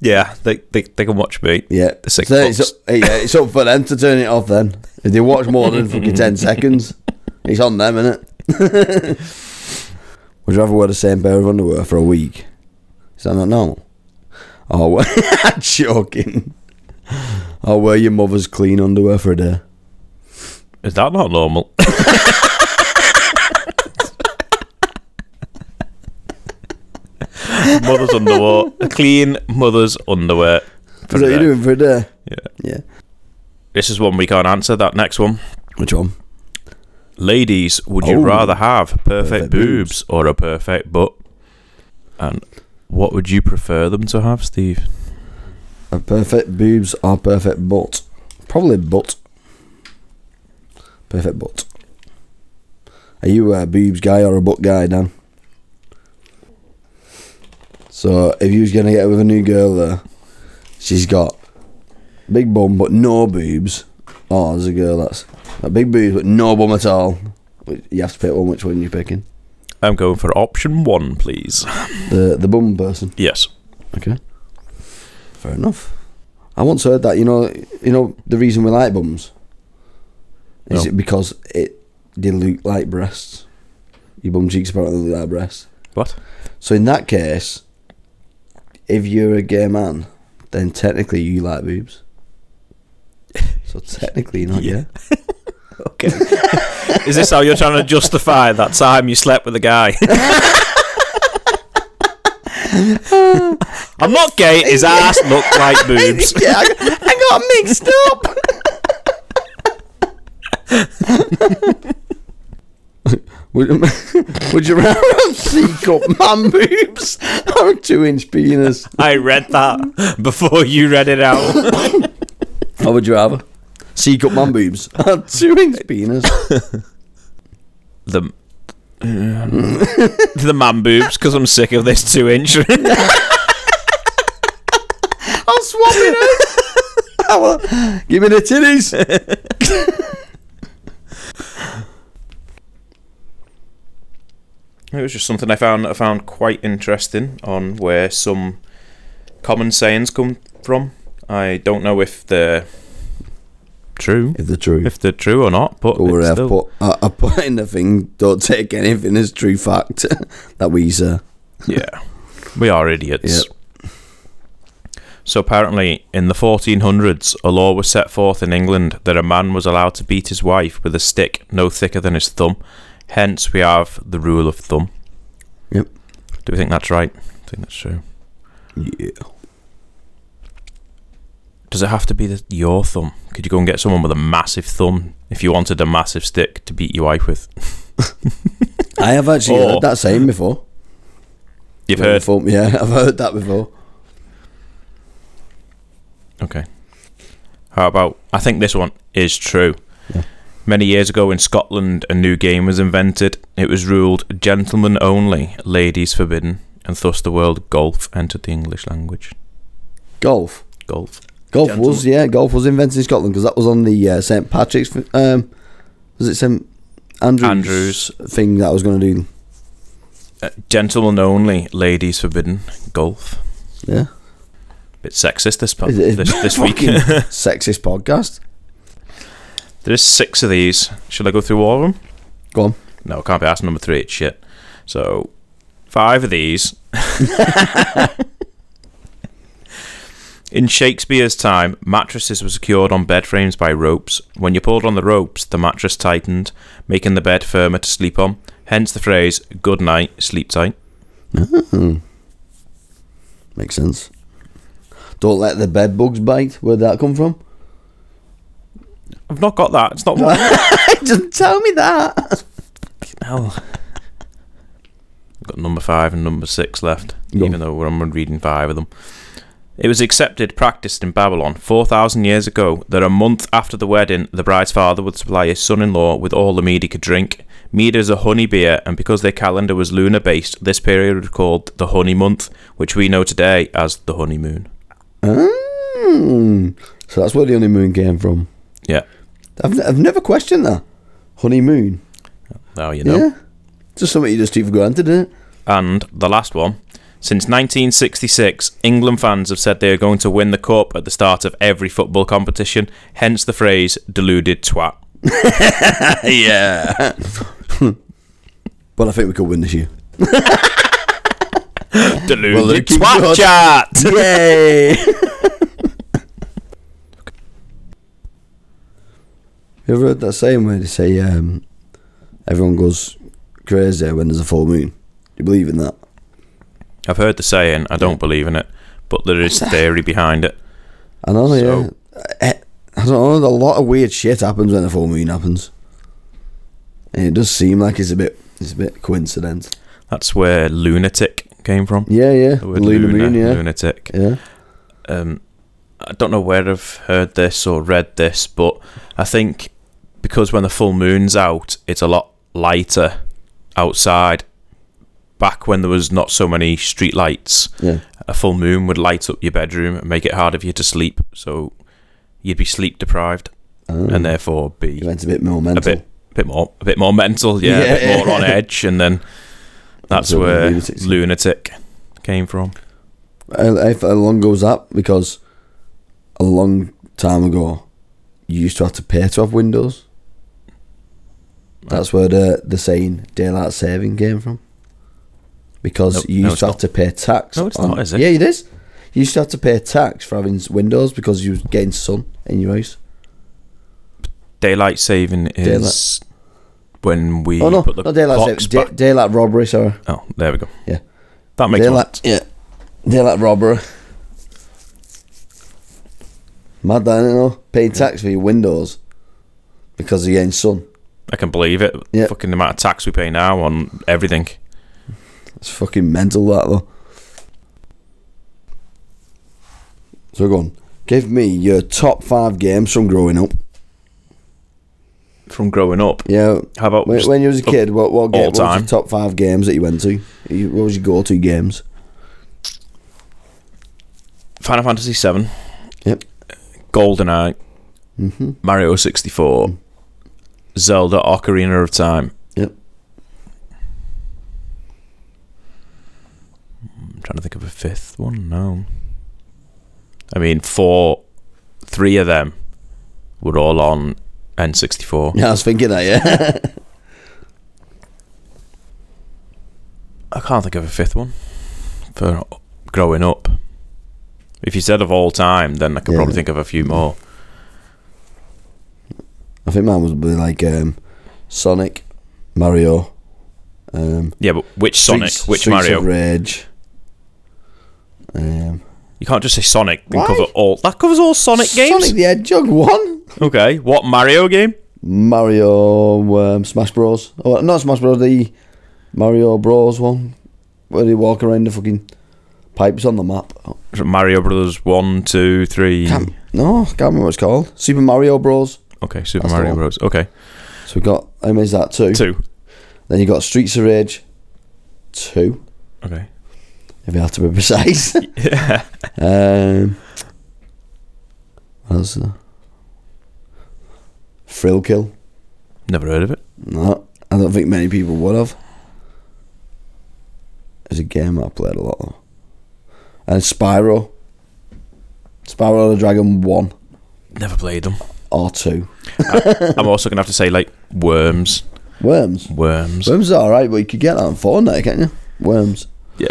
[SPEAKER 1] Yeah, they, they, they can watch me.
[SPEAKER 2] yeah.
[SPEAKER 1] The sick
[SPEAKER 2] So it's,
[SPEAKER 1] fucks.
[SPEAKER 2] up- yeah, it's up for them to turn it off then. If they watch more than fucking 10 seconds, it's on them, innit? Would you rather wear the same pair of underwear for a week? Is that not normal? Oh, we- joking. Or wear your mother's clean underwear for a day.
[SPEAKER 1] Is that not normal? mother's underwear. Clean mother's underwear.
[SPEAKER 2] Is that what you're doing for a day?
[SPEAKER 1] Yeah.
[SPEAKER 2] Yeah.
[SPEAKER 1] This is one we can't answer. That next one.
[SPEAKER 2] Which one?
[SPEAKER 1] Ladies, would you
[SPEAKER 2] Oh.
[SPEAKER 1] rather have perfect,
[SPEAKER 2] Perfect
[SPEAKER 1] boobs,
[SPEAKER 2] boobs.
[SPEAKER 1] or a perfect butt? And what would you prefer them to have, Steve?
[SPEAKER 2] A perfect boobs or perfect butt? Probably butt. Perfect butt. Are you a boobs guy or a butt guy, Dan? So if you was gonna get with a new girl there, she's got big bum but no boobs. Oh, there's a girl that's a big boobs but no bum at all. You have to pick one. Which one you picking?
[SPEAKER 1] I'm going for option one, please.
[SPEAKER 2] The the bum person.
[SPEAKER 1] Yes.
[SPEAKER 2] Okay. Fair enough. I once heard that you know you know the reason we like bums is
[SPEAKER 1] No.
[SPEAKER 2] it because it they look like breasts. Your bum cheeks apparently look like breasts.
[SPEAKER 1] What?
[SPEAKER 2] So in that case, if you're a gay man, then technically you like boobs. So technically you're not
[SPEAKER 1] Yeah.
[SPEAKER 2] yeah.
[SPEAKER 1] Okay. Is this how you're trying to justify that time you slept with a guy? I'm not gay. His ass looked like boobs.
[SPEAKER 2] yeah, I, got- I got mixed up. would, would you rather have three cup man boobs or a two inch penis?
[SPEAKER 1] I read that before you read it out.
[SPEAKER 2] Or Oh, would you rather? C cup man boobs. or two inch penis.
[SPEAKER 1] The the man boobs because I'm sick of this two inch.
[SPEAKER 2] I'll swap it out. I will- Give me the titties.
[SPEAKER 1] It was just something I found I found quite interesting on where some common sayings come from. I don't know if they're true,
[SPEAKER 2] If the truth.
[SPEAKER 1] if they're true or not, but
[SPEAKER 2] Or
[SPEAKER 1] it's
[SPEAKER 2] I
[SPEAKER 1] still-
[SPEAKER 2] put, I, I put in the thing, don't take anything as true fact. that we say.
[SPEAKER 1] yeah, we are idiots. So apparently, in the 1400s, a law was set forth in England that a man was allowed to beat his wife with a stick no thicker than his thumb. Hence, we have the rule of thumb.
[SPEAKER 2] Yep.
[SPEAKER 1] Do we think that's right? I think that's true.
[SPEAKER 2] Yeah.
[SPEAKER 1] Does it have to be the, your thumb? Could you go and get someone with a massive thumb if you wanted a massive stick to beat your wife with?
[SPEAKER 2] I have actually
[SPEAKER 1] Or-
[SPEAKER 2] heard that saying before.
[SPEAKER 1] You've heard.
[SPEAKER 2] Before- Yeah, I've heard that before.
[SPEAKER 1] Okay. How about? I think this one is true.
[SPEAKER 2] Yeah.
[SPEAKER 1] Many years ago in Scotland, a new game was invented. It was ruled gentlemen only, ladies forbidden, and thus the word golf entered the English language.
[SPEAKER 2] Golf.
[SPEAKER 1] Golf.
[SPEAKER 2] Golf
[SPEAKER 1] Gentlemen.
[SPEAKER 2] was, yeah, golf was invented in Scotland because that was on the uh, St. Patrick's, um, was it St. Andrews,
[SPEAKER 1] Andrews.
[SPEAKER 2] thing that I was going to do?
[SPEAKER 1] Uh, gentlemen only, ladies forbidden, golf.
[SPEAKER 2] Yeah.
[SPEAKER 1] Bit sexist this po-
[SPEAKER 2] It is.
[SPEAKER 1] Oh, this, this week.
[SPEAKER 2] Fucking sexist podcast.
[SPEAKER 1] There's six of these. Should I go through all of them?
[SPEAKER 2] Go on.
[SPEAKER 1] No, it can't be asked. Number three, it's shit. So, five of these. In Shakespeare's time, mattresses were secured on bed frames by ropes. When you pulled on the ropes, the mattress tightened, making the bed firmer to sleep on. Hence the phrase, good night, sleep tight.
[SPEAKER 2] Makes sense. Don't let the bed bugs bite. Where'd that come from?
[SPEAKER 1] I've not got that. It's not what
[SPEAKER 2] Just tell me that.
[SPEAKER 1] hell. I've got number five and number six left,
[SPEAKER 2] Go on.
[SPEAKER 1] even though we're only reading five of them. It was accepted practiced in Babylon 4,000 years ago that a month after the wedding, the bride's father would supply his son in law with all the mead he could drink. Mead is a honey beer, and because their calendar was lunar based, this period was called the honey month, which we know today as the honeymoon.
[SPEAKER 2] Mm. So that's where the honeymoon came from.
[SPEAKER 1] Yeah.
[SPEAKER 2] I've, I've never questioned that. Honeymoon.
[SPEAKER 1] Now you know.
[SPEAKER 2] Yeah. Just something you just take for granted, isn't it?
[SPEAKER 1] And the last one. Since 1966, England fans have said they are going to win the cup at the start of every football competition, hence the phrase deluded twat.
[SPEAKER 2] yeah. but I think we could win this year.
[SPEAKER 1] Deluded
[SPEAKER 2] looking
[SPEAKER 1] twat
[SPEAKER 2] good.
[SPEAKER 1] chat!
[SPEAKER 2] Yay! you ever heard that saying where they say um, everyone goes crazy when there's a full moon? You believe in that?
[SPEAKER 1] I've heard the saying, I don't believe in it, but there is theory behind it.
[SPEAKER 2] I know,
[SPEAKER 1] So-
[SPEAKER 2] yeah. Eh, I don't know. A lot of weird shit happens when the full moon happens, and it does seem like it's a bit, it's a bit coincidence.
[SPEAKER 1] That's where lunatic came from.
[SPEAKER 2] Yeah, yeah.
[SPEAKER 1] The word
[SPEAKER 2] Lunar
[SPEAKER 1] luna,
[SPEAKER 2] moon, yeah,
[SPEAKER 1] lunatic.
[SPEAKER 2] yeah.
[SPEAKER 1] um, I don't know where I've heard this or read this, but I think because when the full moon's out, it's a lot lighter outside. Back when there was not so many street lights,
[SPEAKER 2] Yeah.
[SPEAKER 1] a full moon would light up your bedroom and make it harder for you to sleep, so you'd be sleep deprived
[SPEAKER 2] Oh.
[SPEAKER 1] and therefore be
[SPEAKER 2] It went a bit more
[SPEAKER 1] a
[SPEAKER 2] mental.
[SPEAKER 1] bit, bit more, a bit more mental, yeah, a
[SPEAKER 2] Yeah.
[SPEAKER 1] bit more on edge, and then that's
[SPEAKER 2] That's what
[SPEAKER 1] where
[SPEAKER 2] lunatics-
[SPEAKER 1] lunatic came from.
[SPEAKER 2] I, I, how long goes up because a long time ago you used to have to pay to have windows. That's where the the saying daylight saving came from. Because
[SPEAKER 1] No,
[SPEAKER 2] you
[SPEAKER 1] no,
[SPEAKER 2] used
[SPEAKER 1] it's
[SPEAKER 2] to have
[SPEAKER 1] not.
[SPEAKER 2] to pay tax.
[SPEAKER 1] No, it's not, is it?
[SPEAKER 2] Yeah, it is. You used to have to pay tax for having s- windows because you was getting sun in your house.
[SPEAKER 1] Daylight saving is when we
[SPEAKER 2] oh no,
[SPEAKER 1] put the
[SPEAKER 2] not daylight
[SPEAKER 1] clocks
[SPEAKER 2] saving. Da-
[SPEAKER 1] back-
[SPEAKER 2] daylight robbery. Sorry.
[SPEAKER 1] oh, there we go.
[SPEAKER 2] Yeah.
[SPEAKER 1] That makes sense.
[SPEAKER 2] daylight. Yeah. Daylight robbery. Mad that, you know, paying tax for your windows because you're getting sun.
[SPEAKER 1] I can believe it.
[SPEAKER 2] Yeah.
[SPEAKER 1] Fucking the amount of tax we pay now on everything.
[SPEAKER 2] It's fucking mental that though. So go on. Give me your top five games from growing up.
[SPEAKER 1] From growing up.
[SPEAKER 2] Yeah.
[SPEAKER 1] How about
[SPEAKER 2] When,
[SPEAKER 1] just
[SPEAKER 2] when you was a
[SPEAKER 1] of
[SPEAKER 2] kid, what what, game,
[SPEAKER 1] all
[SPEAKER 2] what was
[SPEAKER 1] time?
[SPEAKER 2] your top five games that you went to? You- What was your go-to games?
[SPEAKER 1] Final Fantasy Seven,
[SPEAKER 2] Yep.
[SPEAKER 1] GoldenEye,
[SPEAKER 2] Mm-hmm. Mm.
[SPEAKER 1] Mario sixty four, Zelda Ocarina of Time.
[SPEAKER 2] Yep.
[SPEAKER 1] I'm trying to think of a fifth one. No. I mean, four, three of them were all on N64.
[SPEAKER 2] Yeah, I was thinking that. Yeah.
[SPEAKER 1] I can't think of a fifth one for growing up. If you said of all time, then I could
[SPEAKER 2] Yeah.
[SPEAKER 1] probably think of a few more.
[SPEAKER 2] I think mine was probably like um, Sonic, Mario, um,
[SPEAKER 1] Yeah, but which Sonic?
[SPEAKER 2] Streets-
[SPEAKER 1] which
[SPEAKER 2] Streets
[SPEAKER 1] Mario?
[SPEAKER 2] of Rage. Um,
[SPEAKER 1] You can't just say Sonic and
[SPEAKER 2] Why?
[SPEAKER 1] cover all. That covers all Sonic games.
[SPEAKER 2] Sonic the Hedgehog one.
[SPEAKER 1] Okay, what Mario game?
[SPEAKER 2] Mario um, Smash Bros. Oh, not Smash Bros. The Mario Bros. one where they walk around the fucking pipes on the map. Oh,
[SPEAKER 1] Mario Brothers one, two, three.
[SPEAKER 2] can't, no, I can't remember what it's called. Super Mario Bros.
[SPEAKER 1] Okay, Super
[SPEAKER 2] That's the
[SPEAKER 1] Mario
[SPEAKER 2] one.
[SPEAKER 1] Bros. Okay,
[SPEAKER 2] So we got how many is that? Two.
[SPEAKER 1] two.
[SPEAKER 2] Then you got Streets of Rage. Two.
[SPEAKER 1] Okay,
[SPEAKER 2] If you have to be precise.
[SPEAKER 1] yeah.
[SPEAKER 2] um, what else? is there? Frill Kill.
[SPEAKER 1] never heard of it.
[SPEAKER 2] No, I don't think many people would have. It's a game I played a lot of. And Spyro. Spyro the Dragon 1
[SPEAKER 1] Never played them.
[SPEAKER 2] or 2.
[SPEAKER 1] I'm also gonna have to say like Worms,
[SPEAKER 2] Worms.
[SPEAKER 1] Worms.
[SPEAKER 2] Worms is alright, but you could get that on phone now, can't you? Worms.
[SPEAKER 1] Yeah.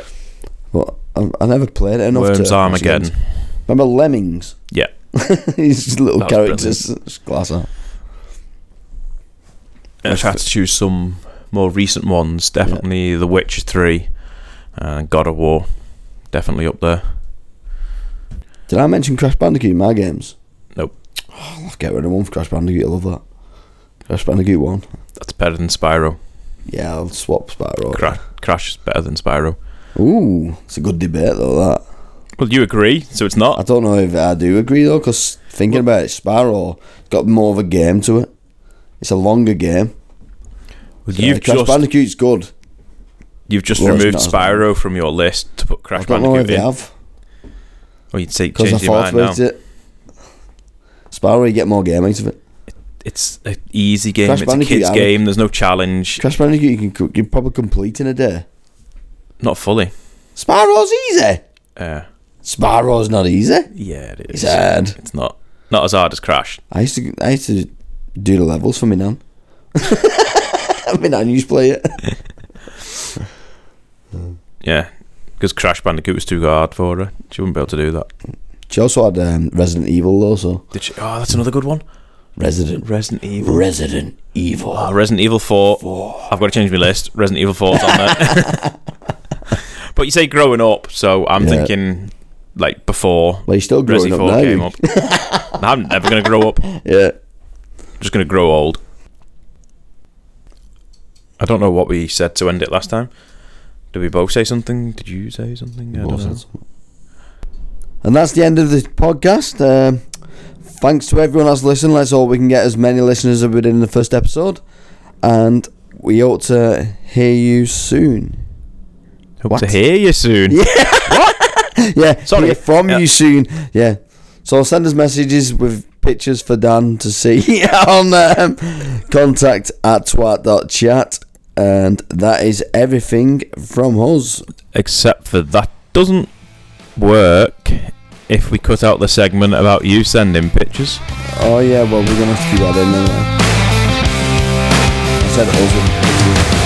[SPEAKER 2] But I, I never played it enough to...
[SPEAKER 1] Worms
[SPEAKER 2] actually-
[SPEAKER 1] Armageddon.
[SPEAKER 2] Remember Lemmings?
[SPEAKER 1] Yeah.
[SPEAKER 2] These just little
[SPEAKER 1] That was
[SPEAKER 2] characters. It's class, huh?
[SPEAKER 1] If I had to choose some more recent ones, definitely The Witcher Three, and God of War, definitely up there.
[SPEAKER 2] Did I mention Crash Bandicoot in my games?
[SPEAKER 1] Nope.
[SPEAKER 2] Oh, I'll get rid of one for Crash Bandicoot. I love that. Crash Bandicoot 1.
[SPEAKER 1] That's better than Spyro.
[SPEAKER 2] Yeah, I'll swap Spyro.
[SPEAKER 1] Cra- Crash is better than Spyro.
[SPEAKER 2] Ooh, it's a good debate though. That
[SPEAKER 1] Well, you agree, so it's
[SPEAKER 2] I
[SPEAKER 1] not.
[SPEAKER 2] don't know if I do agree though, because thinking about it, Sparrow got more of a game to it. It's a longer game.
[SPEAKER 1] Well,
[SPEAKER 2] Uh,
[SPEAKER 1] you've
[SPEAKER 2] Crash
[SPEAKER 1] just
[SPEAKER 2] Bandicoot's good.
[SPEAKER 1] You've just
[SPEAKER 2] Well, it's
[SPEAKER 1] removed
[SPEAKER 2] not, isn't it?
[SPEAKER 1] Spyro from your list to put Crash
[SPEAKER 2] I don't know
[SPEAKER 1] Bandicoot
[SPEAKER 2] if they
[SPEAKER 1] in. Well,
[SPEAKER 2] have
[SPEAKER 1] you'd say
[SPEAKER 2] because I
[SPEAKER 1] change your
[SPEAKER 2] thought
[SPEAKER 1] mind now.
[SPEAKER 2] about it. Sparrow, you get more game out of it.
[SPEAKER 1] It's an easy game.
[SPEAKER 2] Crash
[SPEAKER 1] it's
[SPEAKER 2] Bandicoot,
[SPEAKER 1] a kids'
[SPEAKER 2] I would-
[SPEAKER 1] game. There's no challenge.
[SPEAKER 2] Crash Bandicoot, you can co- you probably complete in a day.
[SPEAKER 1] Not fully.
[SPEAKER 2] Sparrow's easy.
[SPEAKER 1] Uh,
[SPEAKER 2] Sparrow's not easy.
[SPEAKER 1] yeah, it
[SPEAKER 2] It's
[SPEAKER 1] is.
[SPEAKER 2] hard.
[SPEAKER 1] It's not not as hard as Crash.
[SPEAKER 2] I used to I used to do the levels for me nan. my nan used to play it.
[SPEAKER 1] Yeah, because Crash Bandicoot was too hard for her. She wouldn't be able to do that.
[SPEAKER 2] She also had um, Resident Evil though, so
[SPEAKER 1] Did she? Oh, that's another good one.
[SPEAKER 2] Resident
[SPEAKER 1] Resident Evil.
[SPEAKER 2] Resident Evil.
[SPEAKER 1] Oh, Resident Evil 4. I've got to change my list. Resident Evil 4's on there. but you say growing up, so I'm
[SPEAKER 2] Yeah.
[SPEAKER 1] thinking like before
[SPEAKER 2] Well, you're still growing
[SPEAKER 1] Resi
[SPEAKER 2] up
[SPEAKER 1] 4
[SPEAKER 2] now.
[SPEAKER 1] came up. I'm never going to grow up. I'm
[SPEAKER 2] Yeah.
[SPEAKER 1] just going to grow old. I don't know what we said to end it last time. Did we both say something? Did you say something? I don't know.
[SPEAKER 2] And that's the end of the podcast. Um, thanks to everyone that's listened. Let's hope we can get as many listeners as we did in the first episode. And we ought to hear you soon.
[SPEAKER 1] Hope
[SPEAKER 2] What?
[SPEAKER 1] to hear you soon.
[SPEAKER 2] Yeah,
[SPEAKER 1] Sorry.
[SPEAKER 2] hear from
[SPEAKER 1] Yeah.
[SPEAKER 2] you soon. Yeah. So send us messages with pictures for Dan to see on um, contact at twat.chat. And that is everything from us.
[SPEAKER 1] Except for that doesn't work if we cut out the segment about you sending pictures.
[SPEAKER 2] Oh yeah, well we're gonna have to do that in a minute. I said over.